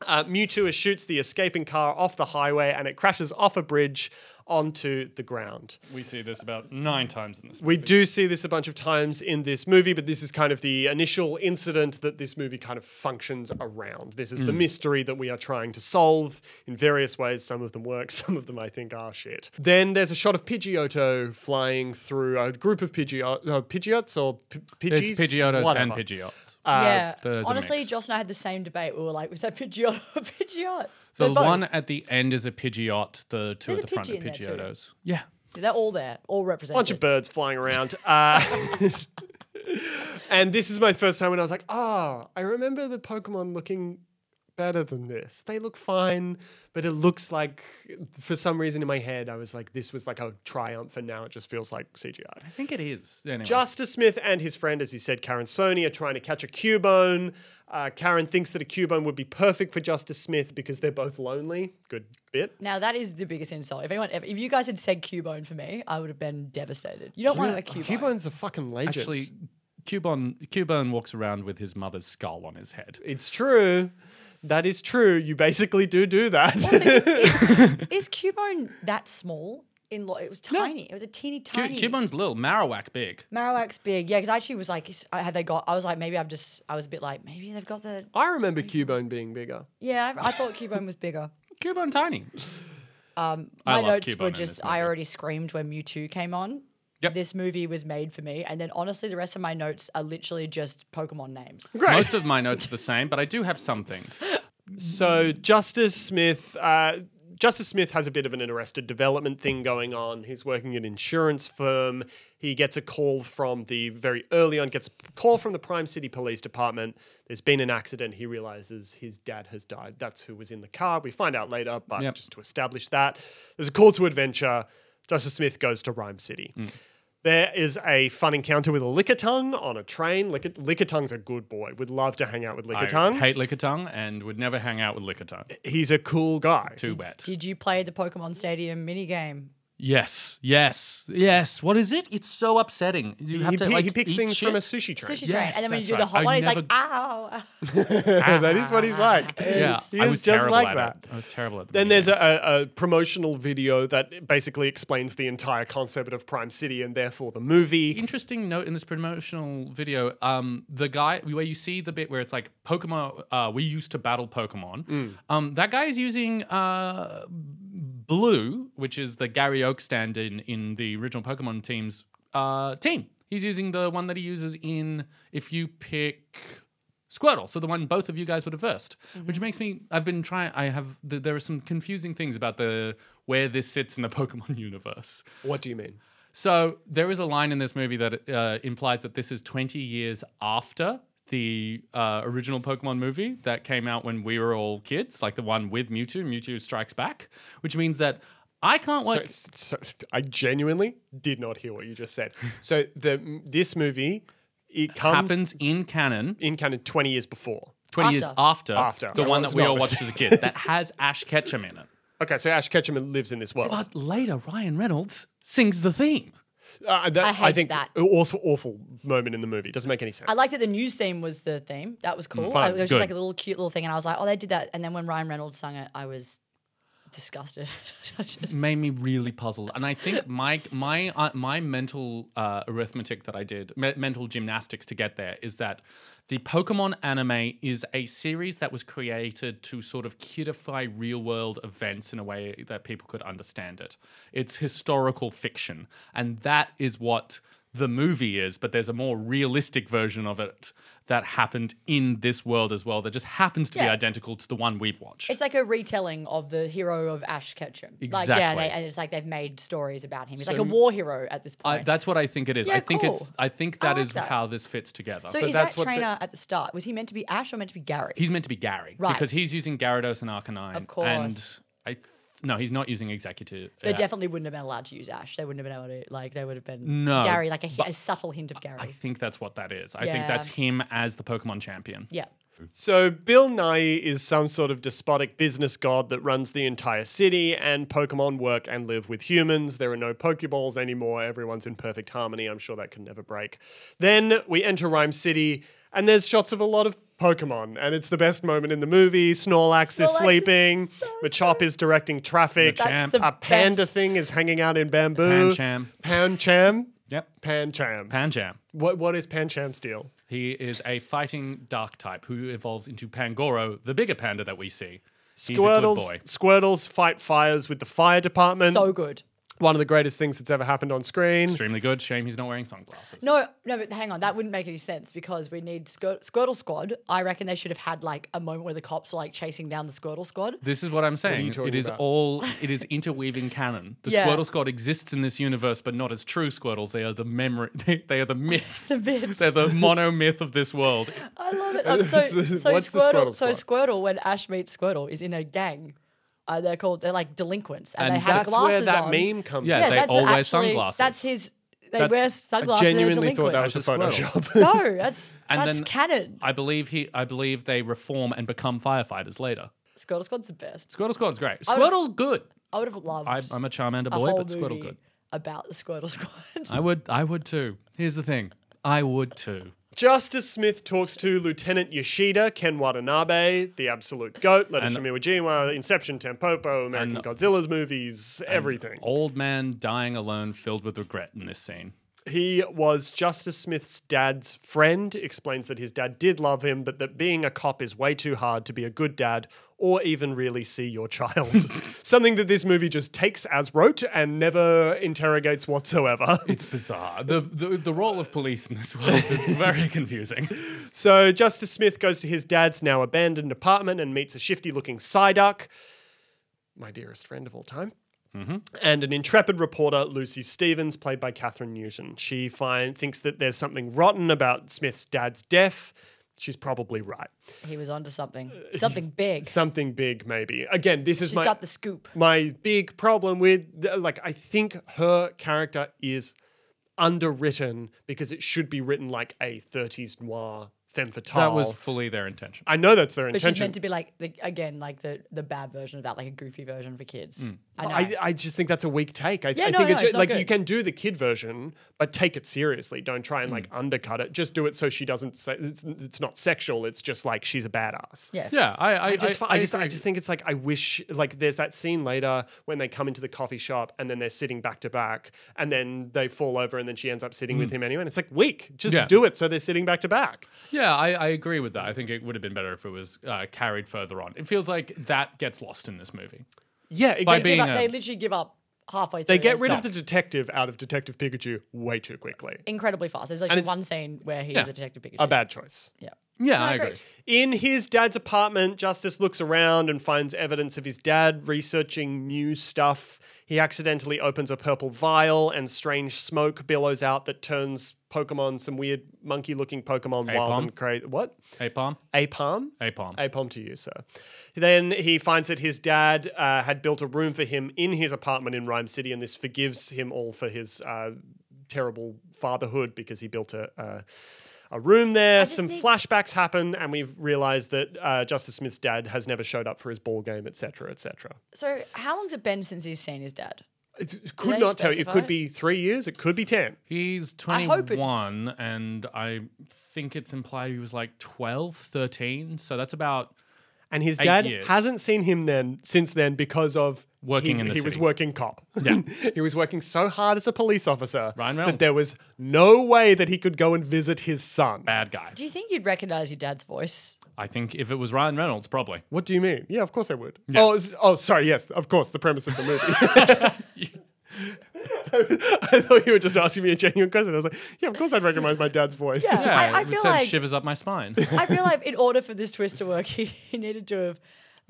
Speaker 1: Uh, Mewtwo shoots the escaping car off the highway and it crashes off a bridge onto the ground.
Speaker 2: We see this about nine times in this.
Speaker 1: We do see this a bunch of times in this movie, but this is kind of the initial incident that this movie kind of functions around. This
Speaker 2: Hmm.
Speaker 1: is the mystery that we are trying to solve in various ways. Some of them work, some of them I think are shit. Then there's a shot of Pidgeotto flying through a group of Pidgeot- uh, Pidgeots or P- Pidgeys?
Speaker 2: It's Pidgeotos and
Speaker 1: Whatever.
Speaker 2: Pidgeots.
Speaker 3: yeah.
Speaker 2: there's a
Speaker 3: Honestly,
Speaker 2: Uh, mix.
Speaker 3: Joss and I had the same debate. We were like, was that Pidgeot or Pidgeot?
Speaker 2: The
Speaker 3: They're both-
Speaker 2: one at the end is a Pidgeot. The two
Speaker 3: There's
Speaker 2: at
Speaker 3: a
Speaker 2: the front are
Speaker 3: Pidgey in there too.
Speaker 2: Pidgeotos. Yeah.
Speaker 3: They're all there, all represented.
Speaker 1: bunch of birds flying around. Uh, and this is my first time when I was like, ah, I remember the Pokemon looking better than this. They look fine, but it looks like, for some reason in my head, I was like, this was like a triumph, and now it just feels like CGI.
Speaker 2: I think it is. Anyway.
Speaker 1: Justice Smith and his friend, as you said, Karen Sony, are trying to catch a Cubone. Uh, Karen thinks that a Cubone would be perfect for Justice Smith because they're both lonely. Good bit.
Speaker 3: Now that is the biggest insult. If anyone, ever, if you guys had said Cubone for me, I would have been devastated. You don't want a Cubone.
Speaker 1: Cubone's a fucking legend.
Speaker 2: Actually, Cubone, Cubone walks around with his mother's skull on his head.
Speaker 1: It's true. That is true. You basically do do
Speaker 3: Also,
Speaker 1: that.
Speaker 3: is, is, is Cubone that small? In lo- it was tiny. It was a teeny
Speaker 2: Cu-
Speaker 3: tiny.
Speaker 2: Cubone's little. Marowak big.
Speaker 3: Marowak's big, yeah. Because I actually was like, is- I- have they got? I was like, maybe I've just. I was a bit like, maybe they've got the.
Speaker 1: I remember Cubone being bigger.
Speaker 3: Yeah, I, I thought Cubone was bigger.
Speaker 2: Cubone tiny.
Speaker 3: My
Speaker 2: I love
Speaker 3: notes
Speaker 2: Cubone
Speaker 3: were
Speaker 2: in this
Speaker 3: just. I
Speaker 2: movie.
Speaker 3: already screamed when Mewtwo came on.
Speaker 2: Yep.
Speaker 3: This movie was made for me. And then honestly, the rest of my notes are literally just Pokemon names.
Speaker 2: Most of my notes are the same, but I do have some things.
Speaker 1: So Justice Smith, uh, Justice Smith has a bit of an arrested development thing going on. He's working at an insurance firm. He gets a call from the very early on gets a call from the Prime City Police Department. There's been an accident. He realizes his dad has died. That's who was in the car. We find out later, but
Speaker 2: Yep.
Speaker 1: just to establish that, there's a call to adventure. Justice Smith goes to Rhyme City.
Speaker 2: Mm.
Speaker 1: There is a fun encounter with a liquor tongue on a train. Liquor, liquor tongue's a good boy. Would love to hang out with liquor tongue Eh,
Speaker 2: I hate Lickitung and would never hang out with Lickitung.
Speaker 1: he's a cool guy.
Speaker 2: Too wet.
Speaker 3: Did you play the Pokemon Stadium minigame?
Speaker 2: Yes, yes, yes. What is it? It's so upsetting. You have
Speaker 1: He,
Speaker 2: to
Speaker 1: pi-
Speaker 2: like
Speaker 1: he picks
Speaker 2: eat
Speaker 1: things from a
Speaker 2: shit.
Speaker 1: sushi train.
Speaker 3: Sushi train.
Speaker 2: Yes,
Speaker 3: And then when you
Speaker 2: that's
Speaker 3: do the
Speaker 2: right.
Speaker 3: hot
Speaker 2: I
Speaker 3: one, he's like,
Speaker 2: never-
Speaker 3: ow.
Speaker 1: that is what he's like.
Speaker 2: Ah. Yeah,
Speaker 1: He's- he
Speaker 2: I
Speaker 1: is
Speaker 2: was
Speaker 1: just
Speaker 2: terrible
Speaker 1: like
Speaker 2: at
Speaker 1: that.
Speaker 2: It. I was terrible at. the
Speaker 1: Then there's
Speaker 2: minigames.
Speaker 1: a, a promotional video that basically explains the entire concept of Prime City and therefore the movie.
Speaker 2: interesting note in this promotional video. Um, the guy where you see the bit where it's like Pokemon. Uh, we used to battle Pokemon. Um, that guy is using uh, blue, which is the Gary Oak stand-in in the original Pokemon team's uh, team. He's using the one that he uses in if you pick Squirtle, so the one both of you guys would have versed, which makes me. I've been trying. I have. Th- there are some confusing things about the where this sits in the Pokemon universe.
Speaker 1: What do you mean?
Speaker 2: So there is a line in this movie that uh, implies that this is 20 years after the uh, original Pokemon movie that came out when we were all kids, like the one with Mewtwo, Mewtwo Strikes Back, which means that I can't
Speaker 1: So,
Speaker 2: like.
Speaker 1: it's- so I genuinely did not hear what you just said. So the this movie it comes
Speaker 2: happens in canon
Speaker 1: in kind of 20 years before.
Speaker 2: 20 years after,
Speaker 1: After.
Speaker 2: the
Speaker 1: I
Speaker 2: one
Speaker 1: was
Speaker 2: that we
Speaker 1: not
Speaker 2: all watched as a kid that has Ash Ketchum in it.
Speaker 1: Okay, so Ash Ketchum lives in this world.
Speaker 2: But later, Ryan Reynolds sings the theme.
Speaker 1: Uh, that,
Speaker 3: I hate
Speaker 1: think
Speaker 3: that.
Speaker 1: also awful moment in the movie. Doesn't make any sense.
Speaker 3: I like that the news theme was the theme. That was cool.
Speaker 1: fine.
Speaker 3: I- it was
Speaker 2: Mm, Good.
Speaker 3: just like a little cute little thing. And I was like, oh, they did that. And then when Ryan Reynolds sung it, I was disgusted. I just-
Speaker 2: made me really puzzled and i think my my uh, my mental uh, arithmetic that i did me- mental gymnastics to get there is that the pokemon anime is a series that was created to sort of kidify real world events in a way that people could understand it it's historical fiction and that is what the movie is but there's a more realistic version of it that happened in this world as well that just happens to be
Speaker 3: Yeah.
Speaker 2: identical to the one we've watched
Speaker 3: It's like a retelling of the hero of Ash Ketchum. Like, yeah,
Speaker 2: Exactly.
Speaker 3: they, and it's like they've made stories about him. He's like a war hero at this
Speaker 2: I,
Speaker 3: point.
Speaker 2: that's what I think it is. I
Speaker 3: Yeah,
Speaker 2: think
Speaker 3: cool.
Speaker 2: it's. I think
Speaker 3: I
Speaker 2: that
Speaker 3: like
Speaker 2: is
Speaker 3: that.
Speaker 2: how this fits together.
Speaker 3: so, is
Speaker 1: that's
Speaker 3: that
Speaker 1: what the-
Speaker 3: trainer at the start? Was he meant to be Ash or meant to be Gary?
Speaker 2: he's meant to be Gary
Speaker 3: Right.
Speaker 2: because he's using Gyarados and Arcanine.
Speaker 3: Of course.
Speaker 2: And I, th- no, he's not using Executive. uh,
Speaker 3: they
Speaker 2: yeah.
Speaker 3: definitely wouldn't have been allowed to use Ash. They wouldn't have been able to like. They would have been
Speaker 2: No,
Speaker 3: Gary, like a, hi- a subtle hint of Gary.
Speaker 2: I think that's what that is. I think
Speaker 3: Yeah.
Speaker 2: that's him as the Pokemon champion.
Speaker 3: yeah.
Speaker 1: So Bill Nye is some sort of despotic business god that runs the entire city, and Pokemon work and live with humans. There are no Pokeballs anymore. Everyone's in perfect harmony. I'm sure that can never break. Then we enter Rhyme City, and there's shots of a lot of Pokemon, and it's the best moment in the movie. Snorlax, is
Speaker 3: Snorlax is
Speaker 1: sleeping.
Speaker 3: so
Speaker 1: Machop is directing traffic.
Speaker 3: That's
Speaker 2: Champ.
Speaker 3: the
Speaker 1: A panda
Speaker 3: best.
Speaker 1: thing is hanging out in bamboo.
Speaker 2: Pancham.
Speaker 1: Pancham.
Speaker 2: Yep.
Speaker 1: Pancham.
Speaker 2: Panjam.
Speaker 1: What what is Pancham's deal?
Speaker 2: He is a fighting dark type who evolves into Pangoro, the bigger panda that we see. He's a good
Speaker 1: Squirtles,
Speaker 2: boy.
Speaker 1: Squirtles fight fires with the fire department.
Speaker 3: so good.
Speaker 1: one of the greatest things that's ever happened on screen.
Speaker 2: Extremely good. Shame he's not wearing sunglasses.
Speaker 3: No, no, but hang on. That wouldn't make any sense because we need Squir- Squirtle Squad. I reckon they should have had like a moment where the cops were like chasing down the Squirtle Squad.
Speaker 2: This is what I'm saying.
Speaker 1: talking
Speaker 2: it is
Speaker 1: about?
Speaker 2: all it is interweaving canon. The
Speaker 3: Yeah.
Speaker 2: Squirtle Squad exists in this universe, but not as true Squirtles. They are the memory. They, they are the myth.
Speaker 3: The bit.
Speaker 2: They're the mono myth of this world.
Speaker 3: I love it. Um, so, so
Speaker 1: What's the
Speaker 3: Squirtle,
Speaker 1: Squirtle
Speaker 3: so
Speaker 1: Squad?
Speaker 3: Squirtle, when Ash meets Squirtle, is in a gang. Uh, they're called they're like delinquents, and, they
Speaker 2: And
Speaker 3: have
Speaker 1: That's
Speaker 3: glasses
Speaker 1: where that
Speaker 3: on.
Speaker 1: meme comes.
Speaker 2: Yeah,
Speaker 1: from.
Speaker 2: they
Speaker 3: that's
Speaker 2: all wear
Speaker 3: actually-
Speaker 2: sunglasses.
Speaker 3: That's his. They
Speaker 2: That's- I
Speaker 3: wear sunglasses. and they're
Speaker 1: genuinely thought that was a
Speaker 2: That's a Squirtle.
Speaker 1: Photoshop.
Speaker 3: delinquent. no. That's
Speaker 2: And
Speaker 3: that's
Speaker 2: then-
Speaker 3: canon.
Speaker 2: I believe he. I believe they reform and become firefighters later.
Speaker 3: Squirtle Squad's the best.
Speaker 2: Squirtle Squad's great. Squirtle's good.
Speaker 3: I would have loved
Speaker 2: I, I'm a Charmander
Speaker 3: a
Speaker 2: boy,
Speaker 3: whole
Speaker 2: but Squirtle
Speaker 3: movie
Speaker 2: good.
Speaker 3: about the Squirtle Squad.
Speaker 2: I would. I would too. Here's the thing. I would too.
Speaker 1: Justice Smith talks to Lieutenant Yoshida, Ken Watanabe, the absolute goat, letters from Iwo Jima, Inception, Tempopo, American Godzilla's movies, everything.
Speaker 2: Old man dying alone, filled with regret in this scene.
Speaker 1: He was Justice Smith's dad's friend, explains that his dad did love him, but that being a cop is way too hard to be a good dad or even really see your child. Something that this movie just takes as rote and never interrogates whatsoever.
Speaker 2: It's bizarre. The, the the role of police in this world is very confusing.
Speaker 1: So Justice Smith goes to his dad's now abandoned apartment and meets a shifty looking Psyduck, my dearest friend of all time.
Speaker 2: Mm-hmm.
Speaker 1: And an intrepid reporter, Lucy Stevens, played by Catherine Newton. She find, thinks that there's something rotten about Smith's dad's death. She's probably right.
Speaker 3: He was onto something. Something big.
Speaker 1: Something big, maybe. Again, this is
Speaker 3: She's
Speaker 1: my
Speaker 3: got the scoop.
Speaker 1: my big problem with th- like I think her character is underwritten because it should be written like a 30s noir femme fatale.
Speaker 2: That was fully their intention.
Speaker 1: I know that's their
Speaker 3: But she's
Speaker 1: intention.
Speaker 3: meant to be like the, again, like the the bad version of that, like a goofy version for kids. I know.
Speaker 1: I, I just think that's a weak take. I,
Speaker 3: Yeah,
Speaker 1: I
Speaker 3: no,
Speaker 1: think
Speaker 3: no,
Speaker 1: it's,
Speaker 3: it's
Speaker 1: ju-
Speaker 3: not
Speaker 1: like
Speaker 3: good.
Speaker 1: you can do the kid version, but take it seriously. Don't try and
Speaker 3: Mm.
Speaker 1: like undercut it. Just do it so she doesn't say it's, it's not sexual. It's just like she's a badass.
Speaker 3: yeah.
Speaker 2: Yeah, I I,
Speaker 1: I just, I, just, I
Speaker 2: agree.
Speaker 1: just think it's like I wish, like, there's that scene later when they come into the coffee shop and then they're sitting back to back, and then they fall over, and then she ends up sitting with him anyway. And it's like weak. Just
Speaker 2: Yeah.
Speaker 1: do it so they're sitting back to back.
Speaker 2: Yeah, I, I agree with that. I think it would have been better if it was uh, carried further on. It feels like that gets lost in this movie.
Speaker 1: Yeah, it
Speaker 2: By
Speaker 1: get-
Speaker 2: being-
Speaker 3: Give up-
Speaker 2: a-
Speaker 3: they literally give up halfway through.
Speaker 1: they get rid of the
Speaker 3: stop.
Speaker 1: detective out of Detective Pikachu way too quickly.
Speaker 3: incredibly fast. There's actually
Speaker 1: it's-
Speaker 3: one scene where he
Speaker 2: Yeah.
Speaker 3: is a detective Pikachu.
Speaker 1: A bad choice.
Speaker 3: yeah.
Speaker 2: Yeah,
Speaker 3: No,
Speaker 2: I
Speaker 3: I
Speaker 2: agree.
Speaker 3: agree.
Speaker 1: In his dad's apartment, Justice looks around and finds evidence of his dad researching new stuff. He accidentally opens a purple vial, and strange smoke billows out that turns Pokemon, some weird monkey looking Pokemon, wild
Speaker 2: Apom?
Speaker 1: and crazy. What?
Speaker 2: Hey, Palm.
Speaker 1: Apom?
Speaker 2: Hey, Palm.
Speaker 1: Apom to you, sir. Then he finds that his dad uh, had built a room for him in his apartment in Rhyme City, and this forgives him all for his uh, terrible fatherhood because he built a. a a room there,
Speaker 3: just
Speaker 1: some
Speaker 3: need-
Speaker 1: flashbacks happen, and we've realized that uh, Justice Smith's dad has never showed up for his ball game, etc., etc.
Speaker 3: So how long's it been since he's seen his dad?
Speaker 1: It could
Speaker 3: they
Speaker 1: not tell you. It
Speaker 3: specify?
Speaker 1: could be three years. It could be ten.
Speaker 2: He's
Speaker 3: I hope it's-
Speaker 2: 21, and I think it's implied he was like 12, 13. So that's about.
Speaker 1: And his
Speaker 2: Eight
Speaker 1: dad
Speaker 2: years.
Speaker 1: hasn't seen him then since then because of
Speaker 2: Working
Speaker 1: he,
Speaker 2: in the
Speaker 1: he was
Speaker 2: city.
Speaker 1: working cop.
Speaker 2: Yeah.
Speaker 1: he was working so hard as a police officer
Speaker 2: Ryan
Speaker 1: that
Speaker 2: Reynolds.
Speaker 1: there was no way that he could go and visit his son.
Speaker 2: Bad guy.
Speaker 3: Do you think you'd recognize your dad's voice?
Speaker 2: I think if it was Ryan Reynolds, probably.
Speaker 1: What do you mean? Yeah, of course I would. Oh, is- oh, sorry. Yes, of course. The premise of the movie. I thought you were just asking me a genuine question. I was like, yeah, of course I'd recognize my dad's voice.
Speaker 3: Yeah.
Speaker 2: Yeah,
Speaker 3: I- I
Speaker 2: it would
Speaker 3: feel
Speaker 2: send
Speaker 3: like-
Speaker 2: shivers up my spine.
Speaker 3: I feel like in order for this twist to work, he, he needed to have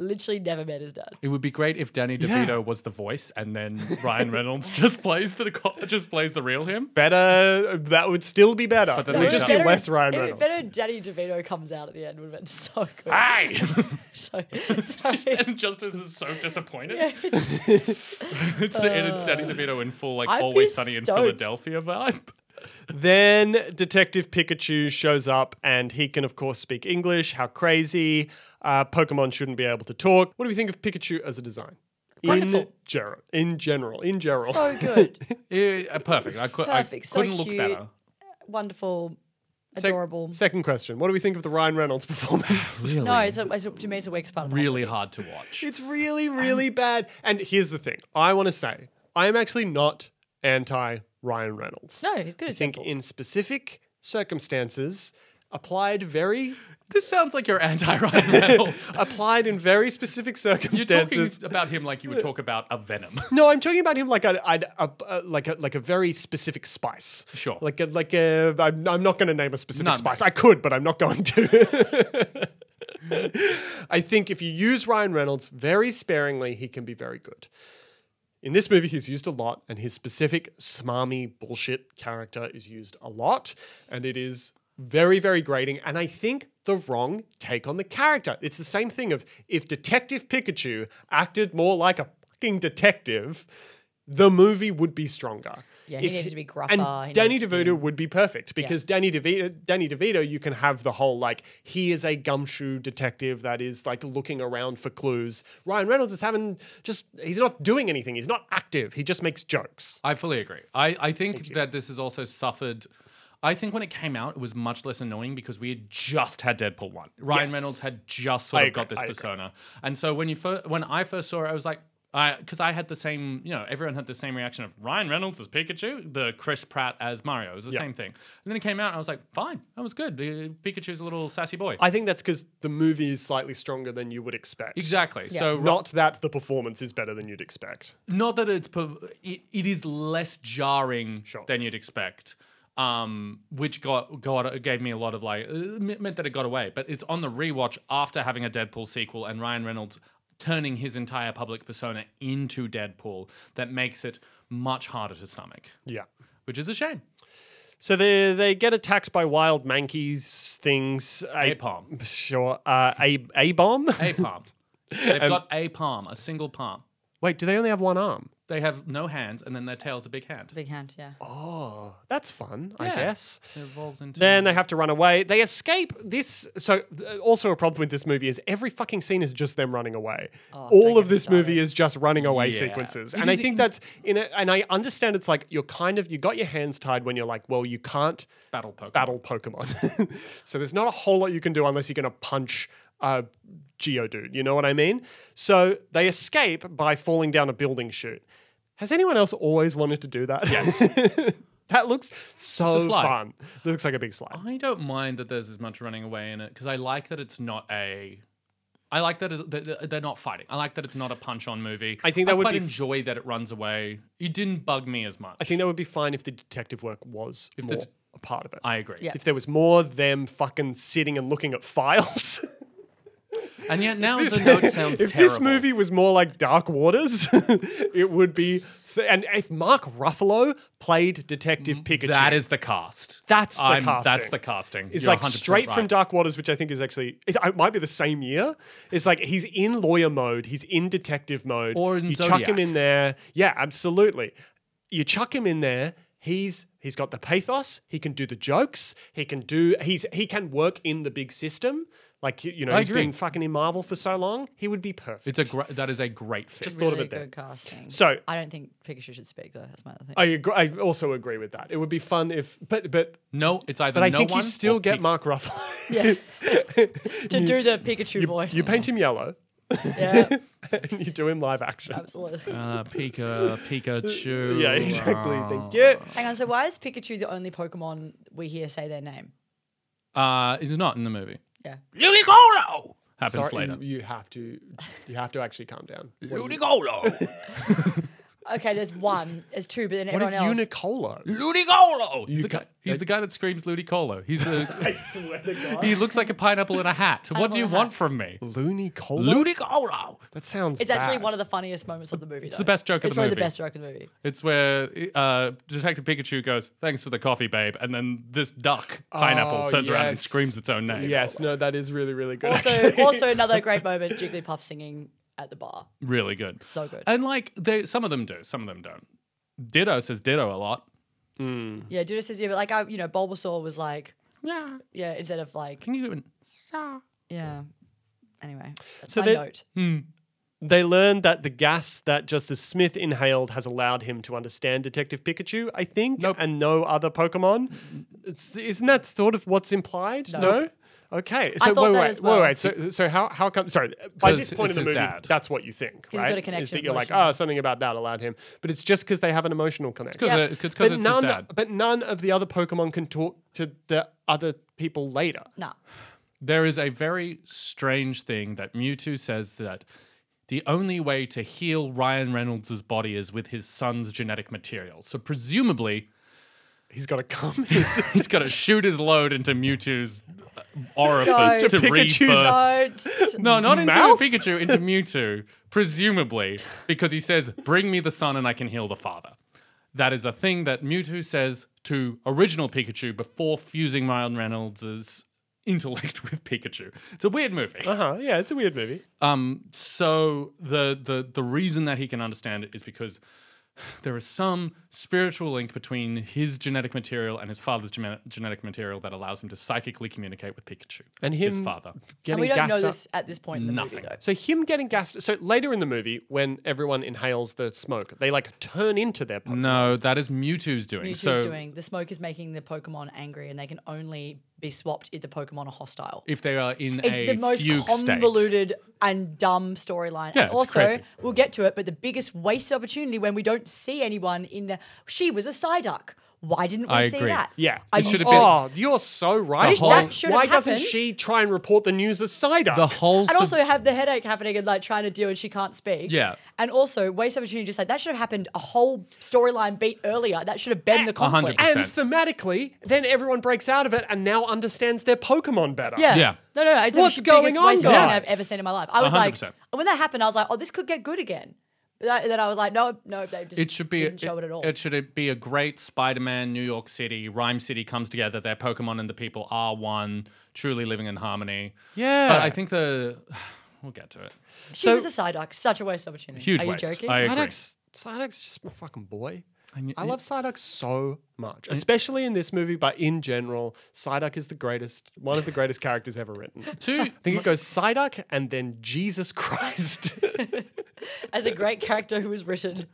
Speaker 3: literally never met his dad.
Speaker 2: it would be great if Danny DeVito was the voice, and then Ryan Reynolds just plays the just plays the real him.
Speaker 1: Better. That would still be better.
Speaker 2: But then
Speaker 1: it
Speaker 2: they
Speaker 1: would just
Speaker 2: don't.
Speaker 1: be less Ryan
Speaker 3: it'd be
Speaker 1: Reynolds. Ah!
Speaker 3: Better if Danny DeVito comes out at the end. Would have been so good.
Speaker 2: Hey,
Speaker 3: So,
Speaker 2: and Justice is so disappointed.
Speaker 3: sorry.
Speaker 2: It's, and it's Danny DeVito in full, like
Speaker 3: I'd be
Speaker 2: always sunny in
Speaker 3: stoked.
Speaker 2: Philadelphia vibe.
Speaker 1: Then Detective Pikachu shows up and he can, of course, speak English. How crazy. Uh, Pokemon shouldn't be able to talk. What do we think of Pikachu as a design? In,
Speaker 3: Wonderful.
Speaker 1: ger- in general. In general.
Speaker 3: so good,
Speaker 2: Yeah, uh, perfect. I, cou- I
Speaker 3: Perfect, so
Speaker 2: couldn't look
Speaker 3: cute.
Speaker 2: better.
Speaker 3: wonderful,
Speaker 1: Sec-
Speaker 3: adorable.
Speaker 1: second question. What do we think of the Ryan Reynolds performance?
Speaker 2: Really,
Speaker 3: no, it's, a, it's a, to me it's a weak spot. of the whole
Speaker 2: really hard to watch.
Speaker 1: it's really, really bad. And here's the thing I want to say I am actually not anti Ryan Reynolds.
Speaker 3: No, he's good
Speaker 1: I
Speaker 3: as
Speaker 1: think
Speaker 3: Deadpool.
Speaker 1: in specific circumstances, applied very
Speaker 2: This sounds like you're anti Ryan Reynolds.
Speaker 1: applied in very specific
Speaker 2: you're talking
Speaker 1: circumstances
Speaker 2: about him like you would talk about a Venom.
Speaker 1: No, I'm talking about him like a, I'd, a, a like a like a very specific spice.
Speaker 2: Sure.
Speaker 1: Like a, like a, I'm, I'm not going to name a specific
Speaker 2: None.
Speaker 1: spice. I could, but I'm not going to. I think if you use Ryan Reynolds very sparingly, he can be very good. In this movie, he's used a lot, and his specific smarmy bullshit character is used a lot, and it is very, very grating. And I think the wrong take on the character. It's the same thing of if Detective Pikachu acted more like a fucking detective, the movie would be stronger.
Speaker 3: Yeah, he
Speaker 1: If-
Speaker 3: needed to be gruffer,
Speaker 1: And
Speaker 3: he
Speaker 1: Danny
Speaker 3: needed to
Speaker 1: DeVito
Speaker 3: be-
Speaker 1: would be perfect because Danny DeVito, Danny DeVito, you can have the whole like he is a gumshoe detective that is like looking around for clues. Ryan Reynolds is having just he's not doing anything. He's not active. He just makes jokes.
Speaker 2: I fully agree. I, I think that this has also suffered. I think when it came out, it was much less annoying because we had just had Deadpool one. Ryan
Speaker 1: Yes.
Speaker 2: Reynolds had just sort
Speaker 1: I
Speaker 2: of got
Speaker 1: agree,
Speaker 2: this
Speaker 1: I agree.
Speaker 2: persona, and so when you fir- when I first saw it, I was like, I because I had the same, you know, everyone had the same reaction of Ryan Reynolds as Pikachu, the Chris Pratt as Mario. It was the
Speaker 1: Yeah.
Speaker 2: same thing. And then it came out, and I was like, fine, that was good. Uh, Pikachu's a little sassy boy.
Speaker 1: I think that's because the movie is slightly stronger than you would expect.
Speaker 2: exactly.
Speaker 3: Yeah.
Speaker 2: So not,
Speaker 1: Not that the performance is better than you'd expect.
Speaker 2: not that it's per- it, it is less jarring
Speaker 1: Sure.
Speaker 2: than you'd expect. Um, which got got gave me a lot of like uh, me- meant that it got away, but it's on the rewatch after having a Deadpool sequel and Ryan Reynolds turning his entire public persona into Deadpool that makes it much harder to stomach.
Speaker 1: Yeah.
Speaker 2: which is a shame.
Speaker 1: So they they get attacked by wild monkeys things. A-
Speaker 2: Napalm.
Speaker 1: Sure. Uh, a a bomb.
Speaker 2: A palm. They've got a palm, a single palm.
Speaker 1: Wait, do they only have one arm?
Speaker 2: They have no hands, and then their tail's a big hand.
Speaker 3: Big hand, yeah.
Speaker 1: Oh, that's fun. I
Speaker 2: Yeah.
Speaker 1: guess.
Speaker 2: It evolves into.
Speaker 1: Then they have to run away. They escape this. So, th- also a problem with this movie is every fucking scene is just them running away.
Speaker 2: Oh,
Speaker 3: don't
Speaker 1: All
Speaker 3: get
Speaker 1: of
Speaker 3: me
Speaker 1: this movie is just running away
Speaker 2: Yeah.
Speaker 1: sequences,
Speaker 2: It
Speaker 1: and I
Speaker 2: is
Speaker 1: think
Speaker 2: in-
Speaker 1: that's in. A, and I understand it's like you're kind of you got your hands tied when you're like, well, you can't
Speaker 2: battle Pokemon.
Speaker 1: battle Pokemon. so there's not a whole lot you can do unless you're going to punch uh, Geodude. You know what I mean? So they escape by falling down a building chute. Has anyone else always wanted to do that? Yes. that looks so
Speaker 2: slide.
Speaker 1: fun. It looks like a big slide.
Speaker 2: I don't mind that there's as much running away in it because I like that it's not a. I like that it's- that- that they're not fighting. I like that it's not a punch-on movie.
Speaker 1: I think that would
Speaker 2: quite
Speaker 1: be-
Speaker 2: enjoy that it runs away. It didn't bug me as much.
Speaker 1: I think that would be fine if the detective work was
Speaker 2: If the
Speaker 1: more
Speaker 2: det-
Speaker 1: a part of it.
Speaker 2: I agree.
Speaker 3: Yeah.
Speaker 1: If there was more them fucking sitting and looking at files.
Speaker 2: And yet now
Speaker 1: This-
Speaker 2: the note sounds
Speaker 1: if
Speaker 2: terrible.
Speaker 1: this movie was more like Dark Waters, it would be. Th- and if Mark Ruffalo played Detective Pikachu,
Speaker 2: Mm, that is the cast.
Speaker 1: That's the
Speaker 2: I'm- That's
Speaker 1: casting.
Speaker 2: the casting.
Speaker 1: It's
Speaker 2: You're
Speaker 1: like
Speaker 2: 100%
Speaker 1: straight from
Speaker 2: right.
Speaker 1: Dark Waters, which I think is actually it, it might be the same year. It's like he's in lawyer mode, he's in detective mode,
Speaker 2: Or in
Speaker 1: you chuck
Speaker 2: Zodiac.
Speaker 1: him in there. Yeah, absolutely. You chuck him in there. He's he's got the pathos. He can do the jokes. He can do he's he can work in the big system. Like you know,
Speaker 2: I
Speaker 1: he's
Speaker 2: agree.
Speaker 1: been fucking in Marvel for so long. He would be perfect.
Speaker 2: It's a gr- that is a great fit.
Speaker 1: thought of
Speaker 3: really
Speaker 1: it there.
Speaker 3: good casting.
Speaker 1: So-
Speaker 3: I don't think Pikachu should speak though. That's my other thing.
Speaker 1: I agree, I also agree with that. It would be fun if, but but
Speaker 2: No, it's either
Speaker 1: but I
Speaker 2: no
Speaker 1: think
Speaker 2: one
Speaker 1: you still
Speaker 2: or
Speaker 1: get
Speaker 2: Pete.
Speaker 1: Mark Ruffalo.
Speaker 3: yeah. to do the Pikachu
Speaker 1: you,
Speaker 3: voice.
Speaker 1: you paint him yellow
Speaker 3: yeah,
Speaker 1: and you do him live action.
Speaker 3: absolutely.
Speaker 2: Uh, Pika, Pikachu.
Speaker 1: Yeah, exactly.
Speaker 2: uh,
Speaker 1: Thank you.
Speaker 3: Hang on, so why is Pikachu the only Pokemon we hear say their name?
Speaker 2: Uh, it's not in the movie.
Speaker 3: Yeah.
Speaker 2: Ludicolo happens
Speaker 1: Sorry, you-
Speaker 2: later.
Speaker 1: You, have to, you have to actually calm down. What,
Speaker 2: Ludicolo,
Speaker 3: Okay, there's one, there's two, but then
Speaker 1: what
Speaker 3: everyone
Speaker 1: is
Speaker 3: else.
Speaker 1: Unicolo?
Speaker 2: Ludicolo. He's,
Speaker 1: You
Speaker 2: the
Speaker 1: ca-
Speaker 2: guy, he's the guy that screams Ludicolo. He's a,
Speaker 1: swear to God.
Speaker 2: he looks like a pineapple in a hat. What do you
Speaker 3: in a
Speaker 2: want from me?
Speaker 1: Lunicolo.
Speaker 2: Ludicolo.
Speaker 1: that sounds.
Speaker 3: it's actually
Speaker 1: bad.
Speaker 3: one of the funniest moments of the movie. It's
Speaker 2: the best joke of
Speaker 3: It's
Speaker 2: the
Speaker 3: probably
Speaker 2: movie.
Speaker 3: the best joke of the movie.
Speaker 2: It's where uh, Detective Pikachu goes, "Thanks for the coffee, babe," and then this duck pineapple
Speaker 1: Oh,
Speaker 2: turns around and
Speaker 1: yes.
Speaker 2: screams its own name.
Speaker 1: Yes, no, that is really, really good.
Speaker 3: Also,
Speaker 1: actually.
Speaker 3: also another great moment: Jigglypuff singing at the bar.
Speaker 2: really good.
Speaker 3: So good.
Speaker 1: Uh,
Speaker 2: And like they, some of them do, some of them don't. Ditto says Ditto a lot.
Speaker 3: yeah, Duda says yeah, but like I, you know, Bulbasaur was like
Speaker 2: Yeah.
Speaker 3: yeah, instead of like
Speaker 2: Can you do it? Sa.
Speaker 3: yeah. Anyway, that's
Speaker 1: So Hmm.
Speaker 3: my
Speaker 1: they-
Speaker 3: note.
Speaker 1: they learned that the gas that Justice Smith inhaled has allowed him to understand Detective Pikachu, I think,
Speaker 2: Nope.
Speaker 1: and no other Pokemon. It's, isn't that sort of what's implied? No. Okay. So
Speaker 3: thought
Speaker 1: wait,
Speaker 3: that
Speaker 1: wait,
Speaker 3: as well.
Speaker 1: wait, wait. So, so how how come? Sorry, by
Speaker 2: 'Cause
Speaker 1: this point
Speaker 2: it's
Speaker 1: in the
Speaker 2: his
Speaker 1: movie,
Speaker 2: dad.
Speaker 1: that's what you think,
Speaker 3: he's
Speaker 1: right?
Speaker 3: got a
Speaker 1: Is
Speaker 3: connection
Speaker 1: that you're like,
Speaker 3: emotionally.
Speaker 1: oh, something about that allowed him, but it's just because they have an emotional connection.
Speaker 2: 'cause it- 'cause- 'cause
Speaker 1: but
Speaker 2: it's his
Speaker 1: none,
Speaker 2: dad.
Speaker 1: But none of the other Pokemon can talk to the other people later.
Speaker 3: Nah.
Speaker 2: There is a very strange thing that Mewtwo says that the only way to heal Ryan Reynolds' body is with his son's genetic material. So presumably,
Speaker 1: He's got to come.
Speaker 2: he's got to shoot his load into Mewtwo's uh, orifice
Speaker 3: So-
Speaker 2: to
Speaker 1: Pikachu's-
Speaker 2: rebirth.
Speaker 3: Don't.
Speaker 2: No, not into
Speaker 1: Mouth?
Speaker 2: Pikachu, into Mewtwo, presumably, because he says, Bring me the son and I can heal the father. That is a thing that Mewtwo says to original Pikachu before fusing Ryan Reynolds' intellect with Pikachu. It's a weird movie.
Speaker 1: uh huh. Yeah, it's a weird movie.
Speaker 2: Um, so the the the reason that he can understand it is because there is some spiritual link between his genetic material and his father's gene- genetic material that allows him to psychically communicate with Pikachu
Speaker 1: And
Speaker 2: his
Speaker 1: him-
Speaker 2: father.
Speaker 3: and
Speaker 1: Getting
Speaker 3: we don't
Speaker 1: gassed
Speaker 3: know
Speaker 1: up-
Speaker 3: this at this point in the
Speaker 2: Nothing.
Speaker 3: movie though.
Speaker 1: So him getting gassed. So later in the movie, when everyone inhales the smoke, they like turn into their. Po-
Speaker 2: No, that is Mewtwo's doing.
Speaker 3: Mewtwo's
Speaker 2: so
Speaker 3: doing the smoke is making the Pokemon angry, and they can only be swapped if the Pokemon are hostile.
Speaker 2: if they are in
Speaker 3: It's
Speaker 2: a
Speaker 3: the most
Speaker 2: fugue state.
Speaker 3: convoluted and dumb storyline.
Speaker 2: Yeah,
Speaker 3: and
Speaker 2: it's
Speaker 3: also,
Speaker 2: crazy.
Speaker 3: we'll get to it, but the biggest wasted opportunity when we don't see anyone in the. She was a Psyduck. Why didn't we
Speaker 2: I
Speaker 3: see
Speaker 2: agree.
Speaker 3: that?
Speaker 1: Yeah.
Speaker 3: I
Speaker 2: It should have been-
Speaker 1: Oh, you're so right.
Speaker 2: The whole- That
Speaker 3: should have
Speaker 1: Why doesn't
Speaker 3: happened.
Speaker 1: she try and report the news as Psyduck?
Speaker 2: The whole
Speaker 3: and
Speaker 2: sub-
Speaker 3: also have the headache happening and like trying to deal and she can't speak.
Speaker 2: Yeah.
Speaker 3: And also waste opportunity just like that should have happened a whole storyline beat earlier. That should have been the
Speaker 2: A hundred
Speaker 3: conflict.
Speaker 1: and
Speaker 2: percent.
Speaker 1: thematically, then everyone breaks out of it and now understands their Pokemon better.
Speaker 3: Yeah.
Speaker 2: Yeah.
Speaker 3: No, no, no. It's
Speaker 1: What's
Speaker 3: the
Speaker 1: going
Speaker 3: biggest
Speaker 1: on,
Speaker 3: waste opportunity
Speaker 1: guys?
Speaker 3: I've ever seen in my life. I was
Speaker 2: hundred
Speaker 3: like
Speaker 2: percent.
Speaker 3: when that happened, I was like, oh, this could get good again. But that- then I was like, no, no, they just
Speaker 2: It should be
Speaker 3: didn't show it, at all.
Speaker 2: It should be a great Spider-Man New York City Rhyme City comes together. Their Pokemon and the people are one, truly living in harmony.
Speaker 1: Yeah.
Speaker 2: but I think the we'll get to it.
Speaker 3: she was a Psyduck, such a waste opportunity.
Speaker 2: Huge
Speaker 3: Are you
Speaker 2: waste.
Speaker 3: joking?
Speaker 2: I agree.
Speaker 1: Psyduck's, Psyduck's just my fucking boy.
Speaker 2: And y-
Speaker 1: I love Psyduck so much, especially in this movie, but in general, Psyduck is the greatest, one of the greatest characters ever written. I
Speaker 2: Two
Speaker 1: think it goes Psyduck and then Jesus Christ.
Speaker 3: As a great character who was written.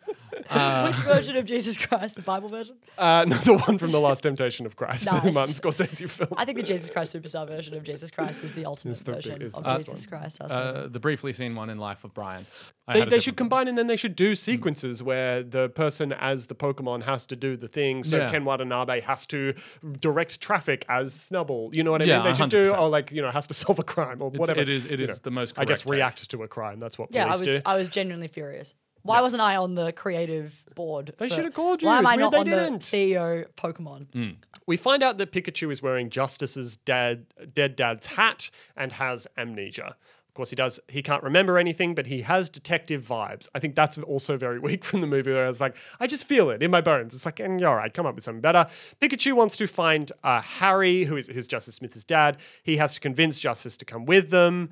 Speaker 2: Uh,
Speaker 3: Which version of Jesus Christ? The Bible version?
Speaker 1: uh, no, the one from The Last Temptation of Christ, the
Speaker 3: Nice.
Speaker 1: Martin Scorsese film.
Speaker 3: I think the Jesus Christ Superstar version of Jesus Christ is the ultimate
Speaker 1: the big-
Speaker 3: version
Speaker 1: is
Speaker 3: of
Speaker 1: the best
Speaker 3: Jesus Christ. I was like,
Speaker 2: uh, the briefly seen one in Life of Brian. I
Speaker 1: They,
Speaker 2: had a
Speaker 1: they
Speaker 2: different
Speaker 1: should
Speaker 2: one.
Speaker 1: combine and then they should
Speaker 3: Mm.
Speaker 1: do sequences where the person as the Pokemon has to do the thing. So
Speaker 2: Yeah.
Speaker 1: Ken Watanabe has to direct traffic as Snubble. You know what I
Speaker 2: Yeah,
Speaker 1: mean? They should do,
Speaker 2: 100%.
Speaker 1: or like, you know, has to solve a crime or whatever.
Speaker 2: it is- it
Speaker 1: you
Speaker 2: is the most
Speaker 1: I guess
Speaker 2: correct
Speaker 1: react to a crime. That's what
Speaker 3: yeah, I
Speaker 1: police
Speaker 3: was
Speaker 1: do.
Speaker 3: I was genuinely furious. Why wasn't I on the creative board?
Speaker 1: They
Speaker 3: for-
Speaker 1: should have called you.
Speaker 3: Why am
Speaker 1: It's
Speaker 3: I
Speaker 1: weird
Speaker 3: not
Speaker 1: they
Speaker 3: on
Speaker 1: didn't.
Speaker 3: the CEO Pokemon?
Speaker 1: We find out that Pikachu is wearing Justice's dad, dead dad's hat and has amnesia. Of course, he does. He can't remember anything, but he has detective vibes. I think that's also very weak from the movie. Where it's like, I just feel it in my bones. It's like, and all right, come up with something better. Pikachu wants to find uh, Harry, who is who's Justice Smith's dad. He has to convince Justice to come with them.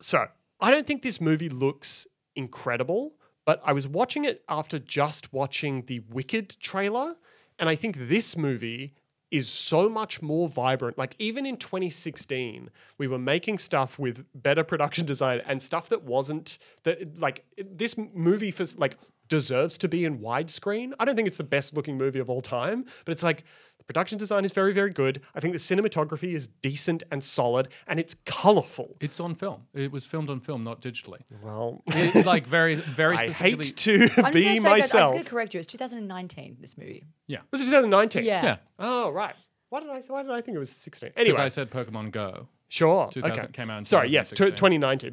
Speaker 1: So I don't think this movie looks incredible, but I was watching it after just watching the Wicked trailer, and I think this movie is so much more vibrant. Like even in 2016, we were making stuff with better production design and stuff that wasn't that like this movie for like deserves to be in widescreen. I don't think it's the best looking movie of all time, but it's like the production design is very, very good. I think the cinematography is decent and solid and it's colorful.
Speaker 2: It's on film. It was filmed on film, not digitally.
Speaker 1: Well,
Speaker 2: It- like very, very
Speaker 1: I
Speaker 2: specifically.
Speaker 1: hate to
Speaker 3: I'm just
Speaker 1: be
Speaker 3: gonna say, guys, I'm just
Speaker 1: myself.
Speaker 3: gonna correct you. It's 2019. This movie.
Speaker 1: was it 2019?
Speaker 3: Yeah.
Speaker 2: yeah,
Speaker 1: Oh right. Why did I? Why did I think it was 16?
Speaker 2: because
Speaker 1: Anyway,
Speaker 2: I said Pokemon Go.
Speaker 1: sure.
Speaker 2: 2000
Speaker 1: okay.
Speaker 2: came out in
Speaker 1: Sorry. Yes. tw-
Speaker 2: 2016.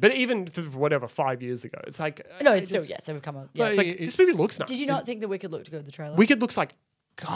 Speaker 1: 2019. But even th- whatever, five years ago, it's like uh,
Speaker 3: No,
Speaker 1: I
Speaker 3: it's still
Speaker 1: just-
Speaker 3: yes. They've come on. Yeah.
Speaker 2: But
Speaker 1: It's like
Speaker 2: It-
Speaker 1: this movie looks nice.
Speaker 3: Did you not think the Wicked looked good in the trailer?
Speaker 1: Wicked looks like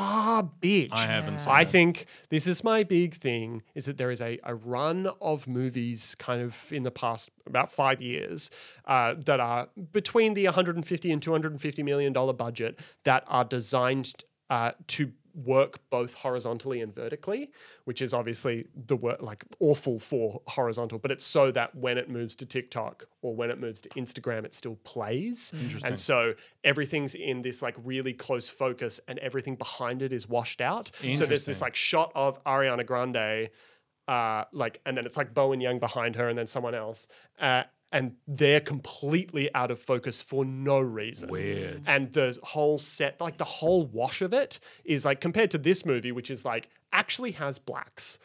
Speaker 1: garbage.
Speaker 2: I haven't seen
Speaker 1: I
Speaker 2: it.
Speaker 1: think this is my big thing is that there is a, a run of movies kind of in the past about five years uh, that are between the 150 and 250 million dollar budget that are designed uh, to work both horizontally and vertically which is obviously the word like awful for horizontal but it's so that when it moves to tiktok or when it moves to instagram it still plays and so everything's in this like really close focus and everything behind it is washed out so there's this
Speaker 2: Interesting.
Speaker 1: like shot of Ariana Grande, uh, like, and then it's like Bowen Young behind her, and then someone else, uh, and they're completely out of focus for no reason.
Speaker 2: Weird.
Speaker 1: And the whole set, like the whole wash of it, is like compared to this movie, which is like actually has blacks.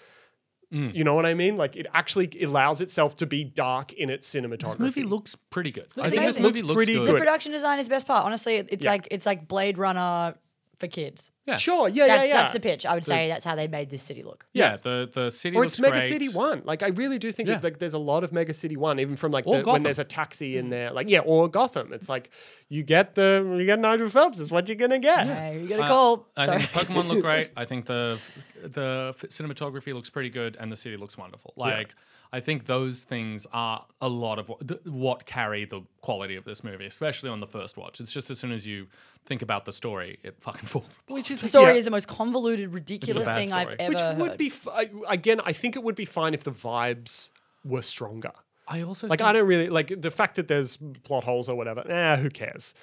Speaker 2: Mm.
Speaker 1: You know what I mean? Like it actually allows itself to be dark in its cinematography.
Speaker 2: This movie looks pretty good. I
Speaker 3: Looks
Speaker 2: think this
Speaker 3: amazing.
Speaker 2: movie
Speaker 1: Looks
Speaker 2: looks
Speaker 1: pretty
Speaker 2: good.
Speaker 3: the
Speaker 1: good.
Speaker 3: production design is the best part. Honestly, it- it's
Speaker 1: Yeah.
Speaker 3: like it's like Blade Runner for kids.
Speaker 2: Yeah.
Speaker 1: Sure, yeah, yeah,
Speaker 3: That's
Speaker 1: yeah.
Speaker 3: that's the pitch. I would say that's how they made this city look.
Speaker 2: Yeah, the the city
Speaker 1: or
Speaker 2: looks
Speaker 1: it's Mega
Speaker 2: great.
Speaker 1: City One. Like I really do think it-
Speaker 2: Yeah.
Speaker 1: like there's a lot of Mega City One, even from like
Speaker 2: Or
Speaker 1: the, when
Speaker 2: Gotham. Mm.
Speaker 1: there's a taxi in there. Like yeah, or Gotham. It's like you get the you get Nigel Phelps. Is what you're gonna get.
Speaker 3: Hey, you got a
Speaker 2: Uh,
Speaker 3: call.
Speaker 2: I
Speaker 3: Sorry.
Speaker 2: think the Pokemon look great. I think the the f- cinematography looks pretty good, and the city looks wonderful. Like I think those things are a lot of what, th- what carry the quality of this movie, especially on the first watch. It's just as soon as you think about the story, it fucking falls.
Speaker 1: Which is
Speaker 3: The story
Speaker 1: yeah.
Speaker 3: is the most convoluted, ridiculous
Speaker 2: bad
Speaker 3: thing I've
Speaker 2: story.
Speaker 3: ever
Speaker 1: which
Speaker 3: heard.
Speaker 1: would be f- I- again. I think it would be fine if the vibes were stronger.
Speaker 2: I also
Speaker 1: Like
Speaker 2: think
Speaker 1: I don't really like the fact that there's plot holes or whatever. Nah, who cares?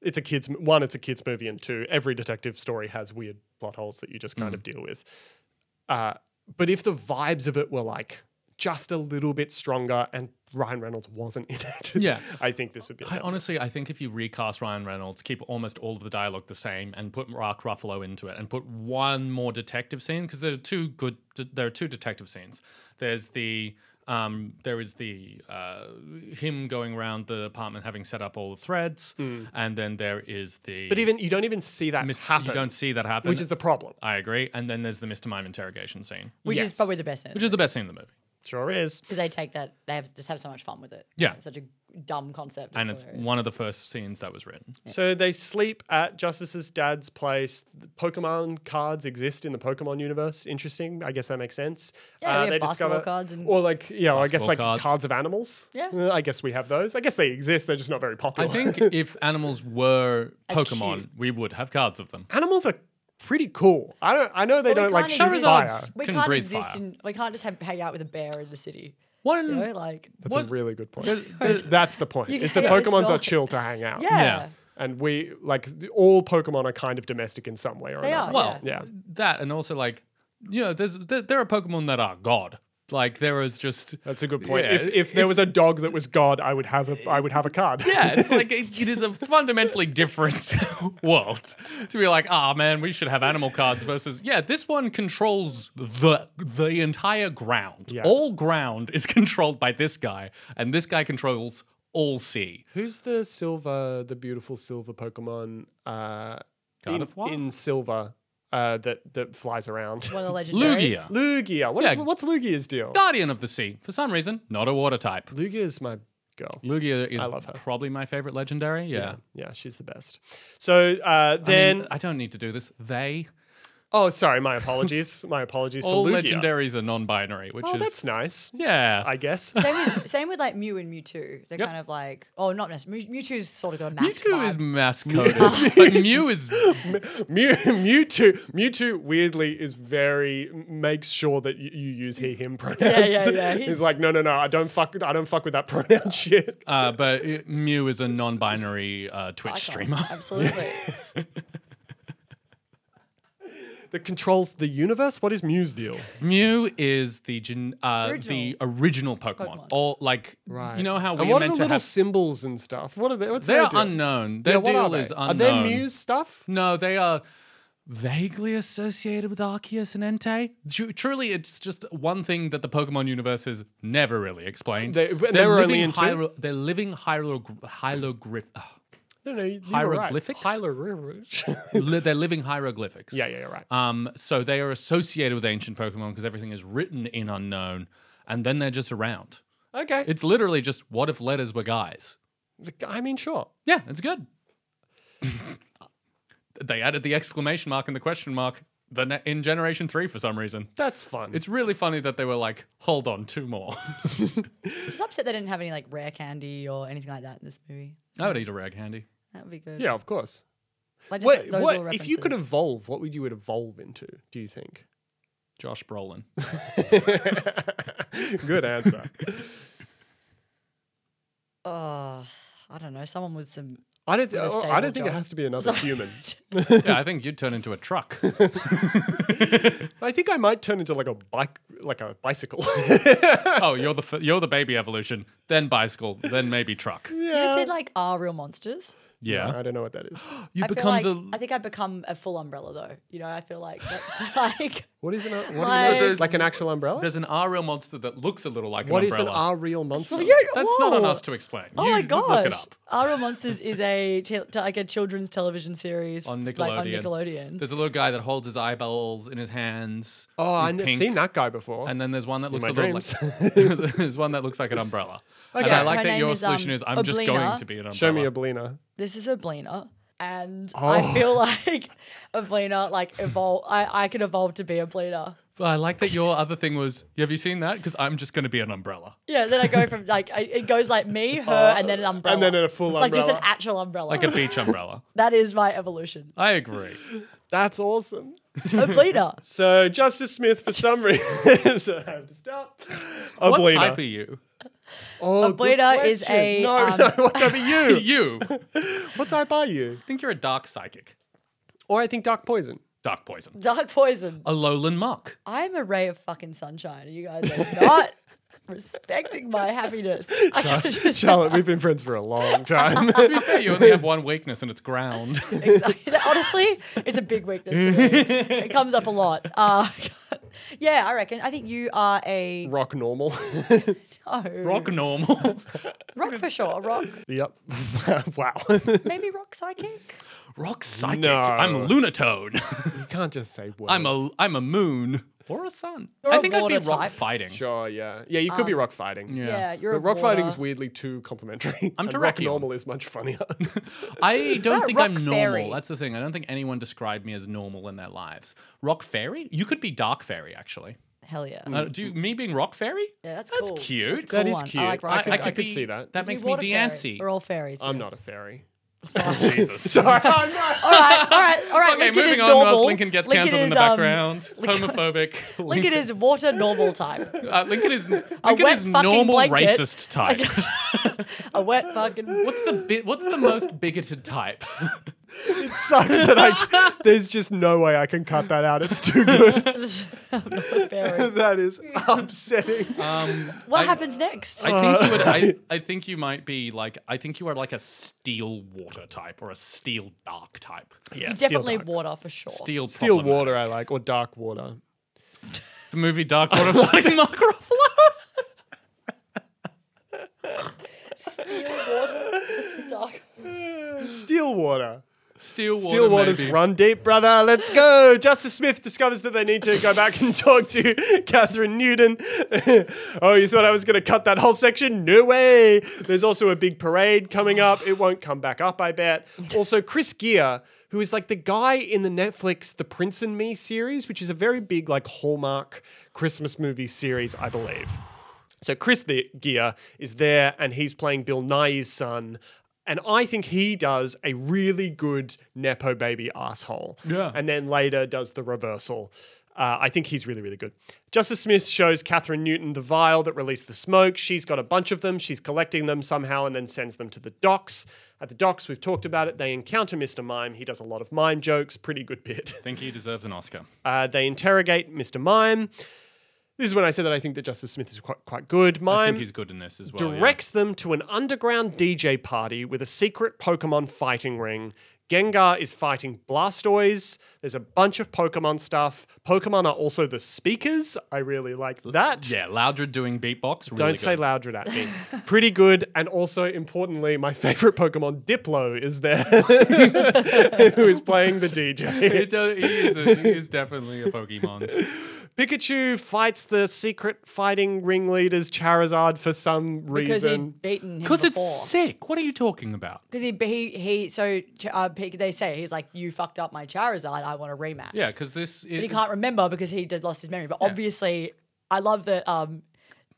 Speaker 1: It's a kids m- one. It's a kids movie, and two, every detective story has weird plot holes that you just kind of
Speaker 2: Mm.
Speaker 1: deal with. Uh, but if the vibes of it were like just a little bit stronger and Ryan Reynolds wasn't in it.
Speaker 2: Yeah.
Speaker 1: I think this would be.
Speaker 2: I honestly, I think if you recast Ryan Reynolds, keep almost all of the dialogue the same, and put Mark Ruffalo into it, and put one more detective scene because there are two good. There are two detective scenes. There's the um, there is the uh, him going around the apartment having set up all the threads, and then there is the
Speaker 1: Hmm. but even you don't even see that
Speaker 2: mis-
Speaker 1: happen,
Speaker 2: you don't see that happen,
Speaker 1: which is the problem.
Speaker 2: I agree. And then there's the Mr. Mime interrogation scene,
Speaker 3: which
Speaker 1: Yes.
Speaker 3: is probably the best
Speaker 2: which is the best scene in the movie,
Speaker 1: Sure is.
Speaker 3: because they take that they have just have so much fun with it.
Speaker 2: Yeah.
Speaker 3: It's such a dumb concept.
Speaker 2: and it's
Speaker 3: hilarious.
Speaker 2: one of the first scenes that was written.
Speaker 1: So they sleep at Justice's dad's place. The Pokemon cards exist in the Pokemon universe. Interesting. I guess that makes sense. Uh,
Speaker 3: Yeah, we have basketball cards and-
Speaker 1: or like yeah, I guess
Speaker 2: Basketball
Speaker 1: like cards.
Speaker 2: cards.
Speaker 1: of animals.
Speaker 3: Yeah.
Speaker 1: Uh, I guess we have those. I guess they exist. They're just not very
Speaker 2: I
Speaker 1: popular.
Speaker 2: think if animals were
Speaker 3: As
Speaker 2: Pokemon,
Speaker 3: cute.
Speaker 2: we would have cards of them.
Speaker 1: animals are pretty cool. I don't. I know they
Speaker 3: Well,
Speaker 1: don't like
Speaker 3: we
Speaker 1: shoot
Speaker 3: can't
Speaker 1: fire.
Speaker 3: exist- We
Speaker 2: Can
Speaker 3: can't
Speaker 2: breathe
Speaker 3: exist
Speaker 2: fire.
Speaker 3: in. We can't just have, hang out with a bear in the city.
Speaker 2: One,
Speaker 3: You know, like
Speaker 1: That's a
Speaker 2: what-
Speaker 1: really good point.
Speaker 2: There's- there's-
Speaker 1: That's the point.
Speaker 3: You
Speaker 1: Is the
Speaker 3: can't- it's
Speaker 1: Pokemons are
Speaker 3: not-
Speaker 1: chill to hang out.
Speaker 3: yeah,
Speaker 2: uh, Yeah.
Speaker 1: And we like all Pokemon are kind of domestic in some way or
Speaker 3: They
Speaker 1: another.
Speaker 3: are,
Speaker 2: well,
Speaker 1: yeah. Yeah.
Speaker 2: that and also like, you know, there's there, there are Pokemon that are God. Like there is just
Speaker 1: That's a good point.
Speaker 2: Yeah,
Speaker 1: if, if, there was a dog that was God, I would have a I would have a card.
Speaker 2: yeah, it's like it, it is a fundamentally different world to be like, ah, man, we should have animal cards versus yeah, this one controls the the entire ground.
Speaker 1: Yeah.
Speaker 2: All ground is controlled by this guy, and this guy controls all sea.
Speaker 1: Who's the silver, the beautiful silver Pokemon? Uh, in,
Speaker 2: Gardevoir?
Speaker 1: in silver uh, that that flies around.
Speaker 3: one of the legendaries.
Speaker 2: Lugia,
Speaker 1: Lugia. What is-
Speaker 2: Yeah.
Speaker 1: what's Lugia's deal?
Speaker 2: guardian of the sea, for some reason, not a water type.
Speaker 1: Lugia's my girl.
Speaker 2: Lugia is
Speaker 1: love her.
Speaker 2: probably my favorite legendary. Yeah.
Speaker 1: Yeah, she's the best. So uh,
Speaker 2: I
Speaker 1: then,
Speaker 2: mean, I don't need to do this. They
Speaker 1: oh, sorry, my apologies, my apologies
Speaker 2: all
Speaker 1: to Lugia.
Speaker 2: legendaries are non-binary, which
Speaker 1: Oh,
Speaker 2: is
Speaker 1: that's nice.
Speaker 2: yeah.
Speaker 1: I guess.
Speaker 3: Same with, same with like Mew and Mewtwo. They're
Speaker 2: Yep.
Speaker 3: kind of like, oh, not necessarily. Mewtwo's sort of got a mask
Speaker 2: Mewtwo is
Speaker 3: vibe.
Speaker 2: mass coded, but Mew is
Speaker 1: Mew, Mewtwo, Mewtwo weirdly is very makes sure that you, you use he him pronouns.
Speaker 3: yeah, yeah,
Speaker 1: He's,
Speaker 3: he's-
Speaker 1: like, no, no, no, I don't fuck, I don't fuck with that pronoun shit.
Speaker 2: Uh, but uh, Mew is a non-binary
Speaker 1: Oh,
Speaker 2: uh, Twitch
Speaker 3: Icon.
Speaker 2: streamer.
Speaker 3: Absolutely.
Speaker 1: That controls the universe. What is Mew's deal?
Speaker 2: Mew is the gen- uh, the original Pokemon,
Speaker 3: Pokemon.
Speaker 2: or like you know how
Speaker 1: And
Speaker 2: we are
Speaker 1: what are the
Speaker 2: meant to
Speaker 1: little
Speaker 2: have.
Speaker 1: symbols and stuff? What are they? What's
Speaker 2: They
Speaker 1: their
Speaker 2: are
Speaker 1: deal?
Speaker 2: unknown.
Speaker 1: Yeah,
Speaker 2: Their
Speaker 1: what are
Speaker 2: deal
Speaker 1: they?
Speaker 2: is
Speaker 1: Are
Speaker 2: unknown.
Speaker 1: they Mew's stuff?
Speaker 2: No, they are vaguely associated with Arceus and Entei. Tru- truly, it's just one thing that the Pokemon universe has never really explained.
Speaker 1: They- but they
Speaker 2: They're
Speaker 1: were only
Speaker 2: living
Speaker 1: in two?
Speaker 2: hiero- They're living hieroglyph. hieroglyph- ah, ugh.
Speaker 1: No, no, you, you were right.
Speaker 2: Hieroglyphics?
Speaker 1: Hieroglyphics.
Speaker 2: Li- they're living hieroglyphics.
Speaker 1: yeah, yeah, you're right.
Speaker 2: Um, so they are associated with ancient Pokemon because everything is written in unknown, and then they're just around.
Speaker 1: Okay.
Speaker 2: It's literally just what if letters were guys?
Speaker 1: I mean, sure.
Speaker 2: Yeah, it's good. they added the exclamation mark and the question mark the ne- in Generation Three for some reason.
Speaker 1: That's fun.
Speaker 2: It's really funny that they were like, "Hold on, two more."
Speaker 3: just upset they didn't have any like rare candy or anything like that in this movie.
Speaker 2: I would eat a rag handy.
Speaker 3: That would be good.
Speaker 1: yeah, of course.
Speaker 3: Like just
Speaker 1: What,
Speaker 3: those
Speaker 1: what-
Speaker 3: little
Speaker 1: if you could
Speaker 3: references.
Speaker 1: evolve, what would you would evolve into? Do you think?
Speaker 2: Josh Brolin.
Speaker 1: Good answer.
Speaker 3: Oh, I don't know. Someone with some.
Speaker 1: I don't. Th-
Speaker 3: With a
Speaker 1: oh, I
Speaker 3: stable
Speaker 1: don't think it
Speaker 3: job.
Speaker 1: has to be another human.
Speaker 2: yeah, I think you'd turn into a truck.
Speaker 1: I think I might turn into like a bike, like a bicycle.
Speaker 2: oh, you're the f- you're the baby evolution, then bicycle, then maybe truck.
Speaker 3: You ever seen like Are Real Monsters?
Speaker 2: Yeah,
Speaker 1: I don't know what that is.
Speaker 2: you
Speaker 3: I
Speaker 2: become
Speaker 3: feel like,
Speaker 2: the
Speaker 3: I think I've become a full umbrella though. You know, I feel like that's like
Speaker 1: What is an uh, what is
Speaker 3: Like-
Speaker 1: it? like an actual umbrella?
Speaker 2: There's an R real monster that looks a little like
Speaker 1: What
Speaker 2: an
Speaker 1: is an
Speaker 2: umbrella.
Speaker 1: R real monster?
Speaker 3: Well, you're-
Speaker 2: That's not on
Speaker 3: whoa.
Speaker 2: us to explain.
Speaker 3: Oh
Speaker 2: you
Speaker 3: my
Speaker 2: d- Look it
Speaker 3: gosh!
Speaker 2: up.
Speaker 3: Our Real Monsters is a te- te- like a children's television series
Speaker 2: On
Speaker 3: like, on
Speaker 2: Nickelodeon.
Speaker 3: Nickelodeon.
Speaker 2: There's a little guy that holds his eyeballs in his hands.
Speaker 1: oh,
Speaker 2: He's
Speaker 1: I've never
Speaker 2: pink.
Speaker 1: seen that guy before.
Speaker 2: And then there's one that looks
Speaker 1: my
Speaker 2: a little like there's one that looks like an umbrella. And I
Speaker 1: Okay.
Speaker 2: like
Speaker 3: Her
Speaker 2: that
Speaker 3: name
Speaker 2: your
Speaker 3: is,
Speaker 2: solution
Speaker 3: um,
Speaker 2: is I'm just
Speaker 3: Oblina.
Speaker 2: going to be an umbrella.
Speaker 1: Show me a Blina.
Speaker 3: This is Oblina, and
Speaker 2: Oh.
Speaker 3: I feel like Oblina like evolve. I I could evolve to be Oblina.
Speaker 2: But I like that your other thing was have you seen that? Because I'm just going to be an umbrella.
Speaker 3: Yeah, then I go from like I, it goes like me, her,
Speaker 2: Uh,
Speaker 3: and then an umbrella,
Speaker 1: and then a full
Speaker 3: like just an
Speaker 1: umbrella.
Speaker 3: actual umbrella.
Speaker 2: Like a beach umbrella.
Speaker 3: that is my evolution.
Speaker 2: I agree.
Speaker 1: That's awesome.
Speaker 3: Oblina.
Speaker 1: So Justice Smith, for some reason, so I have to stop. A
Speaker 2: What
Speaker 1: Blina.
Speaker 2: type are you?
Speaker 1: Oh,
Speaker 3: A
Speaker 1: good
Speaker 3: Blina is
Speaker 1: question.
Speaker 3: a,
Speaker 1: no,
Speaker 3: um,
Speaker 1: no. What type are you?
Speaker 2: you. I
Speaker 1: What type are you?
Speaker 2: think you're a dark psychic.
Speaker 1: Or I think dark poison.
Speaker 2: Dark poison.
Speaker 3: Dark poison.
Speaker 2: A lowland muck.
Speaker 3: I'm a ray of fucking sunshine. Are you guys like not? respecting my happiness.
Speaker 1: Charlotte, we've been friends for a long time.
Speaker 2: to be fair, you only have one weakness, and it's ground.
Speaker 3: Exactly. Honestly, it's a big weakness. to me. It comes up a lot. Uh, yeah, I reckon. I think you are a
Speaker 1: Rock normal.
Speaker 3: oh,
Speaker 2: Rock normal.
Speaker 3: rock for sure. Rock,
Speaker 1: yep. wow.
Speaker 3: maybe rock psychic.
Speaker 2: Rock psychic.
Speaker 1: No.
Speaker 2: I'm a lunatone.
Speaker 1: you can't just say words.
Speaker 2: I'm a I'm a moon or a sun.
Speaker 3: You're
Speaker 2: I
Speaker 3: a
Speaker 2: think I'd be
Speaker 3: water
Speaker 2: rock
Speaker 3: type.
Speaker 2: fighting.
Speaker 1: Sure, yeah. Yeah, you could be rock fighting.
Speaker 3: Yeah,
Speaker 2: Um, Yeah.
Speaker 3: you're a
Speaker 1: But rock fighting is
Speaker 3: water.
Speaker 1: weirdly too complimentary.
Speaker 2: I'm
Speaker 1: and rock
Speaker 2: Terrakion.
Speaker 1: normal is much funnier.
Speaker 2: I don't
Speaker 3: about
Speaker 2: think
Speaker 3: rock
Speaker 2: I'm normal.
Speaker 3: fairy?
Speaker 2: That's the thing. I don't think anyone described me as normal in their lives. Rock fairy? You could be dark fairy actually.
Speaker 3: Hell yeah.
Speaker 2: Uh, do you, me being rock fairy?
Speaker 3: Yeah, that's
Speaker 2: That's
Speaker 3: cool.
Speaker 2: cute.
Speaker 3: That's a
Speaker 1: That
Speaker 3: cool
Speaker 1: is
Speaker 3: one.
Speaker 1: cute.
Speaker 3: I like
Speaker 1: I
Speaker 3: rock
Speaker 1: could- I
Speaker 3: fairy.
Speaker 1: could
Speaker 2: be-
Speaker 1: see that.
Speaker 2: That
Speaker 3: You
Speaker 2: makes me
Speaker 3: water fairy.
Speaker 2: Deancey.
Speaker 3: We're all fairies.
Speaker 1: I'm
Speaker 3: yeah.
Speaker 1: not a fairy.
Speaker 2: Jesus.
Speaker 1: Sorry.
Speaker 3: All right, all right, all right.
Speaker 2: Okay,
Speaker 3: Lincoln
Speaker 2: moving
Speaker 3: is
Speaker 2: on
Speaker 3: normal.
Speaker 2: whilst Lincoln gets
Speaker 3: Lincoln
Speaker 2: cancelled in the
Speaker 3: is, um,
Speaker 2: background. Homophobic.
Speaker 3: Lincoln is water normal type.
Speaker 2: uh, Lincoln is Lincoln
Speaker 3: wet
Speaker 2: is
Speaker 3: fucking
Speaker 2: normal
Speaker 3: blanket.
Speaker 2: racist type.
Speaker 3: A wet fucking.
Speaker 2: What's the bi- what's the most bigoted type?
Speaker 1: It sucks that I. There's just no way I can cut that out. It's too good.
Speaker 3: I'm not a fairy.
Speaker 1: that is upsetting.
Speaker 2: Um,
Speaker 3: What
Speaker 2: I-
Speaker 3: happens next?
Speaker 2: I think you would. I, I think you might be like. I think you are like a steel water type or a steel dark type.
Speaker 1: yeah,
Speaker 3: Definitely water for sure.
Speaker 2: Steel.
Speaker 1: Steel
Speaker 2: problematic.
Speaker 1: water, I like, or dark water.
Speaker 2: The movie Dark Water starring Mark Ruffalo.
Speaker 3: Steel water. It's dark.
Speaker 1: Steel water.
Speaker 2: Steel water.
Speaker 1: Steel waters
Speaker 2: maybe.
Speaker 1: run deep, brother. Let's go. Justice Smith discovers that they need to go back and talk to Catherine Newton. oh, you thought I was going to cut that whole section? No way. There's also a big parade coming up. It won't come back up, I bet. Also, Chris Gere, who is like the guy in the Netflix The Prince and Me series, which is a very big, like, hallmark Christmas movie series, I believe. So Chris the Gear is there and he's playing Bill Nye's son. And I think he does a really good Nepo baby asshole.
Speaker 2: Yeah.
Speaker 1: And then later does the reversal. Uh, I think he's really, really good. Justice Smith shows Catherine Newton the vial that released the smoke. She's got a bunch of them. She's collecting them somehow and then sends them to the docks. At the docks, we've talked about it. They encounter Mr. Mime. He does a lot of mime jokes. Pretty good bit.
Speaker 2: I think he deserves an Oscar.
Speaker 1: Uh, they interrogate Mr. Mime. This is when I said that I think that Justice Smith is quite, quite good.
Speaker 2: I
Speaker 1: Mime
Speaker 2: think he's good in this as well. yeah.
Speaker 1: directs them to an underground DJ party with a secret Pokemon fighting ring. Gengar is fighting Blastoise. There's a bunch of Pokemon stuff. Pokemon are also the speakers. I really like that.
Speaker 2: Yeah, Loudred doing beatbox. Really
Speaker 1: Don't say
Speaker 2: good.
Speaker 1: louder at me. Pretty good. And also, importantly, my favorite Pokemon, Diplo, is there, who is playing the DJ.
Speaker 2: He, do- he, is a, he is definitely a Pokemon.
Speaker 1: Pikachu fights the secret fighting ringleaders, Charizard, for some
Speaker 3: Because
Speaker 1: reason.
Speaker 3: he'd beaten him
Speaker 2: Because
Speaker 3: before.
Speaker 2: it's sick. What are you talking about?
Speaker 3: Because he, he he so Ch- uh, he- they say he's like you fucked up my Charizard. I want a rematch.
Speaker 2: Yeah, because this.
Speaker 3: but he can't remember because he did lost his memory. But obviously, I love that um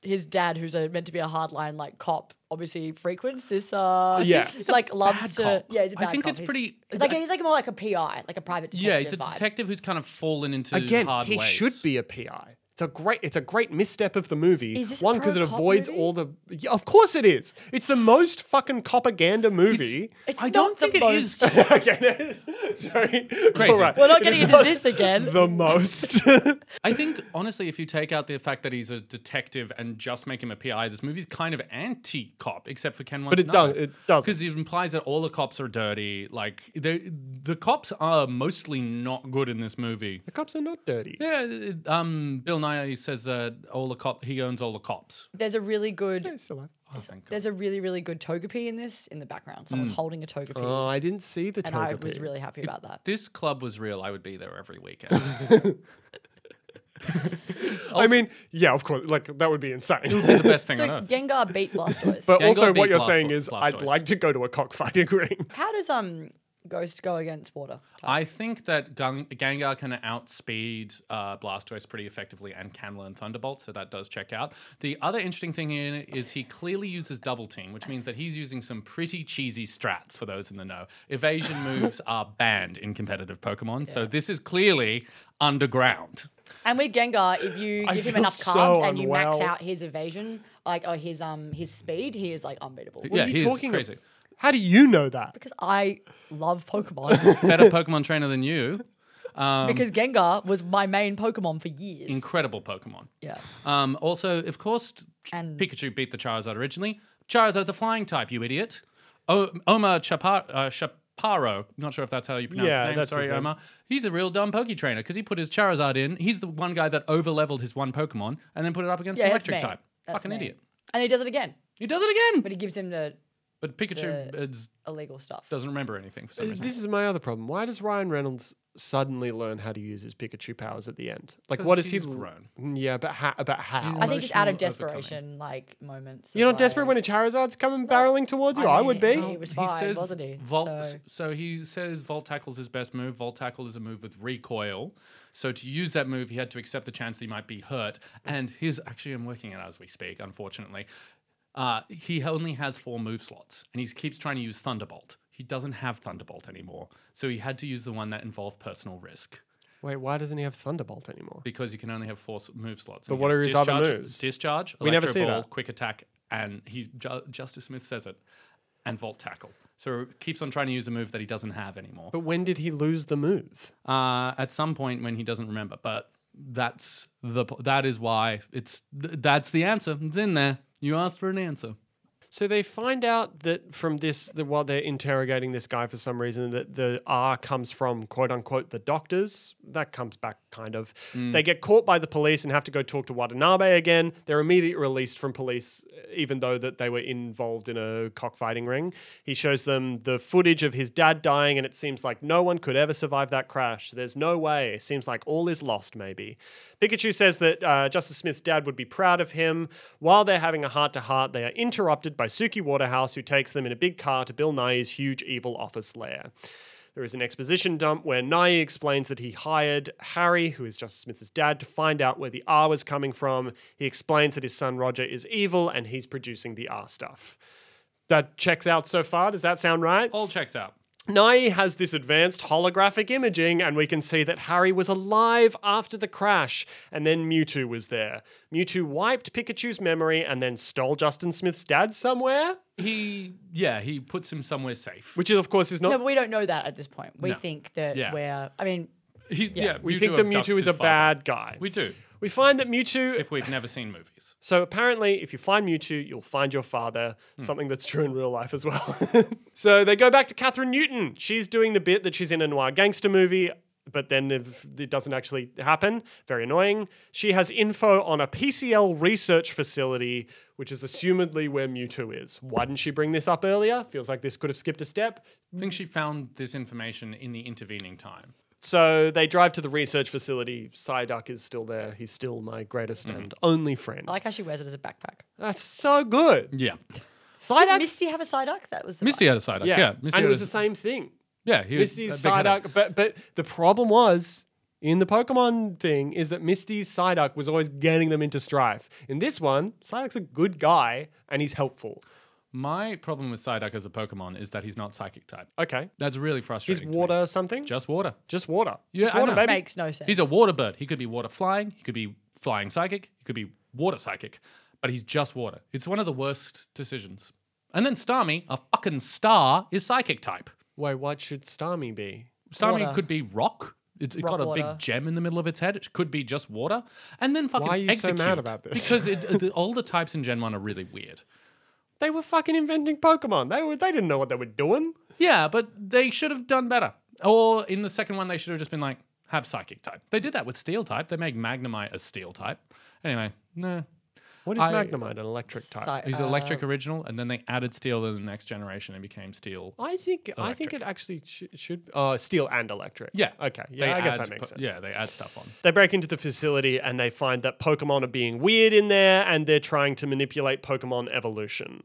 Speaker 3: his dad, who's a, meant to be a hardline like cop, obviously frequents this. Uh,
Speaker 1: Yeah.
Speaker 3: he's like loves to.
Speaker 2: cop.
Speaker 3: Yeah, he's a
Speaker 2: I
Speaker 3: bad
Speaker 2: think
Speaker 3: cop.
Speaker 2: it's
Speaker 3: He's-
Speaker 2: pretty-
Speaker 3: Like he's like more like a PI, like a private detective.
Speaker 2: Yeah, he's a
Speaker 3: vibe.
Speaker 2: detective who's kind of fallen into
Speaker 1: again
Speaker 2: hard
Speaker 1: he
Speaker 2: ways.
Speaker 1: should be a pi it's a great it's a great misstep of the movie
Speaker 3: Is this a
Speaker 1: one because it
Speaker 3: pro-cop
Speaker 1: avoids
Speaker 3: movie?
Speaker 1: all the yeah, of course it is it's the most fucking propaganda movie
Speaker 3: It's
Speaker 2: I
Speaker 3: not
Speaker 2: don't
Speaker 3: the
Speaker 2: think it is.
Speaker 3: most-
Speaker 1: okay no, sorry
Speaker 2: Crazy.
Speaker 3: We're
Speaker 1: It
Speaker 3: not getting
Speaker 1: is
Speaker 3: into this again.
Speaker 1: the most
Speaker 2: I think honestly, if you take out the fact that he's a detective and just make him a PI, this movie's kind of anti-cop, except for Ken.
Speaker 1: but it does it
Speaker 2: because
Speaker 1: does
Speaker 2: it implies that all the cops are dirty. Like the the cops are mostly not good in this movie.
Speaker 1: the cops are not dirty
Speaker 2: Yeah, it- um, Bill Nye says that all the cop he owns all the cops.
Speaker 3: There's a really
Speaker 1: Yeah,
Speaker 3: good.
Speaker 1: it's alive.
Speaker 2: Oh, thank God.
Speaker 3: There's a really really good Togepi in this in the background. Someone's holding a Togepi,
Speaker 1: oh i didn't see the
Speaker 3: and I was
Speaker 1: Togepi.
Speaker 3: really happy about that.
Speaker 2: This club was real. I would be there every weekend.
Speaker 1: i mean yeah of course like that would be insane
Speaker 2: the best thing
Speaker 3: So
Speaker 2: on earth.
Speaker 3: Gengar beat Blastoise.
Speaker 1: but
Speaker 2: Yeah, you
Speaker 1: also
Speaker 2: gotta
Speaker 1: what
Speaker 2: beat
Speaker 1: you're
Speaker 2: Blast-
Speaker 1: saying is i'd
Speaker 2: Blastoise.
Speaker 1: like to go to a cockfighting ring
Speaker 3: How does um Ghost go against water?
Speaker 2: I think that Gang- Gengar can outspeed uh, Blastoise pretty effectively and can learn Thunderbolt, so that does check out. The other interesting thing in it is he clearly uses Double Team, which means that he's using some pretty cheesy strats for those in the know. Evasion moves are banned in competitive Pokemon, so this is clearly underground.
Speaker 3: And with Gengar, if you
Speaker 1: I
Speaker 3: give him
Speaker 1: feel
Speaker 3: enough
Speaker 1: so
Speaker 3: carbs and you max
Speaker 1: unwell.
Speaker 3: out his evasion, like or his um his speed, he is like unbeatable.
Speaker 1: what
Speaker 2: Yeah,
Speaker 1: are you
Speaker 2: he is
Speaker 1: talking
Speaker 2: crazy.
Speaker 1: about how do you know that
Speaker 3: Because I love Pokemon.
Speaker 2: Better Pokemon trainer than you. Um,
Speaker 3: because Gengar was my main Pokemon for years.
Speaker 2: incredible Pokemon.
Speaker 3: yeah.
Speaker 2: Um, also, of course,
Speaker 3: And-
Speaker 2: Pikachu beat the Charizard originally. Charizard's a flying type, you idiot. O- Omar Chapa- uh, Chaparro, not sure if that's how you pronounce
Speaker 1: Yeah,
Speaker 2: his name.
Speaker 1: that's
Speaker 2: Sorry,
Speaker 1: his name.
Speaker 2: Omar. He's a real dumb Poke trainer because he put his Charizard in. He's the one guy that overleveled his one Pokemon and then put it up against
Speaker 3: Yeah,
Speaker 2: the
Speaker 3: that's
Speaker 2: electric
Speaker 3: me.
Speaker 2: type.
Speaker 3: That's
Speaker 2: Fucking
Speaker 3: me.
Speaker 2: idiot.
Speaker 3: and he does it again,
Speaker 2: He does it again.
Speaker 3: but he gives him the
Speaker 2: But Pikachu is,
Speaker 3: illegal stuff.
Speaker 2: doesn't remember anything for some reason.
Speaker 1: This is my other problem. Why does Ryan Reynolds suddenly learn how to use his Pikachu powers at the end? Like, what is he?
Speaker 2: he's
Speaker 1: l- Mm,
Speaker 2: grown.
Speaker 1: Yeah, but how? But how?
Speaker 3: I think it's
Speaker 2: emotional
Speaker 3: out of
Speaker 2: overcoming.
Speaker 3: desperation, like moments. of
Speaker 1: You're not
Speaker 3: like-
Speaker 1: desperate when a Charizard's coming barreling towards you. I,
Speaker 3: mean,
Speaker 1: would be.
Speaker 3: He was fine, wasn't he?
Speaker 2: Oh, Vault,
Speaker 3: So-
Speaker 2: he says Vault Tackle's his best move. Vault Tackle is a move with recoil. So to use that move, he had to accept the chance that he might be hurt. And his actually, I'm working it out as we speak, unfortunately. Uh, he only has four move slots, and he keeps trying to use Thunderbolt. He doesn't have Thunderbolt anymore, so he had to use the one that involved personal risk
Speaker 1: Wait, why doesn't he have Thunderbolt anymore?
Speaker 2: because you can only have four s- move slots.
Speaker 1: But
Speaker 2: And he
Speaker 1: what
Speaker 2: has
Speaker 1: are his other
Speaker 2: discharge-
Speaker 1: moves?
Speaker 2: Discharge.
Speaker 1: We never
Speaker 2: Electro
Speaker 1: see
Speaker 2: Ball,
Speaker 1: that.
Speaker 2: Quick attack, and he Ju- Justice Smith says it, and vault tackle. So keeps on trying to use a move that he doesn't have anymore.
Speaker 1: But when did he lose the move?
Speaker 2: Uh, at some point when he doesn't remember, but that's the po- that is why it's th- that's the answer. It's in there. You asked for an answer.
Speaker 1: So they find out that from this, that while they're interrogating this guy for some reason, that the R comes from quote unquote the doctors. That comes back kind of. They get caught by the police and have to go talk to Watanabe again. They're immediately released from police, even though that they were involved in a cockfighting ring. He shows them the footage of his dad dying, and it seems like no one could ever survive that crash. There's no way. It seems like all is lost, maybe. Pikachu says that uh, Justice Smith's dad would be proud of him. While they're having a heart to heart, they are interrupted by Suki Waterhouse, who takes them in a big car to Bill Nye's huge evil office lair. There is an exposition dump where Nye explains that he hired Harry, who is Justice Smith's dad, to find out where the R was coming from. He explains that his son Roger is evil and he's producing the R stuff. That checks out so far. Does that sound right?
Speaker 2: All checks out.
Speaker 1: Nye has this advanced holographic imaging, and we can see that Harry was alive after the crash, and then Mewtwo was there. Mewtwo wiped Pikachu's memory and then stole Justin Smith's dad somewhere,
Speaker 2: He yeah he puts him somewhere safe.
Speaker 1: which is, of course is not.
Speaker 3: No, but we don't know that at this point. We
Speaker 2: No.
Speaker 3: think that
Speaker 2: Yeah.
Speaker 3: we're. I mean,
Speaker 2: He, yeah,
Speaker 1: we
Speaker 2: Mewtwo
Speaker 1: think that
Speaker 2: abducts
Speaker 1: Mewtwo
Speaker 2: his
Speaker 1: is a
Speaker 2: father.
Speaker 1: bad guy.
Speaker 2: We do
Speaker 1: We find that Mewtwo.
Speaker 2: if we've never seen movies.
Speaker 1: so apparently, if you find Mewtwo, you'll find your father, something that's true in real life as well. so they go back to Catherine Newton. She's doing the bit that she's in a noir gangster movie. But then if it doesn't actually happen. Very annoying. She has info on a PCL research facility, which is assumedly where Mewtwo is. Why didn't she bring this up earlier? Feels like this could have skipped a step.
Speaker 2: I think she found this information in the intervening time.
Speaker 1: So they drive to the research facility. Psyduck is still there. He's still my greatest and only friend.
Speaker 3: I like how she wears it as a backpack.
Speaker 1: That's so good.
Speaker 2: Yeah.
Speaker 1: Psyduck.
Speaker 3: Did Misty have a Psyduck? That was the
Speaker 2: Misty had a side
Speaker 1: Yeah,
Speaker 2: Yeah, Misty
Speaker 1: and
Speaker 2: had
Speaker 1: it was
Speaker 2: a-
Speaker 1: the same thing.
Speaker 2: yeah, he was
Speaker 1: Misty's
Speaker 2: a big headache.
Speaker 1: Psyduck, but but the problem was in the Pokemon thing is that Misty's Psyduck was always getting them into strife. In this one, Psyduck's a good guy and he's helpful.
Speaker 2: My problem with Psyduck as a Pokemon is that he's not psychic type.
Speaker 1: Okay,
Speaker 2: That's really
Speaker 1: he's
Speaker 2: frustrating. to me.
Speaker 1: water something. Just,
Speaker 2: Just water.
Speaker 1: water.
Speaker 2: Yeah,
Speaker 1: Just
Speaker 2: I
Speaker 1: water,
Speaker 2: know.
Speaker 1: baby.
Speaker 3: makes no sense.
Speaker 2: He's a water bird. He could be water flying. He could be flying psychic. He could be water psychic. But he's just water. It's one of the worst decisions. And then Starmie, a fucking star, is psychic type.
Speaker 1: Wait, what should Starmie be?
Speaker 2: Starmie
Speaker 3: Water.
Speaker 2: could be rock. It's it
Speaker 3: Rock
Speaker 2: got a
Speaker 3: water.
Speaker 2: big gem in the middle of its head. It could be just water. And then fucking
Speaker 1: Why are you so
Speaker 2: execute.
Speaker 1: mad about this?
Speaker 2: Because it, the, all the types in Gen 1 are really weird.
Speaker 1: They were fucking inventing Pokemon. They were they didn't know what they were doing.
Speaker 2: Yeah, but they should have done better. Or in the second one, they should have just been like, have psychic type. They did that with steel type. They make Magnemite a steel type. Anyway, no.
Speaker 1: What is
Speaker 2: I-
Speaker 1: Magnemite? An electric type.
Speaker 3: Psy-
Speaker 2: He's
Speaker 3: uh,
Speaker 2: electric original, and then they added steel in the next generation and became steel.
Speaker 1: I think I think it actually sh- should. Uh, steel and electric.
Speaker 2: Yeah.
Speaker 1: Okay.
Speaker 2: They
Speaker 1: Yeah. I guess
Speaker 2: add
Speaker 1: that makes
Speaker 2: po-
Speaker 1: sense.
Speaker 2: Yeah, they add stuff on.
Speaker 1: They break into the facility and they find that Pokemon are being weird in there and they're trying to manipulate Pokemon evolution.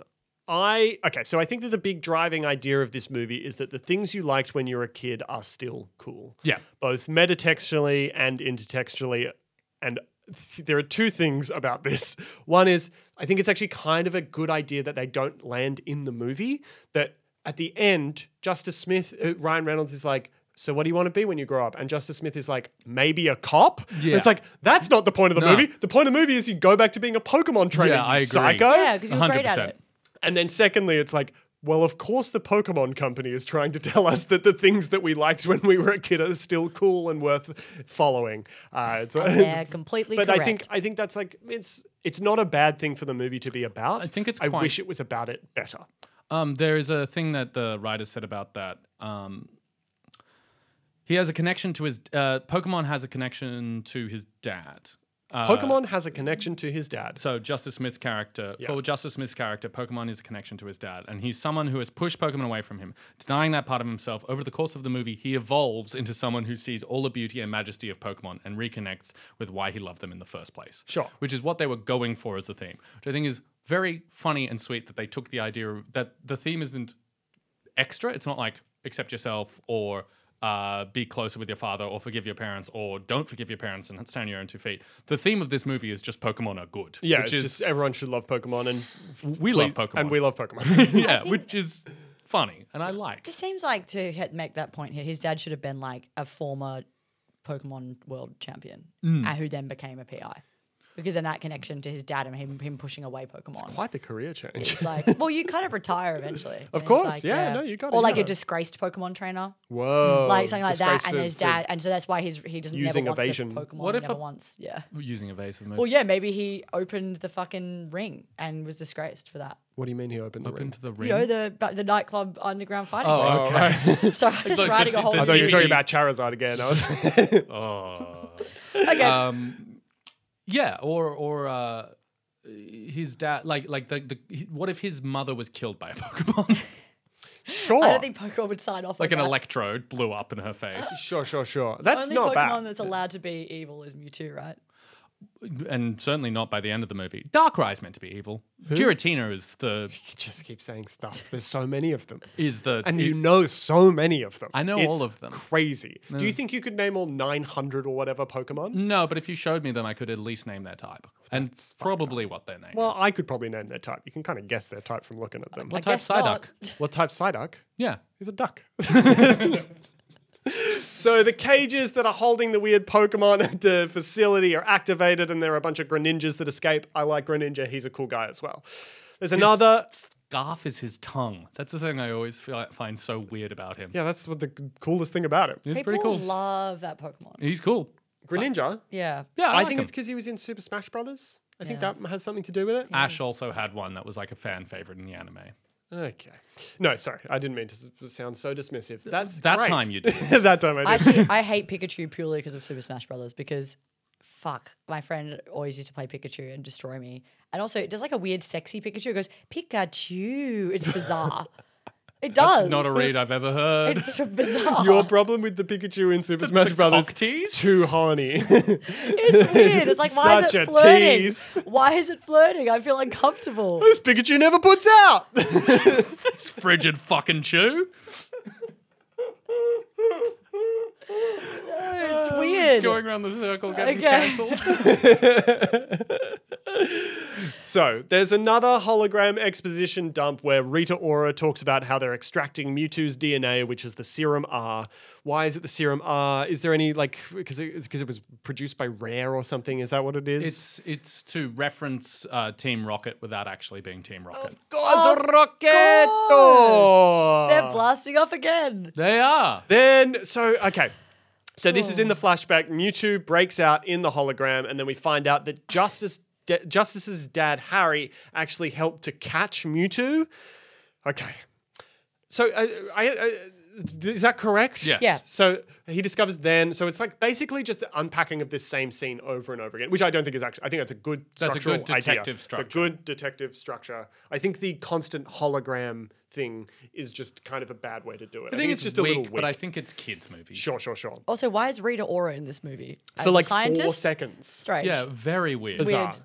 Speaker 1: I okay, so I think that the big driving idea of this movie is that the things you liked when you were a kid are still cool.
Speaker 2: Yeah.
Speaker 1: Both metatextually and intertextually and th- there are two things about this. One is I think it's actually kind of a good idea that they don't land in the movie that at the end Justice Smith uh, Ryan Reynolds is like so what do you want to be when you grow up? And Justice Smith is like, maybe a cop. And
Speaker 2: Yeah.
Speaker 1: It's like that's not the point of the
Speaker 2: No.
Speaker 1: movie. The point of the movie is you go back to being a Pokemon trainer,
Speaker 2: Yeah,
Speaker 1: you
Speaker 2: I agree.
Speaker 1: psycho.
Speaker 3: Yeah, because you were great at
Speaker 2: 100%.
Speaker 3: it.
Speaker 1: And then secondly, it's like, well, of course the Pokemon company is trying to tell us that the things that we liked when we were a kid are still cool and worth following. Uh, it's,
Speaker 3: They're Oh, completely
Speaker 1: but
Speaker 3: correct.
Speaker 1: I think I think that's like it's it's not a bad thing for the movie to be about.
Speaker 2: I think it's
Speaker 1: I
Speaker 2: quite-
Speaker 1: wish it was about it better.
Speaker 2: Um, there is a thing that the writer said about that. Um, he has a connection to his uh, Pokemon has a connection to his dad. Uh,
Speaker 1: Pokemon has a connection to his dad.
Speaker 2: So Justice Smith's character, for Justice Smith's character, Pokemon is a connection to his dad, and he's someone who has pushed Pokemon away from him, denying that part of himself. Over the course of the movie, he evolves into someone who sees all the beauty and majesty of Pokemon and reconnects with why he loved them in the first place.
Speaker 1: Sure.
Speaker 2: Which is what they were going for as the theme, which I think is very funny and sweet that they took the idea of that the theme isn't extra. It's not like accept yourself or uh, be closer with your father or forgive your parents or don't forgive your parents and stand on your own two feet. The theme of this movie is just Pokemon are good.
Speaker 1: Yeah,
Speaker 2: which
Speaker 1: it's
Speaker 2: is
Speaker 1: just everyone should love Pokemon and
Speaker 2: we love Pokemon
Speaker 1: and we love Pokemon.
Speaker 2: yeah, which is funny and I like.
Speaker 3: just seems like to hit, make that point here, his dad should have been like a former Pokemon world champion
Speaker 1: Mm.
Speaker 3: uh, who then became a PI. Because then that connection to his dad and him, him pushing away Pokemon.
Speaker 1: Quite the career change.
Speaker 3: It's like, well, you kind of retire eventually. And it's
Speaker 1: course, yeah, no, you gotta,
Speaker 3: Or like
Speaker 1: yeah.
Speaker 3: a disgraced Pokemon trainer,
Speaker 1: Whoa,
Speaker 3: like something like that,
Speaker 1: disgrace
Speaker 3: and
Speaker 1: Oh, for-
Speaker 3: his
Speaker 1: for-
Speaker 3: dad, and so that's why he's he doesn't
Speaker 1: using
Speaker 3: never wants
Speaker 1: evasion.
Speaker 3: a Pokemon.
Speaker 2: What if
Speaker 3: never
Speaker 2: a-
Speaker 3: wants, yeah.
Speaker 2: Using evasive moves.
Speaker 3: Well, yeah, maybe he opened the fucking ring and was disgraced for that.
Speaker 1: What do you mean he opened the ring?
Speaker 2: Into the ring.
Speaker 3: You know the but the nightclub underground fighting. ring.
Speaker 2: oh, okay.
Speaker 3: Sorry, I was
Speaker 2: Look,
Speaker 3: writing
Speaker 2: the-
Speaker 3: a whole.
Speaker 2: the-
Speaker 1: I thought you were talking
Speaker 2: DVD.
Speaker 1: about Charizard again. I was
Speaker 3: okay.
Speaker 2: um, yeah, or or uh, his dad, like like the, the he- what if his mother was killed by a Pokemon,
Speaker 1: sure,
Speaker 3: I don't think Pokemon would sign off.
Speaker 2: like
Speaker 3: on
Speaker 2: an
Speaker 3: that.
Speaker 2: electrode blew up in her face,
Speaker 1: sure, sure, sure. That's
Speaker 3: Only
Speaker 1: not
Speaker 3: Pokemon
Speaker 1: bad.
Speaker 3: that's allowed to be evil is Mewtwo, right?
Speaker 2: and certainly not by the end of the movie. Darkrai is meant to be evil. Giratina is the
Speaker 1: You just keep saying stuff. There's so many of them,
Speaker 2: is the
Speaker 1: and
Speaker 2: it-
Speaker 1: you know so many of them.
Speaker 2: I know
Speaker 1: It's
Speaker 2: all of them.
Speaker 1: Crazy. Do you think you could name all 900 or whatever
Speaker 3: Mm.
Speaker 1: Pokemon?
Speaker 2: no, but if you showed me them, I could at least name their type and probably what their name
Speaker 1: Well,
Speaker 2: is.
Speaker 1: I could probably name their type. You can kind of guess their type from looking at them.
Speaker 3: I
Speaker 2: What type
Speaker 3: guess not.
Speaker 2: Psyduck?
Speaker 1: What type Psyduck?
Speaker 2: Yeah,
Speaker 1: He's a duck. so the cages that are holding the weird Pokemon at the facility are activated, and there are a bunch of Greninjas that escape. I like Greninja. He's a cool guy as well. There's another.
Speaker 2: scarf is his tongue. That's the thing I always feel, find so weird about him.
Speaker 1: Yeah, that's what the coolest thing about it.
Speaker 2: It's
Speaker 3: People
Speaker 2: pretty cool.
Speaker 3: love that Pokemon.
Speaker 2: He's cool.
Speaker 1: Greninja.
Speaker 3: Yeah.
Speaker 2: Yeah, I,
Speaker 1: I
Speaker 2: like
Speaker 1: think
Speaker 2: him.
Speaker 1: it's because he was in Super Smash Brothers. I think
Speaker 3: Yeah.
Speaker 1: that has something to do with it.
Speaker 2: Ash also had one that was like a fan favorite in the anime.
Speaker 1: Okay. No, sorry, I didn't mean to s- sound so dismissive. That's
Speaker 2: That
Speaker 1: great.
Speaker 2: time you did.
Speaker 1: that time I did.
Speaker 3: Actually, I hate Pikachu purely because of Super Smash Brothers. Because fuck, my friend always used to play Pikachu and destroy me. And also, it does like a weird, sexy Pikachu. It goes Pikachu. It's bizarre. it does.
Speaker 2: That's not a read I've ever heard.
Speaker 3: It's bizarre.
Speaker 1: Your problem with the Pikachu in Super Smash Brothers
Speaker 2: cock tease?
Speaker 1: too horny.
Speaker 3: It's weird. It's like why is
Speaker 1: Such
Speaker 3: it
Speaker 1: a
Speaker 3: flirting?
Speaker 1: tease.
Speaker 3: Why is it flirting? I feel uncomfortable.
Speaker 1: this Pikachu never puts out.
Speaker 2: Frigid fucking chew.
Speaker 3: It's weird.
Speaker 2: Going around the circle, getting
Speaker 3: Okay.
Speaker 2: cancelled.
Speaker 1: So there's another hologram exposition dump where Rita Ora talks about how they're extracting Mewtwo's DNA, which is the serum R. Why is it the serum R? Is there any like because because it, was produced by Rare or something? Is that what it is?
Speaker 2: It's it's to reference uh, Team Rocket without actually being
Speaker 1: Oh.
Speaker 2: Team Rocket.
Speaker 1: Gozo
Speaker 3: They're
Speaker 1: Rocketto!
Speaker 3: blasting off again.
Speaker 2: They are.
Speaker 1: Then so okay. So this is in the flashback. Mewtwo breaks out in the hologram, and then we find out that Justice da- Justice's dad Harry actually helped to catch Mewtwo. Okay. So uh, I, I, is that correct?
Speaker 2: Yes.
Speaker 3: Yeah.
Speaker 1: So he discovers then. So it's like basically just the unpacking of this same scene over and over again, which I don't think is actually. I think that's a good.
Speaker 2: That's a
Speaker 1: structural
Speaker 2: good
Speaker 1: idea.
Speaker 2: detective
Speaker 1: It's
Speaker 2: structure.
Speaker 1: a good detective structure. I think the constant hologram thing is just kind of a bad way to do it.
Speaker 2: I think it's
Speaker 1: just
Speaker 2: just weak,
Speaker 1: a little weak.
Speaker 2: but I think it's kids' movie.
Speaker 1: Sure, sure, sure.
Speaker 3: Also, why is Rita Ora in this movie? As
Speaker 1: For
Speaker 3: a
Speaker 1: like
Speaker 3: scientist?
Speaker 1: four seconds.
Speaker 3: Strange.
Speaker 2: Yeah, very weird.
Speaker 1: Bizarre.
Speaker 3: Weird.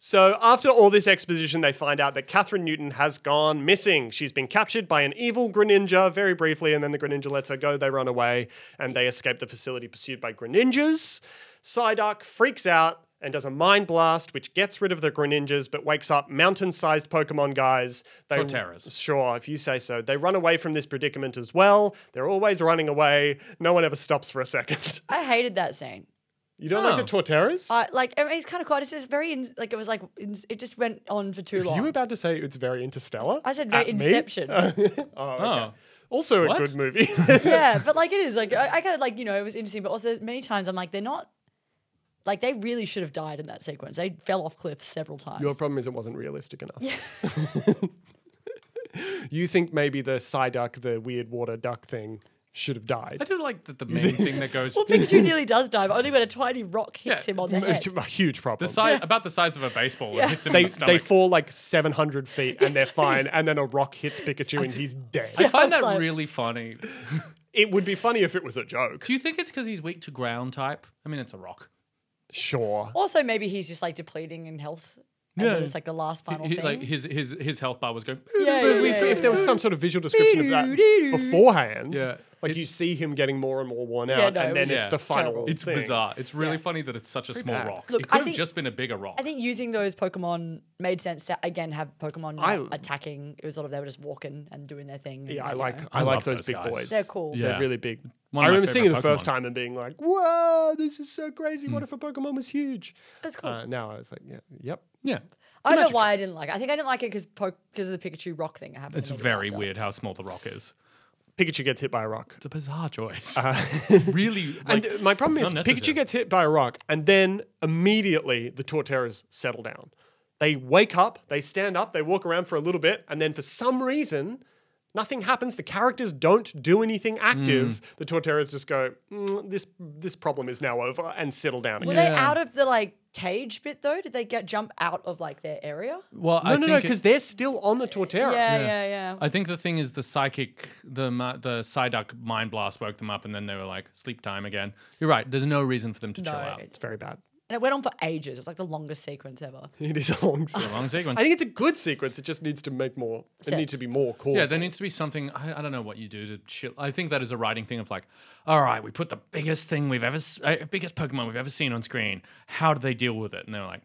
Speaker 1: So after all this exposition, they find out that Catherine Newton has gone missing. She's been captured by an evil Greninja very briefly, and then the Greninja lets her go. They run away, and they escape the facility pursued by Greninjas. Psyduck freaks out and does a mind blast, which gets rid of the Greninjas, but wakes up mountain-sized Pokemon guys. They
Speaker 2: Torterras.
Speaker 1: Sure, if you say so. They run away from this predicament as well. They're always running away. No one ever stops for a second.
Speaker 3: I hated that scene.
Speaker 1: You don't
Speaker 2: Oh.
Speaker 1: like the Torterras?
Speaker 3: I like, I mean, it's kind of quiet. It's just very, in, like, it was like, in, it just went on for too long.
Speaker 1: You were about to say it's very interstellar?
Speaker 3: I said very
Speaker 1: At me?
Speaker 3: Inception.
Speaker 2: Oh.
Speaker 1: Also
Speaker 2: What?
Speaker 1: a good movie.
Speaker 3: yeah, but like it is like I, I kind of like you know it was interesting, but also there's many times I'm like they're not Like they really should have died in that sequence. They fell off cliffs several times.
Speaker 1: Your problem is it wasn't realistic enough. you think maybe the Psyduck, the weird water duck thing, should have
Speaker 2: I
Speaker 1: died.
Speaker 2: do like that the main thing that goes
Speaker 3: well, Pikachu nearly does die, but only when a tiny rock hits
Speaker 2: Yeah,
Speaker 3: him on the head.
Speaker 1: It's a huge problem.
Speaker 2: the size about the size of a baseball. It hits him
Speaker 1: they,
Speaker 2: in the
Speaker 1: they
Speaker 2: stomach.
Speaker 1: fall like 700 feet and they're fine, and then a rock hits Pikachu and he's dead.
Speaker 2: I find that
Speaker 3: It's like-
Speaker 2: really funny.
Speaker 1: It would be funny if it was a joke.
Speaker 2: Do you think it's because he's weak to ground type? I mean, it's a rock.
Speaker 1: Sure.
Speaker 3: Also, maybe he's just like depleting in health. And
Speaker 2: Yeah.
Speaker 3: then it's like the last final
Speaker 2: He-
Speaker 3: thing.
Speaker 2: like his his his health bar was going.
Speaker 3: yeah,
Speaker 1: But
Speaker 3: yeah,
Speaker 1: if,
Speaker 3: yeah,
Speaker 1: if there was some sort of visual description of that beforehand,
Speaker 2: Yeah.
Speaker 1: like
Speaker 2: It-
Speaker 1: you see him getting more and more worn out,
Speaker 3: no, it
Speaker 1: and then
Speaker 3: was
Speaker 1: it's
Speaker 2: Yeah.
Speaker 1: the final.
Speaker 3: terrible.
Speaker 2: It's
Speaker 1: thing.
Speaker 2: bizarre. It's really funny that it's such a small
Speaker 1: bad.
Speaker 2: rock.
Speaker 3: Look,
Speaker 2: it
Speaker 3: I
Speaker 2: could have
Speaker 3: think-
Speaker 2: just been a bigger rock.
Speaker 3: I think using those Pokemon made sense to again have Pokemon not
Speaker 1: I-
Speaker 3: attacking. It was sort of they were just walking and doing their thing. and,
Speaker 1: Yeah, I
Speaker 3: you
Speaker 1: like
Speaker 3: know.
Speaker 1: I,
Speaker 2: I
Speaker 1: like
Speaker 2: love
Speaker 1: those,
Speaker 2: those
Speaker 1: big
Speaker 2: guys.
Speaker 1: boys.
Speaker 3: They're cool.
Speaker 2: Yeah.
Speaker 1: They're really big.
Speaker 2: One
Speaker 1: I
Speaker 2: of my
Speaker 1: remember seeing it the
Speaker 2: favorite
Speaker 1: first
Speaker 2: Pokemon. Hmm.
Speaker 1: time and being like, "Whoa, this is so crazy! What if a Pokemon was huge?"
Speaker 3: That's cool.
Speaker 1: Uh, now I was like, "Yeah, yep."
Speaker 2: yeah.
Speaker 3: I don't know why I didn't like. it. I think I didn't like it because because of the Pikachu rock thing that happened.
Speaker 2: It's
Speaker 3: immediately
Speaker 2: very
Speaker 3: after.
Speaker 2: weird how small the rock is.
Speaker 1: Pikachu gets hit by a rock.
Speaker 2: It's a bizarre choice. it's really like,
Speaker 1: And uh, my problem is
Speaker 2: unnecessary.
Speaker 1: Pikachu gets hit by a rock, and then immediately the Torterras settle down. They wake up, they stand up, they walk around for a little bit, and then for some reason, nothing happens. The characters don't do anything
Speaker 2: Hmm.
Speaker 1: active. The Torterras just go, "Mm, "This this problem is now over," and settle down.
Speaker 3: Were
Speaker 1: Again.
Speaker 3: they
Speaker 2: Yeah.
Speaker 3: out of the like cage bit though? Did they get jump out of like their area?
Speaker 2: well, I
Speaker 1: No, no,
Speaker 2: think
Speaker 1: no,
Speaker 2: it-
Speaker 1: because they're still on the Torterra.
Speaker 3: Yeah, yeah, yeah.
Speaker 2: I think the thing is the psychic, the ma- the Psyduck mind blast woke them up, and then they were like sleep time again. You're right. There's no reason for them to
Speaker 3: no,
Speaker 2: chill out.
Speaker 3: it's-
Speaker 1: It's very bad.
Speaker 3: and it went on for ages. It was like the longest sequence ever.
Speaker 1: It is a long
Speaker 2: A
Speaker 1: sequence.
Speaker 2: Long sequence.
Speaker 1: I think it's a good sequence. It just needs to make more. It needs
Speaker 3: Sense.
Speaker 1: to be more cool.
Speaker 2: yeah, there needs to be something. I, I don't know what you do to chill. I think that is a writing thing of like, all right, we put the biggest thing we've ever, s- uh, biggest Pokemon we've ever seen on screen. How do they deal with it? And they're like,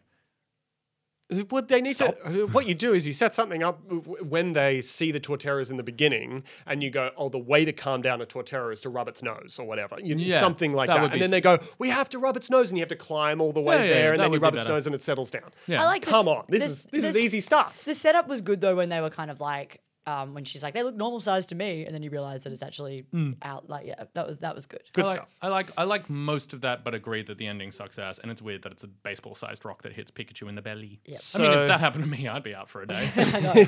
Speaker 1: What they need to, what you do is you set something up w- when they see the Torterras in the beginning, and you go, "Oh, the way to calm down a Torterra is to rub its nose or whatever, you,
Speaker 2: Yeah,
Speaker 1: something like
Speaker 2: that
Speaker 1: that."
Speaker 2: would
Speaker 1: And
Speaker 2: be
Speaker 1: then they go, "We have to rub its nose," and you have to climb all the way
Speaker 2: Yeah, yeah,
Speaker 1: there,
Speaker 2: yeah,
Speaker 1: and
Speaker 2: that
Speaker 1: then you
Speaker 2: would be
Speaker 1: rub its
Speaker 2: better.
Speaker 1: nose and it settles down.
Speaker 2: yeah,
Speaker 3: I like
Speaker 1: Come
Speaker 3: this,
Speaker 1: on, this, is this, is easy stuff.
Speaker 3: The setup was good though when they were kind of like um, when she's like they look normal size to me, and then you realize that it's actually out. Like yeah, that was that was good.
Speaker 1: Hmm. Good
Speaker 2: I like,
Speaker 1: stuff.
Speaker 2: I like I like most of that, but agree that the ending sucks ass, and it's weird that it's a baseball-sized rock that hits Pikachu in the belly. I mean,
Speaker 1: So-
Speaker 2: if that happened to me, I'd be out for a day.
Speaker 3: I know.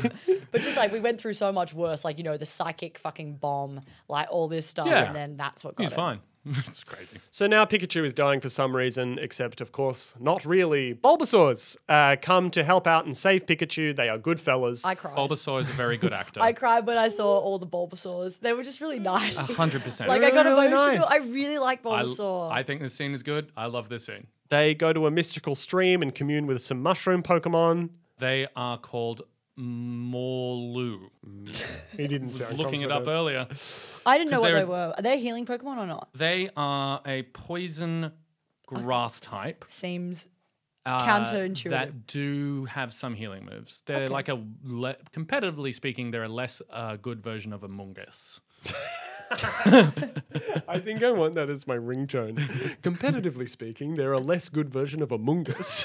Speaker 3: but just like we went through so much worse, like you know the psychic fucking bomb, like all this stuff,
Speaker 2: Yeah.
Speaker 3: and then that's what got
Speaker 2: He's
Speaker 3: it.
Speaker 2: fine. it's crazy.
Speaker 1: So now Pikachu is dying for some reason, except of course not really. Bulbasaur's uh, come to help out and save Pikachu. They are good fellas.
Speaker 3: I cried.
Speaker 2: Bulbasaur is a very good actor.
Speaker 3: I cried when I saw all the Bulbasaurs. They were just really nice.
Speaker 2: Hundred percent.
Speaker 3: like I got
Speaker 1: Really
Speaker 3: emotional.
Speaker 1: nice.
Speaker 3: I really like Bulbasaur.
Speaker 2: I think this scene is good. I love this scene.
Speaker 1: they go to a mystical stream and commune with some mushroom Pokemon.
Speaker 2: They are called Morlu.
Speaker 1: He didn't. sound
Speaker 2: Looking it up
Speaker 1: confident.
Speaker 2: earlier,
Speaker 3: I, didn't know what
Speaker 2: they're-
Speaker 3: they were. Are they healing Pokemon or not?
Speaker 2: they are a poison grass type
Speaker 3: Seems
Speaker 2: uh,
Speaker 3: Counterintuitive.
Speaker 2: that do have some healing moves. They're like a le- competitively speaking, they're a less uh, good version of Among Us.
Speaker 1: I think I want that as my ringtone. Competitively speaking, they're a less good version of Among Us.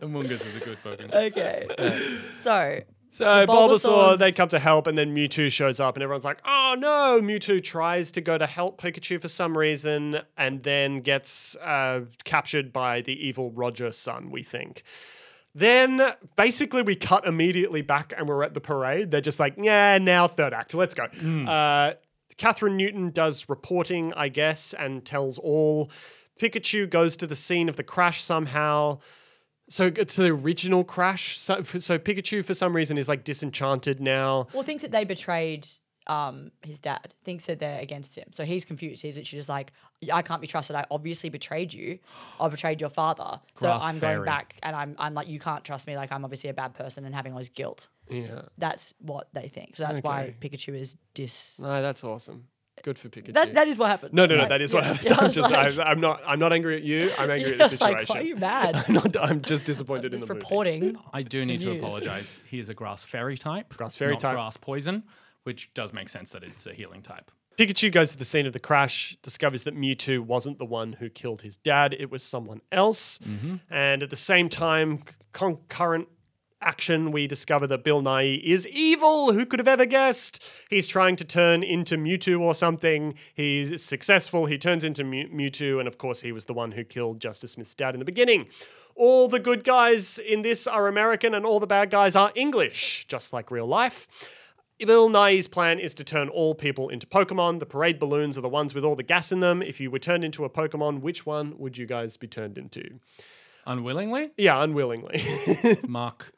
Speaker 2: Among Us is a good Pokemon.
Speaker 3: okay. so
Speaker 1: so Bulbasaur,
Speaker 3: Bulbasaur's-
Speaker 1: they come to help, and then Mewtwo shows up, and everyone's like, "Oh no!" Mewtwo tries to go to help Pikachu for some reason, and then gets uh, captured by the evil Roger son. We think. Then basically we cut immediately back and we're at the parade. They're just like, yeah, now third act, let's go. Uh, Catherine Newton does reporting, I guess, and tells all. Pikachu goes to the scene of the crash somehow. So it's the original crash. So, so Pikachu, for some reason, is like disenchanted now.
Speaker 3: Well, thinks that they betrayed um, his dad. Thinks that they're against him. So he's confused. He's literally just like, I can't be trusted. I obviously betrayed you. I betrayed your father. So
Speaker 2: Grass
Speaker 3: I'm
Speaker 2: fairy.
Speaker 3: going back and I'm, I'm like, you can't trust me. Like, I'm obviously a bad person and having all this guilt.
Speaker 1: Yeah.
Speaker 3: That's what they think. So that's why Pikachu is dis.
Speaker 1: No, that's awesome. Good for Pikachu.
Speaker 3: That, that is what happened.
Speaker 1: no, no, no.
Speaker 3: right?
Speaker 1: That is
Speaker 3: Yeah.
Speaker 1: what happens.
Speaker 3: Yeah, I
Speaker 1: I'm
Speaker 3: was
Speaker 1: just,
Speaker 3: like-
Speaker 1: I'm, I'm not, I'm not angry at you. I'm angry
Speaker 3: I
Speaker 1: at the
Speaker 3: was like,
Speaker 1: situation.
Speaker 3: why are you mad?
Speaker 1: I'm not. I'm just disappointed in
Speaker 3: Just
Speaker 1: the movie.
Speaker 3: reporting.
Speaker 2: I do need to
Speaker 3: news.
Speaker 2: apologize. He is a grass fairy type.
Speaker 1: Grass fairy
Speaker 2: not
Speaker 1: type.
Speaker 2: Grass poison, which does make sense that it's a healing type.
Speaker 1: Pikachu goes to the scene of the crash, discovers that Mewtwo wasn't the one who killed his dad, it was someone else. And at the same time, c- concurrent action, we discover that Bill Nye is evil. Who could have ever guessed? He's trying to turn into Mewtwo or something. He's successful. He turns into Mew- Mewtwo, and of course, he was the one who killed Justice Smith's dad in the beginning. All the good guys in this are American, and all the bad guys are English, just like real life. Bill Nye's plan is to turn all people into Pokemon. The parade balloons are the ones with all the gas in them. If you were turned into a Pokemon, which one would you guys be turned into?
Speaker 2: Unwillingly?
Speaker 1: Yeah, unwillingly.
Speaker 2: Mark.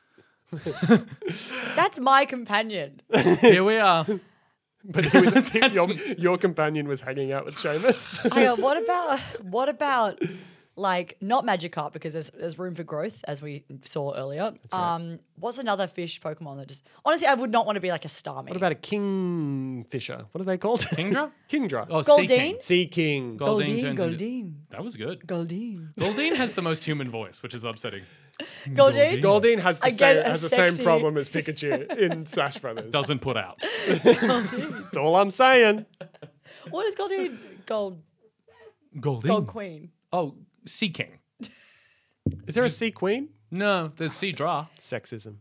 Speaker 3: That's my companion.
Speaker 2: Here we are.
Speaker 1: but he was- your, your companion was hanging out with Seamus.
Speaker 3: Hang on, uh, what about what about like not Magikarp because there's there's room for growth as we saw earlier. Um, what's another fish Pokemon that just honestly I would not want to be like a Starmie.
Speaker 1: what about a kingfisher? What are they called?
Speaker 2: Kingdra?
Speaker 1: Kingdra.
Speaker 2: Oh, Sea
Speaker 3: Goldeen?
Speaker 2: King.
Speaker 1: sea king.
Speaker 2: Goldeen turns into-
Speaker 3: Goldeen,
Speaker 2: That was good.
Speaker 3: Goldeen,
Speaker 2: Goldeen has the most human voice, which is upsetting.
Speaker 3: Goldeen, Goldeen.
Speaker 1: Goldeen has the,
Speaker 3: Again,
Speaker 1: same,
Speaker 3: a
Speaker 1: has the same
Speaker 3: sexy-
Speaker 1: problem as Pikachu in Smash Brothers.
Speaker 2: Doesn't put out.
Speaker 1: That's all I'm saying.
Speaker 3: What is Goldeen? Gold,
Speaker 2: Goldeen.
Speaker 3: Gold Queen.
Speaker 2: oh, Sea King.
Speaker 1: Is there a sea queen?
Speaker 2: No, there's Sea Dra,
Speaker 1: Sexism.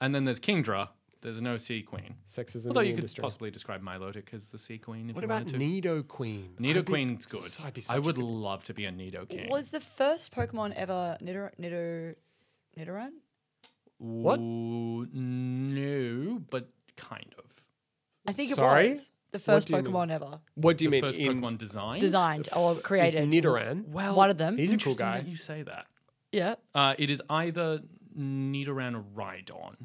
Speaker 2: and then there's Kingdra. There's no Sea Queen.
Speaker 1: Sexism
Speaker 2: Although
Speaker 1: in the
Speaker 2: you could
Speaker 1: industry.
Speaker 2: possibly describe Milotic as the Sea Queen if
Speaker 1: what
Speaker 2: you
Speaker 1: about
Speaker 2: wanted to.
Speaker 1: Nido Queen?
Speaker 2: Nido Queen's good.
Speaker 1: I'd be
Speaker 2: I
Speaker 1: such a
Speaker 2: would love to be a Nido King.
Speaker 3: Was the first Pokemon ever Nido Nido Nidoran?
Speaker 2: what? No, but kind of.
Speaker 3: I think
Speaker 1: Sorry?
Speaker 3: it was the first
Speaker 1: do you mean?
Speaker 3: Pokemon ever
Speaker 1: What do you mean?
Speaker 2: First
Speaker 1: in,
Speaker 2: Pokemon design.
Speaker 3: designed or
Speaker 1: is
Speaker 3: created.
Speaker 1: Nidoran.
Speaker 2: Well,
Speaker 3: One of them.
Speaker 1: He's a cool
Speaker 2: interesting
Speaker 1: guy.
Speaker 2: that You say that.
Speaker 3: yeah.
Speaker 2: Uh, it is either Nidoran or Rhydon.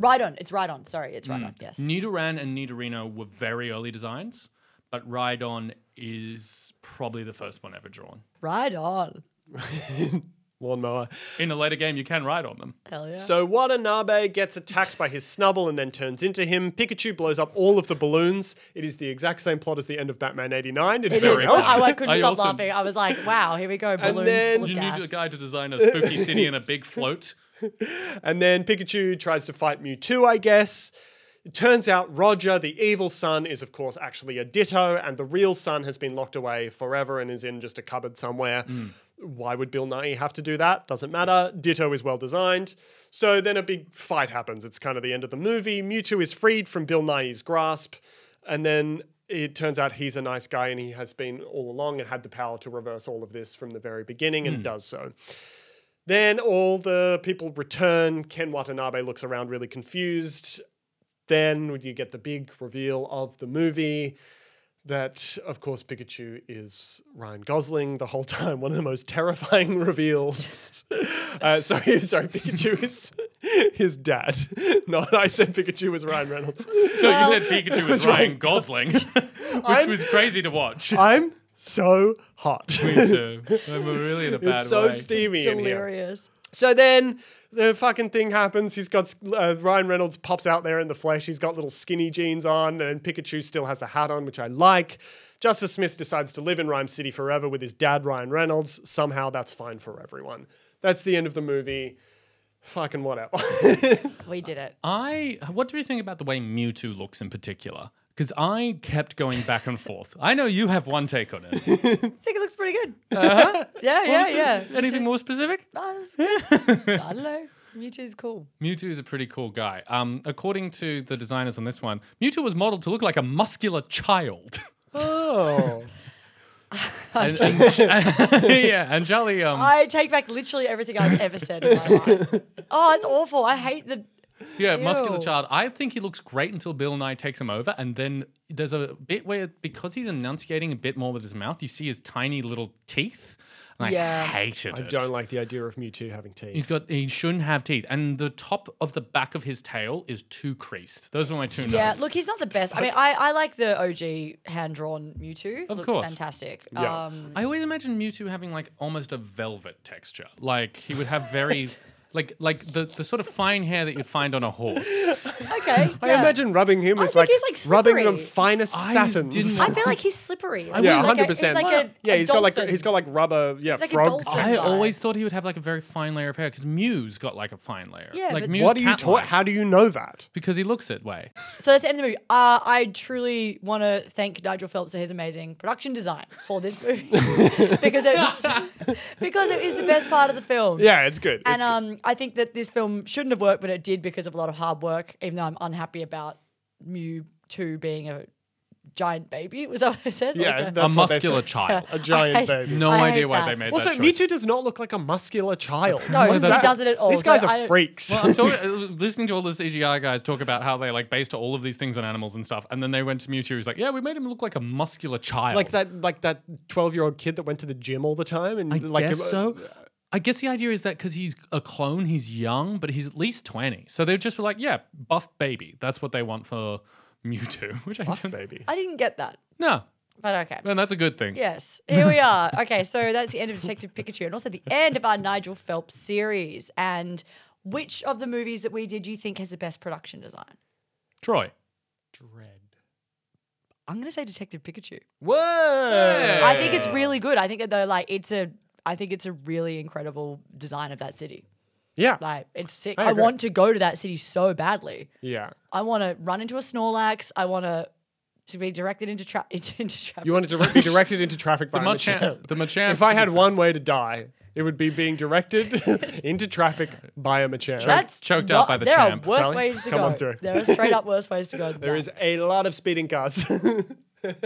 Speaker 3: Rhydon. It's Rhydon. Sorry, it's Rhydon. Yes.
Speaker 2: Nidoran and Nidorino were very early designs, but Rhydon is probably the first one ever drawn.
Speaker 3: Rhydon.
Speaker 1: Lawnmower.
Speaker 2: In a later game, you can ride on them.
Speaker 3: Hell yeah.
Speaker 1: So Watanabe gets attacked by his snubble and then turns into him. Pikachu blows up all of the balloons. It is the exact same plot as the end of Batman 89. It
Speaker 3: It is. Oh,
Speaker 1: very else.
Speaker 3: I, I couldn't
Speaker 2: I
Speaker 3: stop
Speaker 2: also-
Speaker 3: laughing. I was like, wow, here we go. Balloons
Speaker 1: then
Speaker 3: full of
Speaker 2: You
Speaker 3: gas.
Speaker 2: need a guy to design a spooky city and a big float.
Speaker 1: And then Pikachu tries to fight Mewtwo, I guess. It turns out Roger, the evil son, is of course actually a ditto, and the real son has been locked away forever and is in just a cupboard somewhere. Why would Bill Nye have to do that? Doesn't matter. Ditto is well designed. So then a big fight happens. It's kind of the end of the movie. Mewtwo is freed from Bill Nye's grasp, and then it turns out he's a nice guy and he has been all along and had the power to reverse all of this from the very beginning and does so. Then all the people return. Ken Watanabe looks around really confused. Then you get the big reveal of the movie that, of course, Pikachu is Ryan Gosling the whole time. One of the most terrifying reveals. uh, sorry, sorry, Pikachu is his dad. Not I said Pikachu was Ryan Reynolds.
Speaker 2: No, you said Pikachu was
Speaker 1: was Ryan
Speaker 2: Ryan Gosling, which
Speaker 1: I'm-
Speaker 2: was crazy to watch.
Speaker 1: I'm so hot.
Speaker 2: I'm really in a bad
Speaker 1: It's so
Speaker 2: way.
Speaker 1: steamy in here.
Speaker 3: Delirious.
Speaker 1: So then the fucking thing happens. He's got uh, Ryan Reynolds pops out there in the flesh. He's got little skinny jeans on, and Pikachu still has the hat on, which I like. Justice Smith decides to live in Rhyme City forever with his dad, Ryan Reynolds. Somehow that's fine for everyone. That's the end of the movie. Fucking whatever.
Speaker 3: We did it.
Speaker 2: I what do you think about the way Mewtwo looks in particular? Because I kept going back and forth. I know you have one take on it.
Speaker 3: I think it looks pretty good. Uh-huh. Yeah, yeah, yeah.
Speaker 2: Anything
Speaker 3: Mewtwo's-
Speaker 2: more specific?
Speaker 3: Nah, it's good. I don't know. Mewtwo's cool.
Speaker 2: Mewtwo is a pretty cool guy. Um, according to the designers on this one, Mewtwo was modeled to look like a muscular child.
Speaker 1: oh.
Speaker 2: and, and- yeah, and Jolly. Um,
Speaker 3: I take back literally everything I've ever said in my life. Oh, it's awful. I hate the.
Speaker 2: Yeah, muscular
Speaker 3: Ew.
Speaker 2: child. I think he looks great until Bill Nye takes him over, and then there's a bit where because he's enunciating a bit more with his mouth, you see his tiny little teeth. And
Speaker 3: Yeah.
Speaker 2: I hated
Speaker 1: I
Speaker 2: it.
Speaker 1: don't like the idea of Mewtwo having teeth.
Speaker 2: He's got. He shouldn't have teeth, and the top of the back of his tail is too creased. Those were my two notes.
Speaker 3: Yeah, look, he's not the best. I mean, I, I like the OG hand drawn Mewtwo.
Speaker 2: Of
Speaker 3: looks
Speaker 2: course.
Speaker 3: fantastic.
Speaker 1: Yeah.
Speaker 3: Um,
Speaker 2: I always imagine Mewtwo having like almost a velvet texture. Like he would have very, like like the the sort of fine hair that you'd find on a horse.
Speaker 3: okay.
Speaker 1: I
Speaker 3: yeah.
Speaker 1: imagine rubbing him
Speaker 3: I
Speaker 1: is
Speaker 3: think
Speaker 1: like,
Speaker 3: he's, like,
Speaker 1: rubbing the
Speaker 3: slippery.
Speaker 1: finest
Speaker 2: I
Speaker 1: satins.
Speaker 2: didn't
Speaker 3: I feel like he's slippery. Like,
Speaker 1: yeah,
Speaker 3: he's like a-
Speaker 1: hundred
Speaker 3: he's
Speaker 1: percent.
Speaker 3: Like a,
Speaker 1: yeah,
Speaker 3: a
Speaker 1: he's got like
Speaker 3: dolphin.
Speaker 1: he's got like rubber, yeah,
Speaker 3: like a
Speaker 1: frog.
Speaker 3: dolphin.
Speaker 2: I
Speaker 3: Sorry.
Speaker 2: always thought he would have like a very fine layer of hair because Mew's got like a fine layer.
Speaker 3: Yeah,
Speaker 2: like
Speaker 3: but-
Speaker 2: Mew's
Speaker 1: What are you taught?
Speaker 2: cat-like,
Speaker 1: How do you know that?
Speaker 2: Because he looks that way.
Speaker 3: So that's the end of the movie. Uh, I truly want to thank Nigel Phelps for his amazing production design for this movie because it because it is the best part of the film.
Speaker 1: Yeah, it's good.
Speaker 3: And
Speaker 1: It's good.
Speaker 3: um, I think that this film shouldn't have worked, but it did because of a lot of hard work. Even though I'm unhappy about Mew Two being a giant baby, was that what I said?
Speaker 1: Yeah,
Speaker 3: Like a-
Speaker 2: a
Speaker 1: That's what they
Speaker 2: muscular
Speaker 1: say.
Speaker 2: child.
Speaker 1: A giant
Speaker 3: I-
Speaker 1: baby.
Speaker 2: No
Speaker 3: I
Speaker 2: idea
Speaker 3: hate
Speaker 2: why
Speaker 3: that.
Speaker 2: they made
Speaker 1: Also,
Speaker 2: that choice.
Speaker 1: Mewtwo does not look like a muscular child.
Speaker 3: No,
Speaker 1: What is
Speaker 3: he
Speaker 1: that?
Speaker 3: doesn't at all,
Speaker 1: These guys
Speaker 3: so
Speaker 1: are
Speaker 3: I-
Speaker 1: freaks.
Speaker 2: Well, I'm talking, uh, listening to all the CGI guys talk about how they like based all of these things on animals and stuff, and then they went to Mewtwo. He's like, "Yeah, we made him look like a muscular child."
Speaker 1: like that, like that twelve-year-old kid that went to the gym all the time, and
Speaker 2: I
Speaker 1: like uh,
Speaker 2: guess so. I guess the idea is that because he's a clone, he's young, but he's at least twenty. So they're just like, "Yeah, buff baby." That's what they want for Mewtwo, which I don't.
Speaker 1: baby.
Speaker 3: I didn't get that,
Speaker 2: No,
Speaker 3: but okay.
Speaker 2: and that's a good thing.
Speaker 3: Yes, here we are. Okay, so that's the end of Detective Pikachu and also the end of our Nigel Phelps series. And which of the movies that we did you think has the best production design?
Speaker 2: Troy.
Speaker 1: Dread.
Speaker 3: I'm going to say Detective Pikachu.
Speaker 1: Whoa!
Speaker 3: I think it's really good. I think that though, like it's a, I think it's a really incredible design of that city.
Speaker 1: yeah,
Speaker 3: Like it's sick.
Speaker 1: I
Speaker 3: I,
Speaker 1: agree.
Speaker 3: want to go to that city so badly.
Speaker 1: yeah.
Speaker 3: I want to run into a Snorlax. I want to to be directed into trap into, into trap.
Speaker 1: You wanted to be directed into traffic by
Speaker 2: The
Speaker 1: a
Speaker 2: Machamp.
Speaker 1: Machamp.
Speaker 2: The Machamp.
Speaker 1: If I
Speaker 2: to be
Speaker 1: had one way to die, it would be being directed into traffic by a Machamp.
Speaker 3: That's
Speaker 2: choked
Speaker 3: not-
Speaker 2: out by the
Speaker 3: there
Speaker 2: champ.
Speaker 3: are worse
Speaker 1: Charlie,
Speaker 3: ways to
Speaker 1: come
Speaker 3: go.
Speaker 1: on through.
Speaker 3: There are straight up worse ways to go.
Speaker 1: there is a lot of speeding cars.
Speaker 3: okay.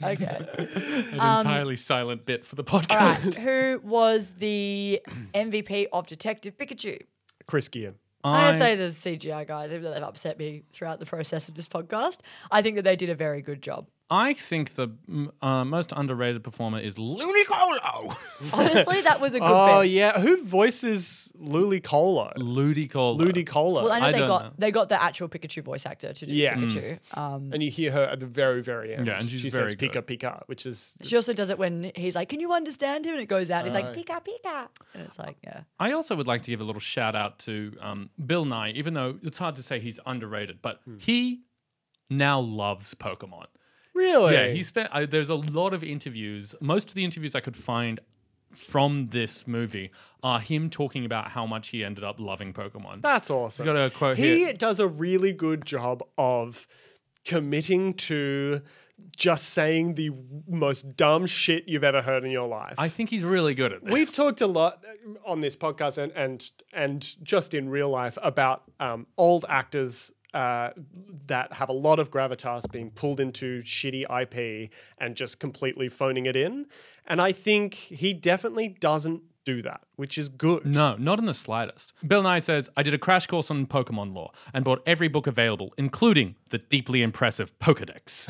Speaker 2: an
Speaker 1: um,
Speaker 2: entirely silent bit for the
Speaker 3: All right,
Speaker 2: podcast.
Speaker 3: who was the MVP of Detective Pikachu?
Speaker 1: Chris Gian.
Speaker 3: I'm
Speaker 2: I-
Speaker 3: gonna say the CGI guys, even though they've upset me throughout the process of this podcast. I think that they did a very good job.
Speaker 2: I think the mm, uh, most underrated performer is Looney Colo.
Speaker 3: Honestly, that was a good
Speaker 1: Oh
Speaker 3: bit.
Speaker 1: yeah, who voices Luli Colo?
Speaker 2: Ludi Colo.
Speaker 1: Ludi Colo.
Speaker 3: Well, I know
Speaker 2: I
Speaker 3: they
Speaker 2: don't
Speaker 3: got
Speaker 2: know.
Speaker 3: they got the actual Pikachu voice actor to do
Speaker 1: Yes.
Speaker 3: Pikachu. Um,
Speaker 1: and you hear her at the very, very end.
Speaker 2: Yeah, and she's
Speaker 1: she
Speaker 2: very
Speaker 1: says
Speaker 2: good.
Speaker 1: "pika pika," which is
Speaker 3: she also does it when he's like, "Can you understand him?" and it goes out. And he's like, "Pika Pika," and it's like, yeah.
Speaker 2: I also would like to give a little shout out to um, Bill Nye, even though it's hard to say he's underrated, but he now loves Pokemon.
Speaker 1: really
Speaker 2: Yeah, he spent. I, there's a lot of interviews. Most of the interviews I could find from this movie are him talking about how much he ended up loving Pokemon.
Speaker 1: That's awesome.
Speaker 2: got a quote
Speaker 1: he
Speaker 2: here.
Speaker 1: does a really good job of committing to just saying the most dumb shit you've ever heard in your life.
Speaker 2: I think he's really good at this.
Speaker 1: We've talked a lot uh, on this podcast and and and just in real life about um, old actors. Uh, that have a lot of gravitas being pulled into shitty IP and just completely phoning it in. And I think he definitely doesn't do that, which is good.
Speaker 2: No, not in the slightest. Bill Nye says, I did a crash course on Pokemon lore and bought every book available, including the deeply impressive Pokedex.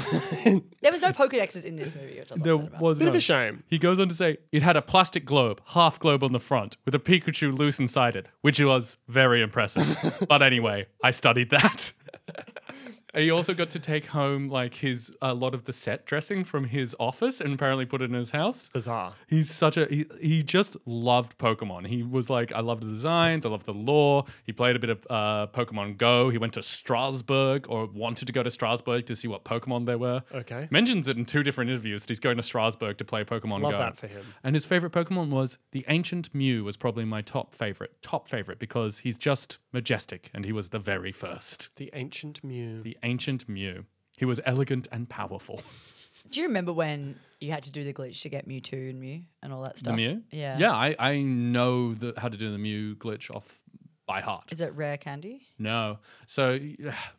Speaker 3: There was no Pokedexes in this movie, which I was upset about.
Speaker 2: was
Speaker 1: Bit of a shame.
Speaker 2: He goes on to say, it had a plastic globe, half globe on the front, with a Pikachu loose inside it, which was very impressive. but anyway, I studied that. he also got to take home like his a lot of the set dressing from his office and apparently put it in his house.
Speaker 1: Bizarre.
Speaker 2: He's such a he, he just loved Pokemon. He was like, I love the designs, I love the lore. He played a bit of uh, Pokemon Go. He went to Strasbourg or wanted to go to Strasbourg to see what Pokemon there were.
Speaker 1: Okay.
Speaker 2: Mentions it in two different interviews that he's going to Strasbourg to play Pokemon
Speaker 1: Love
Speaker 2: Go.
Speaker 1: that for him.
Speaker 2: And his favorite Pokemon was the Ancient Mew was probably my top favorite, top favorite because he's just majestic and he was the very first.
Speaker 1: The ancient Mew.
Speaker 2: The Ancient Mew. He was elegant and powerful.
Speaker 3: Do you remember when you had to do the glitch to get Mewtwo and Mew and all that stuff?
Speaker 2: The Mew?
Speaker 3: Yeah.
Speaker 2: Yeah, I, I know the, how to do the Mew glitch off by heart.
Speaker 3: Is it rare candy?
Speaker 2: No. So,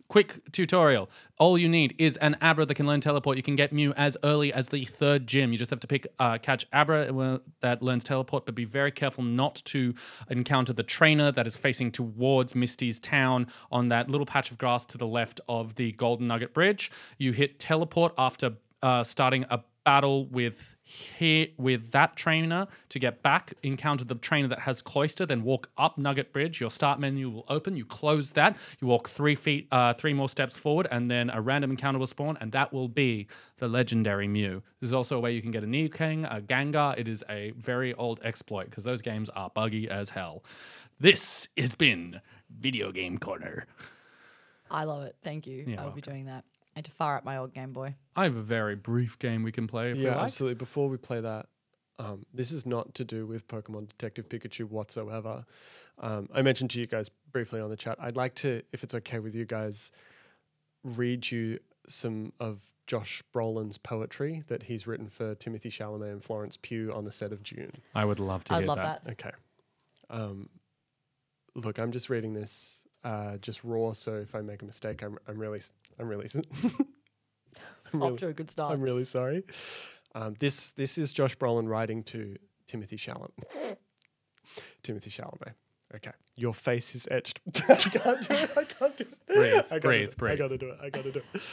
Speaker 2: quick tutorial. All you need is an Abra that can learn teleport. You can get Mew as early as the third gym. You just have to pick uh, catch Abra uh, that learns teleport, but be very careful not to encounter the trainer that is facing towards Misty's town on that little patch of grass to the left of the Golden Nugget Bridge. You hit teleport after uh, starting a battle with here with that trainer to get back, encounter the trainer that has cloister, then walk up Nugget Bridge. Your start menu will open. You close that. You walk three feet, uh, three more steps forward, and then a random encounter will spawn, and that will be the legendary Mew. This is also a way you can get a New King, a Gengar. It is a very old exploit because those games are buggy as hell. This has been Video Game Corner.
Speaker 3: I love it. Thank you. I will be doing that. And to fire up my old Game Boy.
Speaker 2: I have a very brief game we can play if we
Speaker 1: Yeah,
Speaker 2: like.
Speaker 1: absolutely. Before we play that, um, this is not to do with Pokemon Detective Pikachu whatsoever. Um, I mentioned to you guys briefly on the chat. I'd like to, if it's okay with you guys, read you some of Josh Brolin's poetry that he's written for Timothy Chalamet and Florence Pugh on the set of June.
Speaker 2: I would love to
Speaker 3: I
Speaker 2: hear
Speaker 3: love
Speaker 2: that.
Speaker 3: that.
Speaker 1: Okay. Um, Look, I'm just reading this uh, just raw, so if I make a mistake, I'm, I'm really, s- I'm really, s- I'm
Speaker 3: Off
Speaker 1: really,
Speaker 3: to a good start.
Speaker 1: I'm really sorry. Um, this, this is Josh Brolin writing to Timothy Chalamet. Timothy Chalamet. Okay, your face is etched. I can't do it. I can't do it.
Speaker 2: Breathe,
Speaker 1: I gotta do
Speaker 2: breathe,
Speaker 1: it. I
Speaker 2: breathe.
Speaker 1: gotta do it. I gotta do it.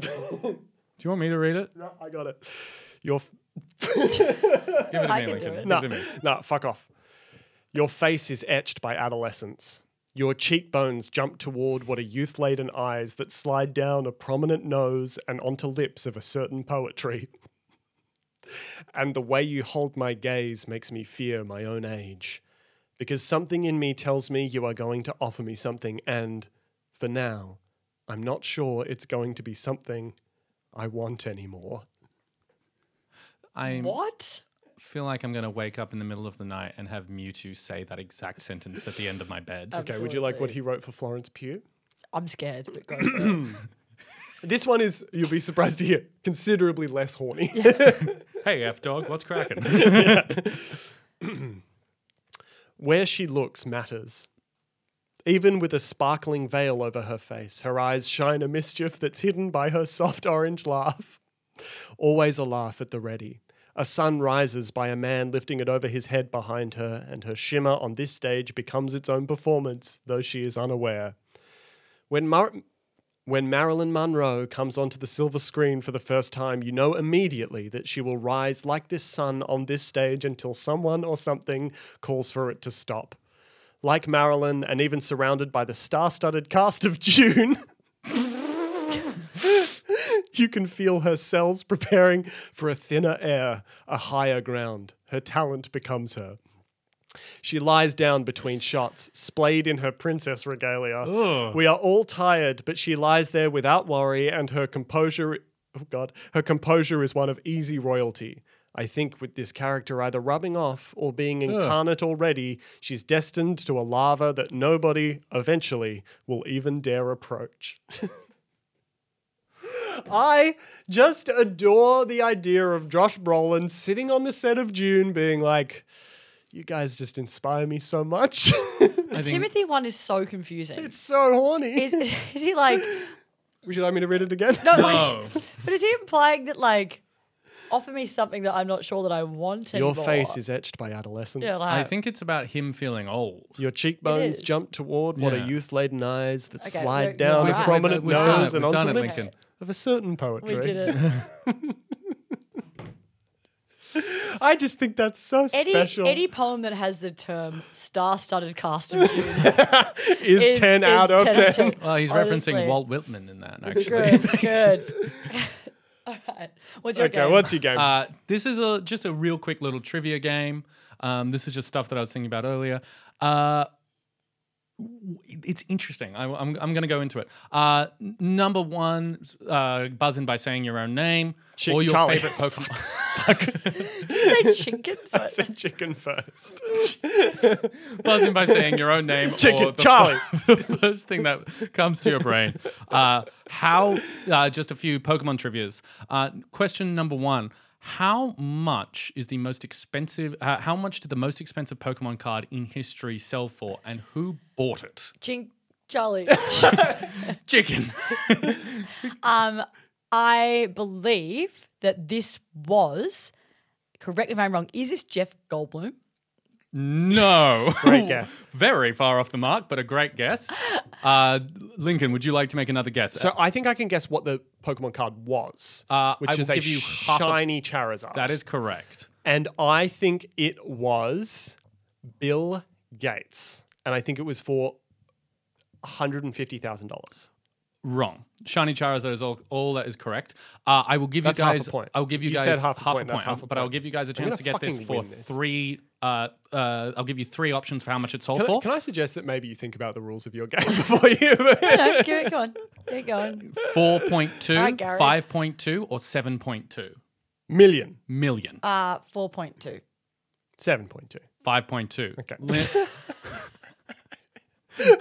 Speaker 2: Do you want me to read it?
Speaker 1: No, I got it. Your f-
Speaker 2: Give it to
Speaker 3: I
Speaker 2: me,
Speaker 3: can do
Speaker 2: Lincoln.
Speaker 3: it.
Speaker 2: Give
Speaker 1: no,
Speaker 2: it to me.
Speaker 1: no, fuck off. Your face is etched by adolescence. Your cheekbones jump toward what are youth laden eyes that slide down a prominent nose and onto lips of a certain poetry. and the way you hold my gaze makes me fear my own age. Because something in me tells me you are going to offer me something, and for now, I'm not sure it's going to be something I want anymore.
Speaker 2: I
Speaker 3: What?
Speaker 2: feel like I'm going to wake up in the middle of the night and have Mewtwo say that exact sentence at the end of my bed.
Speaker 1: Okay, would you like what he wrote for Florence Pugh?
Speaker 3: I'm scared. But go for it.
Speaker 1: This one is, you'll be surprised to hear, considerably less horny.
Speaker 2: Hey, F dog, what's cracking?
Speaker 1: Where she looks matters. Even with a sparkling veil over her face, her eyes shine a mischief that's hidden by her soft orange laugh. Always a laugh at the ready. A sun rises by a man lifting it over his head behind her, and her shimmer on this stage becomes its own performance, though she is unaware. When Mar- When Marilyn Monroe comes onto the silver screen for the first time, you know immediately that she will rise like this sun on this stage until someone or something calls for it to stop. Like Marilyn, and even surrounded by the star studded cast of June, you can feel her cells preparing for a thinner air, a higher ground. Her talent becomes her. She lies down between shots, splayed in her princess regalia. We are all tired, but she lies there without worry, and her composure oh god, her composure is one of easy royalty. I think with this character either rubbing off or being incarnate already, she's destined to a lava that nobody eventually will even dare approach. I just adore the idea of Josh Brolin sitting on the set of June being like, you guys just inspire me so much.
Speaker 2: I think,
Speaker 3: Timothy one is so confusing.
Speaker 1: it's so horny.
Speaker 3: Is, is he like
Speaker 1: Would you like me to read it again?
Speaker 3: no, like,
Speaker 2: oh,
Speaker 3: but is he implying that like offer me something that I'm not sure that I want
Speaker 1: Your
Speaker 3: anymore?
Speaker 1: face is etched by adolescence.
Speaker 3: Yeah, like-
Speaker 2: I think it's about him feeling old.
Speaker 1: Your
Speaker 3: It
Speaker 1: cheekbones
Speaker 3: is.
Speaker 1: jump toward what
Speaker 2: Yeah.
Speaker 1: are youth laden eyes that
Speaker 3: Okay,
Speaker 1: slide
Speaker 3: we're-
Speaker 1: down
Speaker 3: we're
Speaker 1: a
Speaker 3: right.
Speaker 1: prominent
Speaker 2: We've done it,
Speaker 1: nose and
Speaker 2: we've done
Speaker 1: onto
Speaker 2: it,
Speaker 1: lips
Speaker 2: Lincoln.
Speaker 1: of a certain poetry.
Speaker 3: we did it.
Speaker 1: I just think that's so
Speaker 3: Any
Speaker 1: special.
Speaker 3: any poem that has the term star-studded cast of June
Speaker 1: is,
Speaker 3: is
Speaker 1: 10
Speaker 3: is
Speaker 1: out of 10.
Speaker 2: Well, he's
Speaker 3: Honestly.
Speaker 2: referencing Walt Whitman in that, actually.
Speaker 3: Good, good. All right. What's your
Speaker 1: Okay,
Speaker 3: game?
Speaker 1: what's your game?
Speaker 2: Uh, this is a, just a real quick little trivia game. Um, this is just stuff that I was thinking about earlier. Uh, w- it's interesting. I, am I'm going to go into it. Uh, n- number one, uh, buzzing by saying your own name
Speaker 1: Chick-
Speaker 2: or your
Speaker 1: Charlie.
Speaker 2: favorite Pokemon.
Speaker 3: Did you say chickens?
Speaker 1: I said chicken first.
Speaker 2: buzzing by saying your own name or
Speaker 1: Chicken,
Speaker 2: the
Speaker 1: Charlie.
Speaker 2: the first thing that comes to your brain. Uh, how, uh, just a few Pokemon trivias. Uh, question number one How much is the most expensive, uh, how much did the most expensive Pokemon card in history sell for and who bought it?
Speaker 3: Chink Charlie.
Speaker 2: Chicken.
Speaker 3: Um, I believe that this was, correct me if I'm wrong, is this Jeff Goldblum?
Speaker 2: no.
Speaker 1: Great guess.
Speaker 2: Very far off the mark, but a great guess. Uh, Lincoln, would you like to make another guess?
Speaker 1: So I think I can guess what the Pokemon card was,
Speaker 2: Uh,
Speaker 1: which
Speaker 2: I
Speaker 1: is
Speaker 2: will
Speaker 1: a
Speaker 2: give you half a-
Speaker 1: shiny Charizard.
Speaker 2: that is correct.
Speaker 1: and I think it was Bill Gates, and I think it was for one hundred and fifty thousand dollars.
Speaker 2: Wrong. Shiny Charizard is all, all that is correct. Uh, I will give
Speaker 1: That's
Speaker 2: you
Speaker 1: half a
Speaker 2: guys.
Speaker 1: point.
Speaker 2: I'll give you,
Speaker 1: You
Speaker 2: guys
Speaker 1: said half a point, that's
Speaker 2: I'll-
Speaker 1: half a
Speaker 2: but I'll
Speaker 1: point.
Speaker 2: give you guys a chance
Speaker 1: gonna
Speaker 2: to get this
Speaker 1: fucking
Speaker 2: for
Speaker 1: win this.
Speaker 2: three. Uh, uh, I'll give you three options for how much it's sold
Speaker 1: Can I,
Speaker 2: for.
Speaker 1: can I suggest that maybe you think about the rules of your game before you?
Speaker 3: No, give it, go on. There you go.
Speaker 2: 4.2,
Speaker 3: Alright, Gary.
Speaker 2: 5.2, or 7.2
Speaker 1: Million
Speaker 2: million.
Speaker 3: Uh, 4.2.
Speaker 1: seven point two.
Speaker 2: 5.2.
Speaker 1: Okay.
Speaker 2: Lin-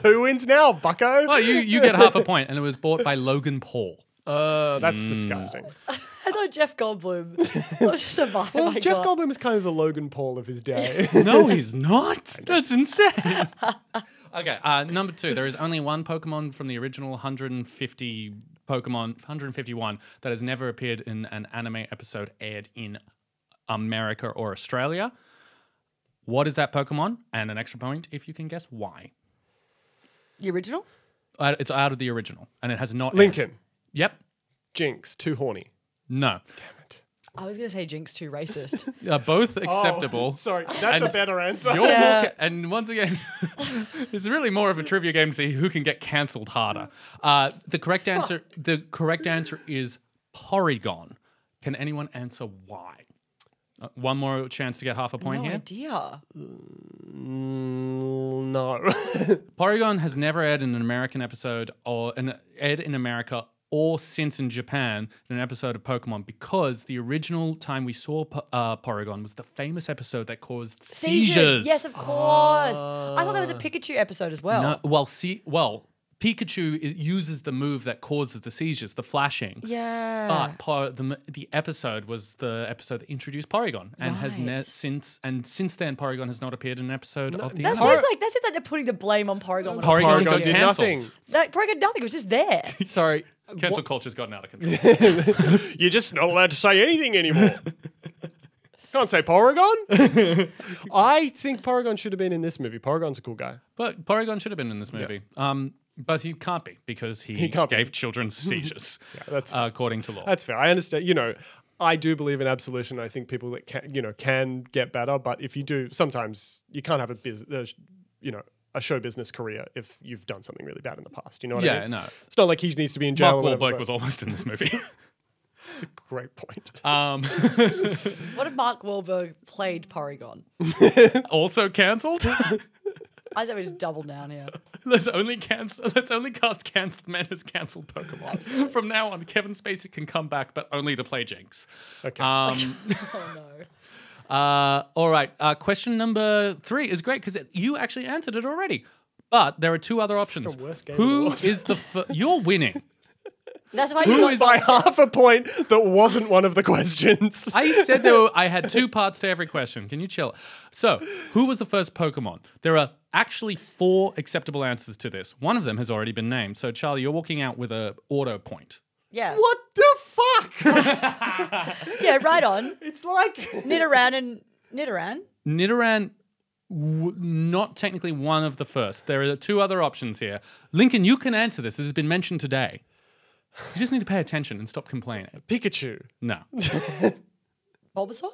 Speaker 1: Who wins now, Bucko?
Speaker 2: Oh, well, you, you get half a point, and it was bought by Logan Paul.
Speaker 1: Uh, that's disgusting.
Speaker 3: I thought Jeff Goldblum was just a vibe.
Speaker 1: Well,
Speaker 3: I
Speaker 1: Jeff
Speaker 3: got.
Speaker 1: Goldblum is kind of the Logan Paul of his day.
Speaker 2: No, he's not. That's insane. okay, uh, number two. There is only one Pokemon from the original 150 Pokemon, 151, that has never appeared in an anime episode aired in America or Australia. What is that Pokemon? And an extra point if you can guess why.
Speaker 3: The original?
Speaker 2: Uh, It's out of the original, and it has not. aired.
Speaker 1: Lincoln,
Speaker 2: Yep.
Speaker 1: Jinx, too horny.
Speaker 2: No.
Speaker 3: I was going to say Jinx too racist.
Speaker 2: Uh, both
Speaker 1: Oh,
Speaker 2: acceptable.
Speaker 1: sorry, that's a
Speaker 2: And
Speaker 1: better answer.
Speaker 2: You're
Speaker 3: Yeah.
Speaker 2: more ca- and once again, it's really more of a trivia game to see who can get cancelled harder. Uh, the correct answer, the correct answer is Porygon. Can anyone answer why? Uh, one more chance to get half a point
Speaker 3: no
Speaker 2: here.
Speaker 3: idea.
Speaker 1: Mm, no.
Speaker 2: Porygon has never aired in an American episode or an aired in America or since in Japan in an episode of Pokemon because the original time we saw Po- uh, Porygon was the famous episode that caused seizures. Ah.
Speaker 3: Yes, of course. I thought there was a Pikachu episode as well.
Speaker 2: No, well, see, well, Pikachu i- uses the move that causes the seizures, the flashing.
Speaker 3: Yeah.
Speaker 2: But po- the m- the episode was the episode that introduced Porygon, and has ne-
Speaker 3: Right.
Speaker 2: since and since then Porygon has not appeared in an episode of the.
Speaker 3: that
Speaker 2: anime.
Speaker 3: sounds like that seems like they're putting the blame on Porygon. when it was
Speaker 2: Porygon
Speaker 3: Porygon.
Speaker 2: got
Speaker 1: did
Speaker 2: cancelled.
Speaker 1: nothing.
Speaker 3: That Porygon nothing. It was just there.
Speaker 1: Sorry.
Speaker 2: Cancel culture's gotten out of control.
Speaker 1: You're just not allowed to say anything anymore. Can't say Porygon. I think Porygon should have been in this movie. Porygon's a cool guy.
Speaker 2: but Porygon should have been in this movie. Um, but he can't be because he,
Speaker 1: can't be.
Speaker 2: gave children seizures,
Speaker 1: that's
Speaker 2: uh, according to law.
Speaker 1: That's fair. I understand. You know, I do believe in absolution. I think people that can, you know, can get better, but if you do, sometimes you can't have a business, you know, a show business career if you've done something really bad in the past. You know what I
Speaker 2: yeah,
Speaker 1: mean?
Speaker 2: no.
Speaker 1: It's not like he needs to be in
Speaker 2: Mark
Speaker 1: jail. or whatever,
Speaker 2: Wahlberg
Speaker 1: but
Speaker 2: was almost in this movie.
Speaker 1: It's a great point.
Speaker 2: um,
Speaker 3: What if Mark Wahlberg played Porygon?
Speaker 2: also cancelled.
Speaker 3: I say we just double down here.
Speaker 2: Let's only cancel. Let's only cast cancelled men as cancelled Pokemon. From now on, Kevin Spacey can come back, but only to play Jinx.
Speaker 1: Okay.
Speaker 2: Um,
Speaker 3: Oh no.
Speaker 2: uh, all right. Uh, question number three is great because you actually answered it already. But there are two other options.
Speaker 1: worst game in the
Speaker 2: Who
Speaker 1: world.
Speaker 2: is the? F- you're winning.
Speaker 3: That's why
Speaker 2: Who
Speaker 3: you
Speaker 2: is?
Speaker 1: By half a point that wasn't one of the questions.
Speaker 2: I said there. Were, I had two parts to every question. Can you chill? So, who was the first Pokemon? There are actually four acceptable answers to this. One of them has already been named. So, Charlie, you're walking out with a auto point.
Speaker 3: yeah.
Speaker 1: what the fuck?
Speaker 3: Yeah, right on.
Speaker 1: it's like
Speaker 3: Nidoran and Nidoran.
Speaker 2: Nidoran, w- not technically one of the first. There are two other options here. Lincoln, you can answer this. This has been mentioned today. You just need to pay attention and stop complaining.
Speaker 1: Pikachu.
Speaker 2: No.
Speaker 3: Bulbasaur?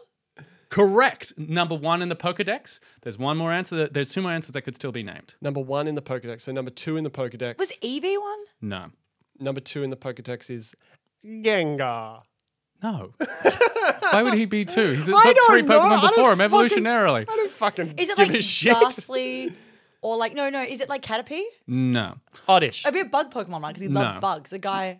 Speaker 2: Correct. Number one in the Pokedex. There's one more answer. That, there's two more answers that could still be named.
Speaker 1: Number one in the Pokedex. So number two in the Pokedex.
Speaker 3: Was Eevee one?
Speaker 2: No.
Speaker 1: number two in the Pokedex is Gengar.
Speaker 2: No. Why would he be two? He's got
Speaker 1: I
Speaker 2: three
Speaker 1: don't know. I
Speaker 2: Pokemon
Speaker 1: don't
Speaker 2: before him
Speaker 1: fucking-
Speaker 2: evolutionarily.
Speaker 1: I don't fucking
Speaker 3: Is it
Speaker 1: give
Speaker 3: like
Speaker 1: a shit.
Speaker 3: Ghastly? Or like no no, is it like Caterpie?
Speaker 2: No.
Speaker 1: Oddish.
Speaker 3: It'd be a bug Pokemon, right? Because he loves
Speaker 2: No.
Speaker 3: bugs. The guy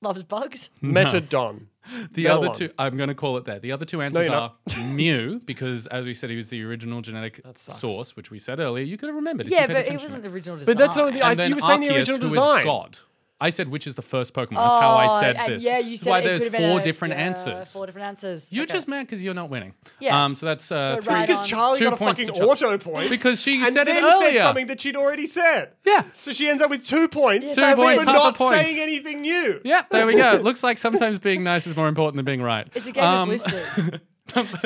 Speaker 3: loves bugs.
Speaker 1: Metadon.
Speaker 2: The
Speaker 1: Metal
Speaker 2: other
Speaker 1: on.
Speaker 2: two, I'm going to call it there. The other two answers
Speaker 1: you're
Speaker 2: are
Speaker 1: not.
Speaker 2: Mew, because as we said, he was the original genetic
Speaker 1: sucks.
Speaker 2: source, which we said earlier. You could have remembered. if you
Speaker 3: Yeah,
Speaker 2: paid
Speaker 3: but it
Speaker 2: attention.
Speaker 3: wasn't the original design.
Speaker 1: But that's not the. I,
Speaker 2: And then
Speaker 1: you were saying the
Speaker 2: Arceus,
Speaker 1: original
Speaker 2: who is
Speaker 1: design.
Speaker 2: God. I said which is the first Pokemon. That's how I
Speaker 3: Oh,
Speaker 2: said
Speaker 3: and
Speaker 2: this.
Speaker 3: Yeah, you said
Speaker 2: why
Speaker 3: it
Speaker 2: there's
Speaker 3: could've been
Speaker 2: four
Speaker 3: a-
Speaker 2: different
Speaker 3: yeah,
Speaker 2: answers.
Speaker 3: Four different answers.
Speaker 2: You're
Speaker 3: Okay.
Speaker 2: just mad because you're not winning.
Speaker 3: Yeah.
Speaker 2: Um, so that's uh,
Speaker 3: So
Speaker 2: three.
Speaker 3: right
Speaker 1: Because
Speaker 3: on.
Speaker 1: Charlie
Speaker 2: Two
Speaker 1: got a
Speaker 2: points to
Speaker 1: fucking
Speaker 2: Char-
Speaker 1: auto point.
Speaker 2: Because she
Speaker 1: and
Speaker 2: said it
Speaker 1: then
Speaker 2: earlier.
Speaker 1: said something that she'd already said.
Speaker 2: Yeah.
Speaker 1: So she ends up with two points.
Speaker 2: Two points,
Speaker 1: for
Speaker 2: half a
Speaker 1: not
Speaker 2: point.
Speaker 1: saying anything new.
Speaker 2: Yeah, there we go. Looks like sometimes being nice is more important than being right.
Speaker 3: It's a game
Speaker 2: Um,
Speaker 3: of listening.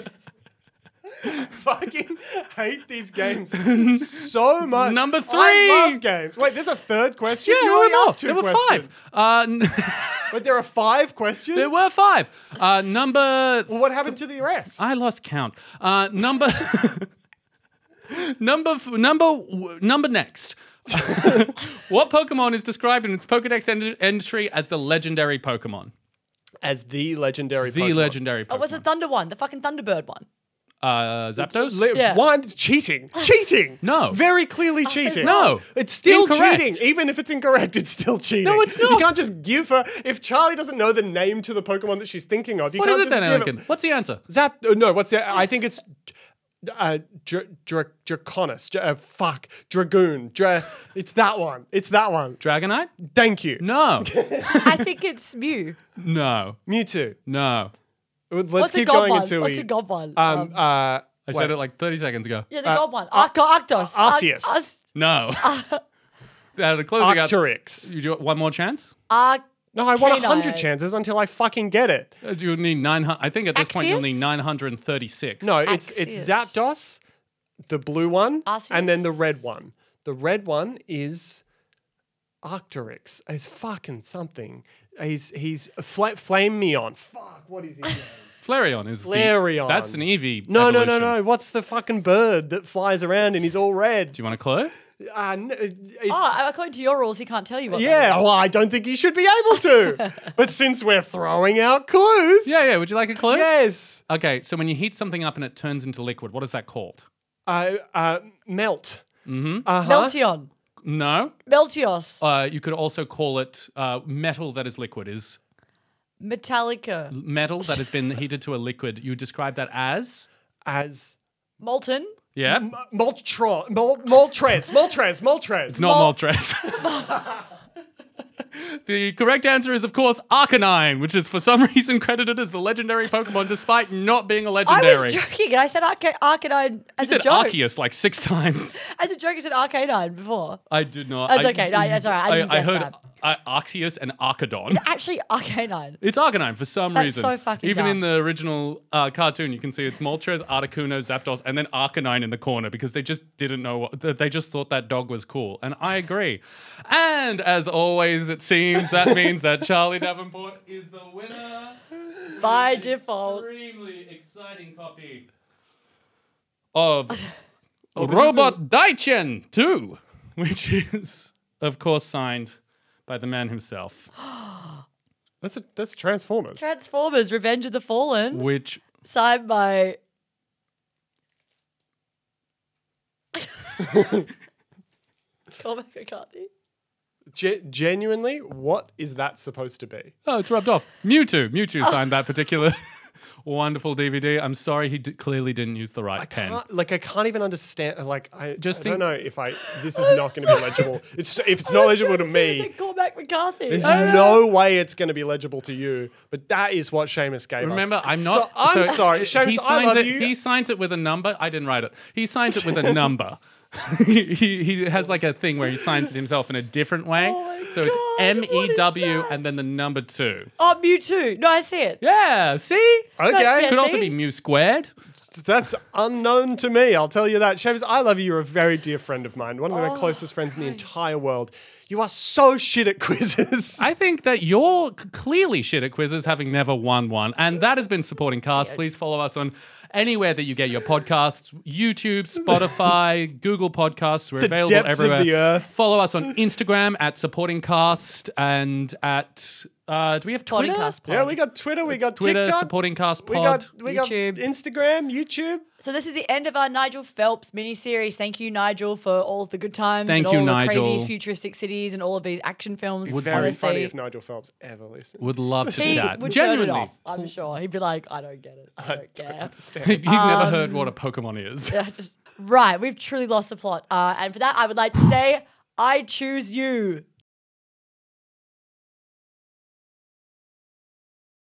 Speaker 1: fucking hate these games so much.
Speaker 2: Number
Speaker 1: I
Speaker 2: three.
Speaker 1: love games. Wait, there's a third question. you
Speaker 2: Yeah, there were
Speaker 1: already
Speaker 2: more.
Speaker 1: asked two
Speaker 2: There were
Speaker 1: questions.
Speaker 2: five. Uh, n-
Speaker 1: But there are five questions.
Speaker 2: there were five. Uh, number
Speaker 1: Well, what happened to the rest?
Speaker 2: I lost count. Uh, number, number, f- number, w- number next. what Pokemon is described in its Pokedex en- entry as the legendary Pokemon?
Speaker 1: As the legendary.
Speaker 2: The legendary Pokemon.
Speaker 3: Oh, it was a Thunder one, the fucking Thunderbird one.
Speaker 2: uh, Zapdos?
Speaker 1: Le-
Speaker 3: Yeah.
Speaker 1: One cheating, cheating.
Speaker 2: No.
Speaker 1: very clearly cheating.
Speaker 2: No.
Speaker 1: it's still
Speaker 2: Incorrect.
Speaker 1: cheating. Even if it's incorrect, it's still cheating.
Speaker 2: No, it's
Speaker 1: You
Speaker 2: not.
Speaker 1: can't just give her. If Charlie doesn't know the name to the Pokemon that she's thinking of, you
Speaker 2: what
Speaker 1: can't
Speaker 2: is it
Speaker 1: just
Speaker 2: then,
Speaker 1: give
Speaker 2: Anakin?
Speaker 1: it-
Speaker 2: What's the answer?
Speaker 1: Zap. uh, No, what's the? I think it's uh, Dra- Dra- Draconis. Dra- uh, fuck, Dragoon. Dra- it's that one. It's that one.
Speaker 2: Dragonite?
Speaker 1: Thank you.
Speaker 2: No.
Speaker 4: I think it's Mew.
Speaker 2: no.
Speaker 1: Mewtwo.
Speaker 2: No.
Speaker 1: Let's
Speaker 3: What's the
Speaker 1: keep
Speaker 3: gob
Speaker 1: going
Speaker 3: one?
Speaker 1: until
Speaker 3: What's
Speaker 1: we.
Speaker 3: the gob one?
Speaker 1: um,
Speaker 3: Um,
Speaker 1: uh,
Speaker 2: I
Speaker 1: wait.
Speaker 2: said it like 30 seconds ago.
Speaker 3: yeah, the
Speaker 1: uh,
Speaker 3: gob one. Arco- Arctos.
Speaker 1: Ar- Arceus.
Speaker 3: Ar- Ar-
Speaker 2: No. Out of closing out.
Speaker 1: Arcturix.
Speaker 2: You do one more chance?
Speaker 3: Ar-
Speaker 1: No, I want
Speaker 3: Canine.
Speaker 1: 100 chances until I fucking get it.
Speaker 2: Uh, You'll need 900. I think at this point you'll need
Speaker 4: Axios?
Speaker 2: 936.
Speaker 1: No, it's it's
Speaker 4: Arceus.
Speaker 1: Zapdos, the blue one, and then the
Speaker 3: Arceus?
Speaker 1: red one. The red one is Arcturix. He's fucking something. He's he's fla- Flame Meon. Fuck, what is his name?
Speaker 2: Flareon is. the-
Speaker 1: Flareon.
Speaker 2: that's an Eevee.
Speaker 1: No, no, no,
Speaker 2: evolution.
Speaker 1: no. What's the fucking bird that flies around and he's all red?
Speaker 2: Do you want a clue?
Speaker 1: Uh, n- it's,
Speaker 3: Oh, according to your rules, he can't tell you what. that
Speaker 1: yeah, Oh,
Speaker 3: is.
Speaker 1: well, I don't think he should be able to. but since we're throwing out clues.
Speaker 2: Yeah, yeah. Would you like a clue?
Speaker 1: Yes.
Speaker 2: Okay, so when you heat something up and it turns into liquid, what is that called?
Speaker 1: Uh, uh, melt. Mm-hmm. Uh-huh.
Speaker 3: Meltion.
Speaker 2: No.
Speaker 3: Meltios.
Speaker 2: Uh, you could also call it uh, metal that is liquid. Is
Speaker 3: Metallica.
Speaker 2: metal that has been heated to a liquid. You describe that as
Speaker 1: As
Speaker 3: Molten.
Speaker 2: yeah.
Speaker 1: M- Moltron, Mol- Moltres, Moltres, Moltres.
Speaker 2: It's not Moltres. the correct answer is, of course, Arcanine, which is for some reason credited as the legendary Pokemon despite not being a
Speaker 3: I
Speaker 2: legendary.
Speaker 3: was joking, and I said Arca- Arcanine
Speaker 2: you
Speaker 3: as
Speaker 2: said
Speaker 3: a joke.
Speaker 2: Arceus like six times.
Speaker 3: As a joke, I said Arcanine before.
Speaker 2: I did not.
Speaker 3: That's
Speaker 2: I-
Speaker 3: okay. No, that's all right. I didn't guess
Speaker 2: heard
Speaker 3: that.
Speaker 2: I, Arceus and Arcadon.
Speaker 3: Actually, Arcanine.
Speaker 2: It's Arcanine for some
Speaker 3: That's
Speaker 2: reason.
Speaker 3: so fucking
Speaker 2: Even in
Speaker 3: dumb.
Speaker 2: the original uh, cartoon, you can see it's Moltres, Articuno, Zapdos, and then Arcanine in the corner because they just didn't know what th- they just thought that dog was cool. And I agree. And as always, it seems that means that Charlie Davenport is the winner.
Speaker 3: By default.
Speaker 2: Extremely exciting copy of
Speaker 1: this is
Speaker 2: Robot Daichen 2, which is, of course, signed by the man himself,
Speaker 1: That's a, that's Transformers.
Speaker 3: Transformers: Revenge of the Fallen,
Speaker 2: which
Speaker 3: signed by. Cormac McCarthy.
Speaker 1: Ge- genuinely, what is that supposed to be?
Speaker 2: Oh, it's rubbed off. Mewtwo. Mewtwo
Speaker 1: Oh.
Speaker 2: signed that particular wonderful DVD. I'm sorry, he d- clearly didn't use the right
Speaker 1: I
Speaker 2: pen.
Speaker 1: can't, like I can't even understand. Like I
Speaker 2: Just
Speaker 1: just
Speaker 2: think-
Speaker 1: don't know if I this is not going to be legible. It's if it's not legible to
Speaker 3: It
Speaker 1: me.
Speaker 3: said Cormac McCarthy. Oh,
Speaker 1: There's
Speaker 3: I don't know.
Speaker 1: no way it's going to be legible to you. But that is what Seamus gave
Speaker 2: Remember,
Speaker 1: us.
Speaker 2: I'm not.
Speaker 1: So, I'm
Speaker 2: so
Speaker 1: sorry, Seamus.
Speaker 2: He
Speaker 1: I
Speaker 2: signs
Speaker 1: love
Speaker 2: it.
Speaker 1: you.
Speaker 2: He signs it with a number. I didn't write it. He signs it with a number. he, he he has like a thing where he signs it himself in a different way.
Speaker 1: Oh
Speaker 3: my
Speaker 2: so
Speaker 3: God,
Speaker 2: it's M
Speaker 3: what
Speaker 2: E
Speaker 3: is
Speaker 2: W
Speaker 3: that?
Speaker 2: and then the number two.
Speaker 3: Oh, Mewtwo. No, I see it.
Speaker 2: Yeah. See.
Speaker 1: okay,
Speaker 3: yeah,
Speaker 2: Could also
Speaker 3: see?
Speaker 2: be mu squared.
Speaker 1: that's unknown to me. I'll tell you that, Seamus. I love you. You're a very dear friend of mine. One of
Speaker 2: Oh,
Speaker 1: my closest friends in the entire world. You are so shit at quizzes.
Speaker 2: I think that you're c- clearly shit at quizzes, having never won one. And that has been Supporting Cast. Please follow us on anywhere that you get your podcasts YouTube, Spotify, Google Podcasts. We're available
Speaker 1: depths of
Speaker 2: everywhere.
Speaker 1: the earth.
Speaker 2: Follow us on Instagram at Supporting Cast and at. Uh, do we have Twitter?
Speaker 3: Podcast pod.
Speaker 1: yeah, we got Twitter. We got
Speaker 2: Twitter,
Speaker 1: TikTok.
Speaker 2: Supporting Cast Pod.
Speaker 1: We got we
Speaker 3: YouTube.
Speaker 1: got Instagram, YouTube.
Speaker 3: So this is the end of our Nigel Phelps miniseries. Thank you, Nigel, for all of the good times
Speaker 2: Thank
Speaker 3: and all
Speaker 2: you,
Speaker 3: of the
Speaker 2: Nigel.
Speaker 3: crazy futuristic cities and all of these action films.
Speaker 1: It's very
Speaker 3: Honestly,
Speaker 1: funny if Nigel Phelps ever listened.
Speaker 2: Would love to
Speaker 3: he
Speaker 2: chat.
Speaker 3: would turn it
Speaker 2: Genuinely.
Speaker 3: off. I'm sure he'd be like, "I don't get it. I don't care."
Speaker 2: You've
Speaker 1: Um,
Speaker 2: never heard what a Pokemon is.
Speaker 3: I just- right, we've truly lost the plot. Uh, and for that, I would like to say, I choose you.